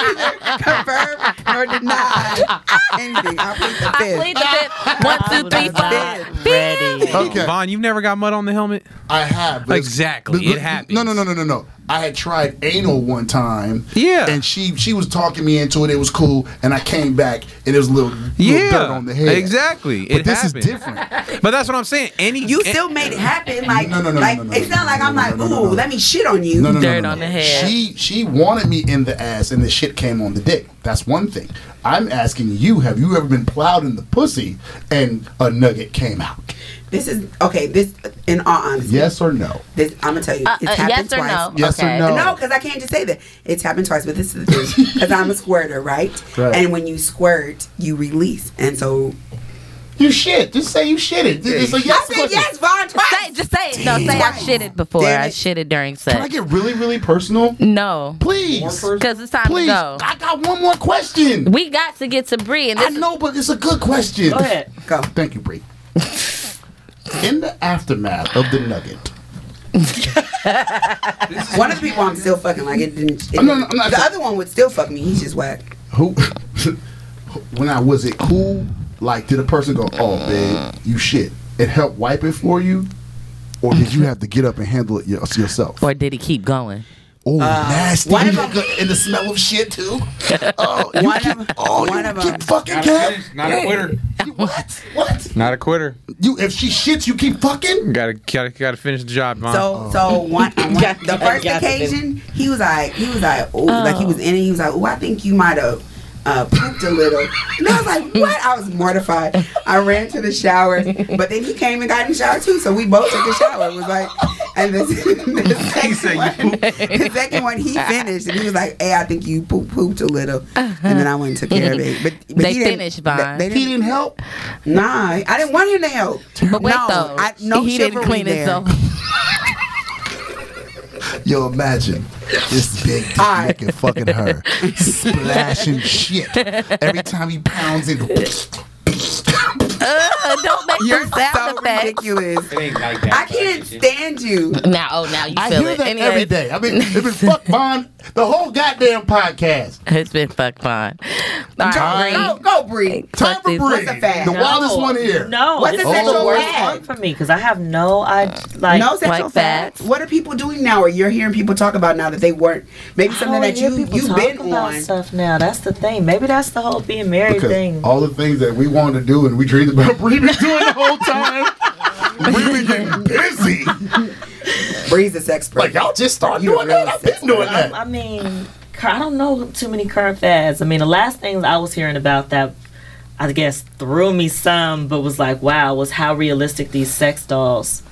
Confirm nor
(laughs)
deny anything. I plead the fifth.
Plead the fifth. One, two, three, four.
Ready. Okay.
Vaughn, you've never got mud on the helmet?
Uh, I have. but it's-
Exactly,
but- but-
it happens.
No, no, no, no, no, no. I had tried anal one time.
Yeah.
And she she was talking me into it. It was cool. And I came back and it was a little, little dirt on the head.
Exactly.
But
it
this
happened.
is different.
But that's what I'm saying. Any
You still made it happen. Like,
No, no, no,
like
no, no,
it's
no,
not like
no,
I'm
no,
like,
no, no,
ooh,
no.
let me shit on you.
No, no, no,
Dirt
no, no.
on the head.
She she wanted me in the ass, and the shit came on the dick. That's one thing. I'm asking you: Have you ever been plowed in the pussy and a nugget came out?
This is okay. This, in all honesty,
Yes or no?
this, I'm gonna tell you,
Uh,
it's
uh,
happened
yes or
twice.
no?
Yes or
okay.
no?
No, because I can't just say that. It's happened twice, but this is the thing. Because I'm a squirter, right?
Right.
And when you squirt, you release. And so
You shit. Just say you shit it. It's a yes
I said
question.
yes, Vaughn, twice.
Say, just say it. No, say I shit it before.
Damn
I
it.
shit it during
Can I
sex.
get really, really personal?
No.
Please,
Because it's time
please.
to go.
I got one more question.
We got to get to Bree. And
I
this
know, but it's a good question. Oh,
Go ahead.
Go.
Thank you,
(laughs)
Bree. In the aftermath of the nugget,
One of the people I'm still fucking. Like it didn't. it
Oh, no, no,
didn't-
I'm not-
the other one would still fuck me. He's just whack.
who (laughs) when I was it who like did a person go, Oh babe, you shit. It helped wipe it for you? Or did you have to get up and handle it your- yourself?
or did he keep going?
uh,
oh, nasty!
one of
and the smell of shit too.
(laughs)
Oh, you
One
keep,
of-
oh, you
one of
keep
them.
fucking
Not a
cat.
finish, not a quitter.
You- What? What?
Not a quitter.
You if she shits, you keep fucking.
Gotta gotta gotta finish the job, Vaughn.
So
Oh.
so one,
(laughs)
on one the first
Got it.
occasion he was like he was like oh like he was in it he was like oh I think you might have uh, pooped a little and I was
(laughs)
like what I was mortified I ran to the shower but then he came and got in the shower too so we both took a shower it was like and (laughs) the, the second one the second one he finished and he was like hey I think you poop, pooped a little and then I went and took care of it but, but
They
he didn't-
finished, Vaughn.
they
He
didn't
didn't help.
nah I didn't want him to help
But wait,
no,
though.
I, no
he didn't
chivalry
clean
there.
himself.
Yo, imagine this big dick
All right.
looking fucking
(laughs)
her, splashing shit every time he pounds it.
(laughs)
Uh, (laughs) don't make
You're
the sound
so
effect.
ridiculous.
it ain't like
I can't stand you.
Now, oh, now you feel
I hear
it.
that
Anyway,
every day. I mean, it's
(laughs)
been fuck Bond the whole goddamn podcast.
It's been fuck fun. All right,
Go,
Bree.
go, Bree.
Time
Fuck
for
this.
Bree,
What's a fad?
the wildest one here.
No,
What's
this
the
is
sexual
the worst
fad?
one for me because I have no, I like.
no sexual
like
fads.
that.
What are people doing now, or you're hearing people talk about now that they weren't? Maybe something
I don't
that you
hear people
you've
talk
been
about
on.
Stuff now. That's the thing. Maybe that's the whole being married
Because
thing.
all the things that we wanted to do and we dreamed about, (laughs) Bree been doing the whole time. Bree been getting busy.
Bree's a sex
Like
expert.
y'all just started
You
doing
really
that. I've been doing
Um,
that.
I mean, cur- I don't know too many current fads. I mean, the last thing I was hearing about that, I guess, threw me some, but was like, wow, was how realistic these sex dolls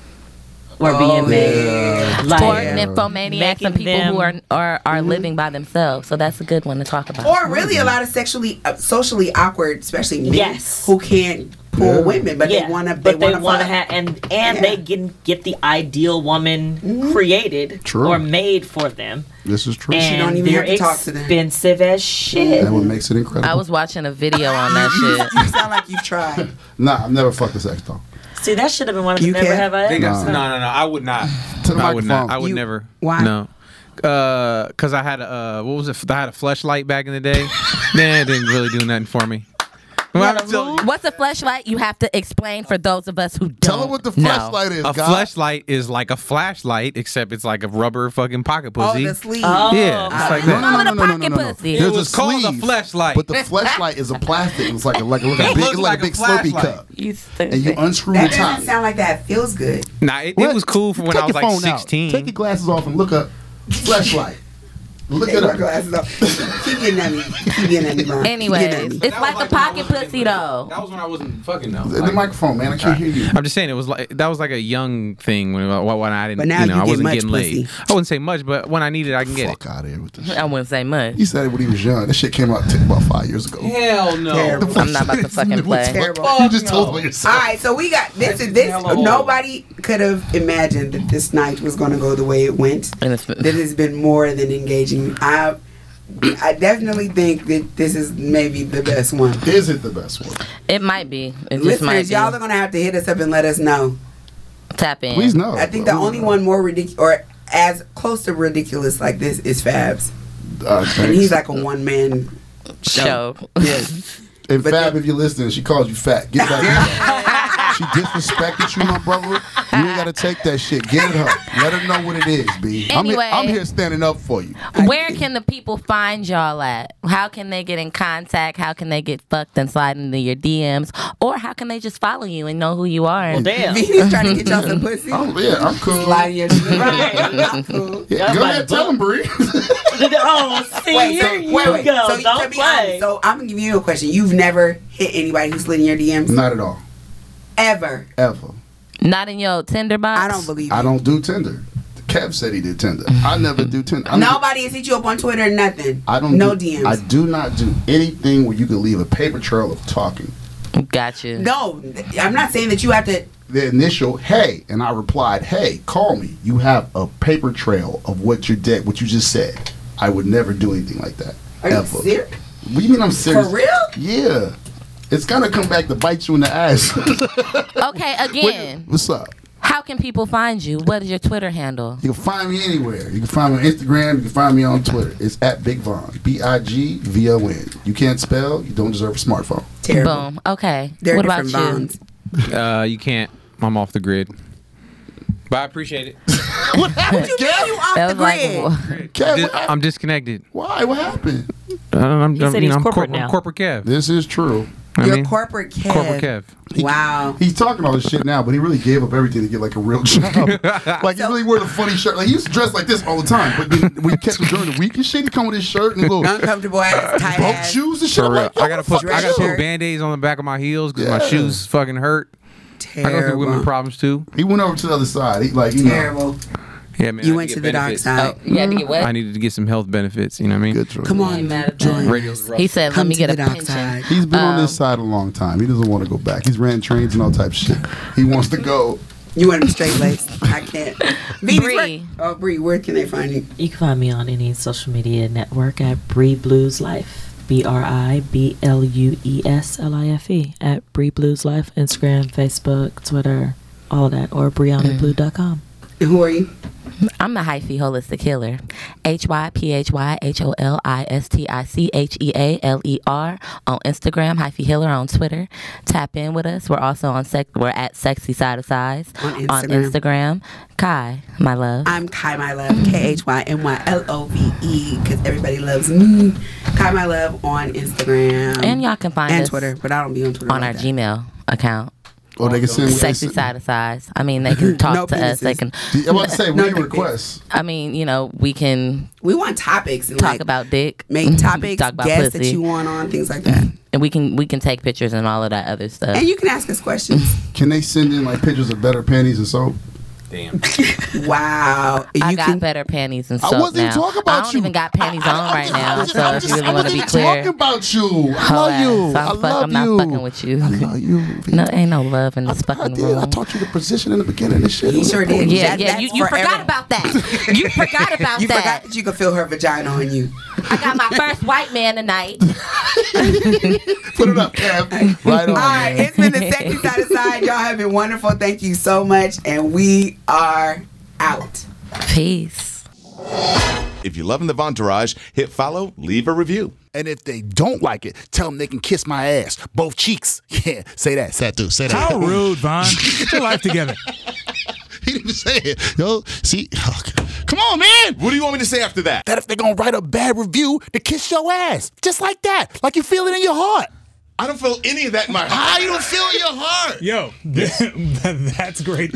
Oh,
were being made. Like,
Or nymphomaniacs and
Making
people who are
them-
are, are
Mm-hmm.
living by themselves. So that's a good one to talk about.
or really a lot of sexually uh, socially awkward, especially men
Yes.
who can't pull women, but they want to. They
but they
want to
have, and and
Yeah. Mm-hmm.
they can get the ideal woman created
True.
or made for them.
This is true.
and
don't even
they're
have to talk to them.
expensive as shit.
That what makes it
I
incredible.
was watching a video on that
Mm-hmm.
shit.
(laughs) You sound like you've tried.
nah, I've never fucked a sex doll.
See, that should have been one of the
You
never
can't-
have I
They
ever.
got- no, no, no. I would not.
To the
I would not.
microphone.
I would
You-
never.
why?
No. Uh, cause I had a uh, what was it? I had a flashlight back in the
(laughs)
day. Man, it didn't really do nothing for me. Well, I'm telling you,
What's a flashlight? You have to explain for those of us who don't
Tell them what the
know.
flashlight is.
a
God.
flashlight is like a flashlight, except it's like a rubber fucking pocket
Oh,
pussy.
the sleeve.
yeah, it's like
No,
that.
no, no, no, no, no, no,
Pocket
no.
pussy.
There's
It was called a
sleeve,
flashlight.
But the flashlight is a plastic. It's like a, like a, like a
(laughs) It
big,
looks
it's like, a
like a
big Slurpee
flashlight.
cup. And you unscrew
That
the
doesn't
top.
sound like that. Feels good.
Nah, it, it
What?
was cool for when
Take
I was
your
like
phone out.
16.
Take your glasses off and look up. Flashlight. Look
Take
it
my
up.
glasses off. (laughs) Keep getting at me. Keep getting at me, Ron.
Anyways, it's like a pocket pussy though.
That was when I wasn't fucking though.
The microphone, man. I can't hear you.
I'm just saying it was like that was like a young thing when when, when I didn't
But now
you know
you
I
get
wasn't
much
getting laid. I wouldn't say much, but when I need it, I can get
Fuck out of here with this.
I wouldn't say much.
He said it when he was young. That shit came out t- about five years ago.
it. Hell no.
I'm not about to fucking play.
Terrible.
You just told on
All
yourself.
right, so we got this. Is this nobody could have imagined that this night was going to go the way it went.
And it's
That has been more than engaging. I, I definitely think that this is maybe the best one.
Is it the best one?
It might be. It just might
Listeners,
be.
y'all are going to have to hit us up and let us know.
Tap in.
Please no.
I think the only one more ridiculous or as close to ridiculous like this is Fabs,
Uh,
and
thanks.
(laughs) he's like a one man
Show.
(laughs) Yes.
And Fab, if you're listening, she called you fat. Get back. (laughs) in there. she disrespected you, my brother. You ain't gotta take that shit. Get it her. Let her know what it is, B. I'm here-
Anyway.
I'm here standing up for you.
Where can the people find y'all at? How can they get in contact? How can they get fucked and slide into your DMs? Or how can they just follow you and know who you are?
Well,
(laughs)
damn.
He's trying to get y'all some pussy.
Oh yeah, I'm cool.
Lying (laughs) your
Right.
cool.
Yeah, go ahead, tell him, Bree. (laughs)
oh, see,
Wait, so,
here you
wait, wait.
go.
So, you- to
Don't
be
play.
honest, so I'm gonna give you a question. You've never hit anybody who's slid in your DMs
Not at all.
ever.
Ever.
Not in your Tinder box?
I don't believe
I
you.
don't do Tinder. Kev said he did Tinder. I never do Tinder. I don't do-
Nobody has hit you up on Twitter. or Nothing.
I don't.
No
do,
DMs.
I do not do anything where you can leave a paper trail of talking.
Got you.
no, I'm not saying that you have to.
The initial hey, and I replied hey, call me. You have a paper trail of what your debt, what you just said. I would never do anything like that.
Are you
ever.
serious?
What do you mean I'm serious?
For real?
Yeah. It's gonna come back to bite you in the ass. (laughs)
(laughs)
Okay, again,
What's up?
how can people find you? What is your Twitter handle?
You can find me anywhere. You can find me on Instagram. You can find me on Twitter. It's at Big Von. B I G V O N. You can't spell. You don't deserve a smartphone.
Terrible.
Boom. Okay.
There are
what about
different
you?
bonds.
Uh, you can't. I'm off the grid. But I appreciate it.
What you mean you off
That
the
was like,
grid?
(laughs)
Kev,
Di-
what hap-
I'm disconnected.
why? What happened?
Uh, I'm,
He said
I'm-
he's
I'm
corporate
I'm
now.
corporate Kev.
This is true.
I
Your
mean,
corporate Kev.
corporate Kev.
Wow.
He's talking all this shit now, but he really gave up everything to get like a real
(laughs)
job. like he really wore the funny shirt. Like he used to dress like this all the time. But then when you catch him during the week and shit, he come with his shirt and his little boat (laughs)
Uncomfortable ass, tight ass.
shoes and shit.
For
I'm
real.
like, yo,
I gotta
what
put
the fuck
I gotta
is
put
up?
band aids on the back of my heels because
Yeah.
my shoes fucking hurt. I go through women
Terrible.
problems too.
He went over to the other side. He like you know.
Terrible.
Yeah, man.
You
I
went
need
to
to
the
get
dark
benefits. Oh.
side.
You had to get
I
wet?
needed to get some health benefits. You know what I mean?
Good choice.
Come on,
mad at
join
that.
us.
He said, let
Come
me
to
get a
the dark
pension.
side.
He's been on
Um,
this side a long time. He doesn't want to go back. He's ran trains and all type of shit. He wants to go.
You want them straight legs? I
(laughs)
can't. Venus,
Bree.
where- Oh, Bree, where can they find you?
You can find me on any social media network at Bree Blues Life. B R I B L U E S L I F E at Bree Blues Life, Instagram, Facebook, Twitter, all that, or BriannaBlue.com.
And who are you?
I'm the hyphy holistic healer. H Y P H Y H O L I S T I C H E A L E R on Instagram, hyphy healer on Twitter. Tap in with us. We're also on sec- we're at sexy side of size
On
on
Instagram.
Instagram. Kai, my love.
I'm Kai My Love,
Mm-hmm.
K H Y M Y L O V E, because everybody loves me. Kai My Love on Instagram
and y'all can find
um, and
us
Twitter, but I don't be on Twitter.
on
like
our
that. Mm-hmm.
Gmail account.
Oh, they can send
Sexy side of size. I mean, they can
(laughs)
talk
No
to us. They
penises.
can.
I'm about to
(laughs)
say, what
No
do you
dick pics.
request?
I mean, you know, we can
We want topics and
talk
like,
about dick, (laughs)
make topics,
talk about
guests that
pussy.
you want on, things like
(laughs)
that.
and we can we can take pictures and all of that other stuff.
And you can ask us
(laughs)
questions.
Can they send in like pictures of better panties and soap?
Damn.
wow.
I
you
got
can,
better panties and
I
soap
wasn't
now.
even talking about
I don't
you.
even got panties
I- I-
on
I'm
right
just-
now.
I'm just-
so
I'm
if
just-
you really
I
want to be
wasn't
clear,
even talking about you. I
hoe
love
ass,
you. I
I'm, fuck-
love
I'm not
you.
fucking with you.
I love you.
(laughs) No, ain't no love in
I-
this fucking
I did.
room.
I taught you the position in the beginning and shit.
He sure did.
yeah,
That-
yeah,
that's
you, you
for
forgot
everyone.
(laughs)
about that. You forgot about
You
that.
forgot that you could feel her vagina on
(laughs)
you.
I got my first white man tonight.
Put it up, Kev.
Oh,
Right on.
All (laughs) right, it's been the sexy side of side. Y'all have been wonderful. Thank you so much, and we are out.
Peace.
If you're loving the Vontourage, hit follow, leave a review.
And if they don't like it, tell them they can kiss my ass, both cheeks. (laughs) Yeah, say that, Satu. Say that. (laughs)
How rude, Von. Get your life together.
he didn't even say it. Yo, see, come on, man.
What do you want me to say after that?
That if they're gonna write a bad review, to kiss your ass, just like that, like you feel it in your heart.
I don't feel any of that in my
How
heart.
you don't feel it in your heart?
Yo, that's great.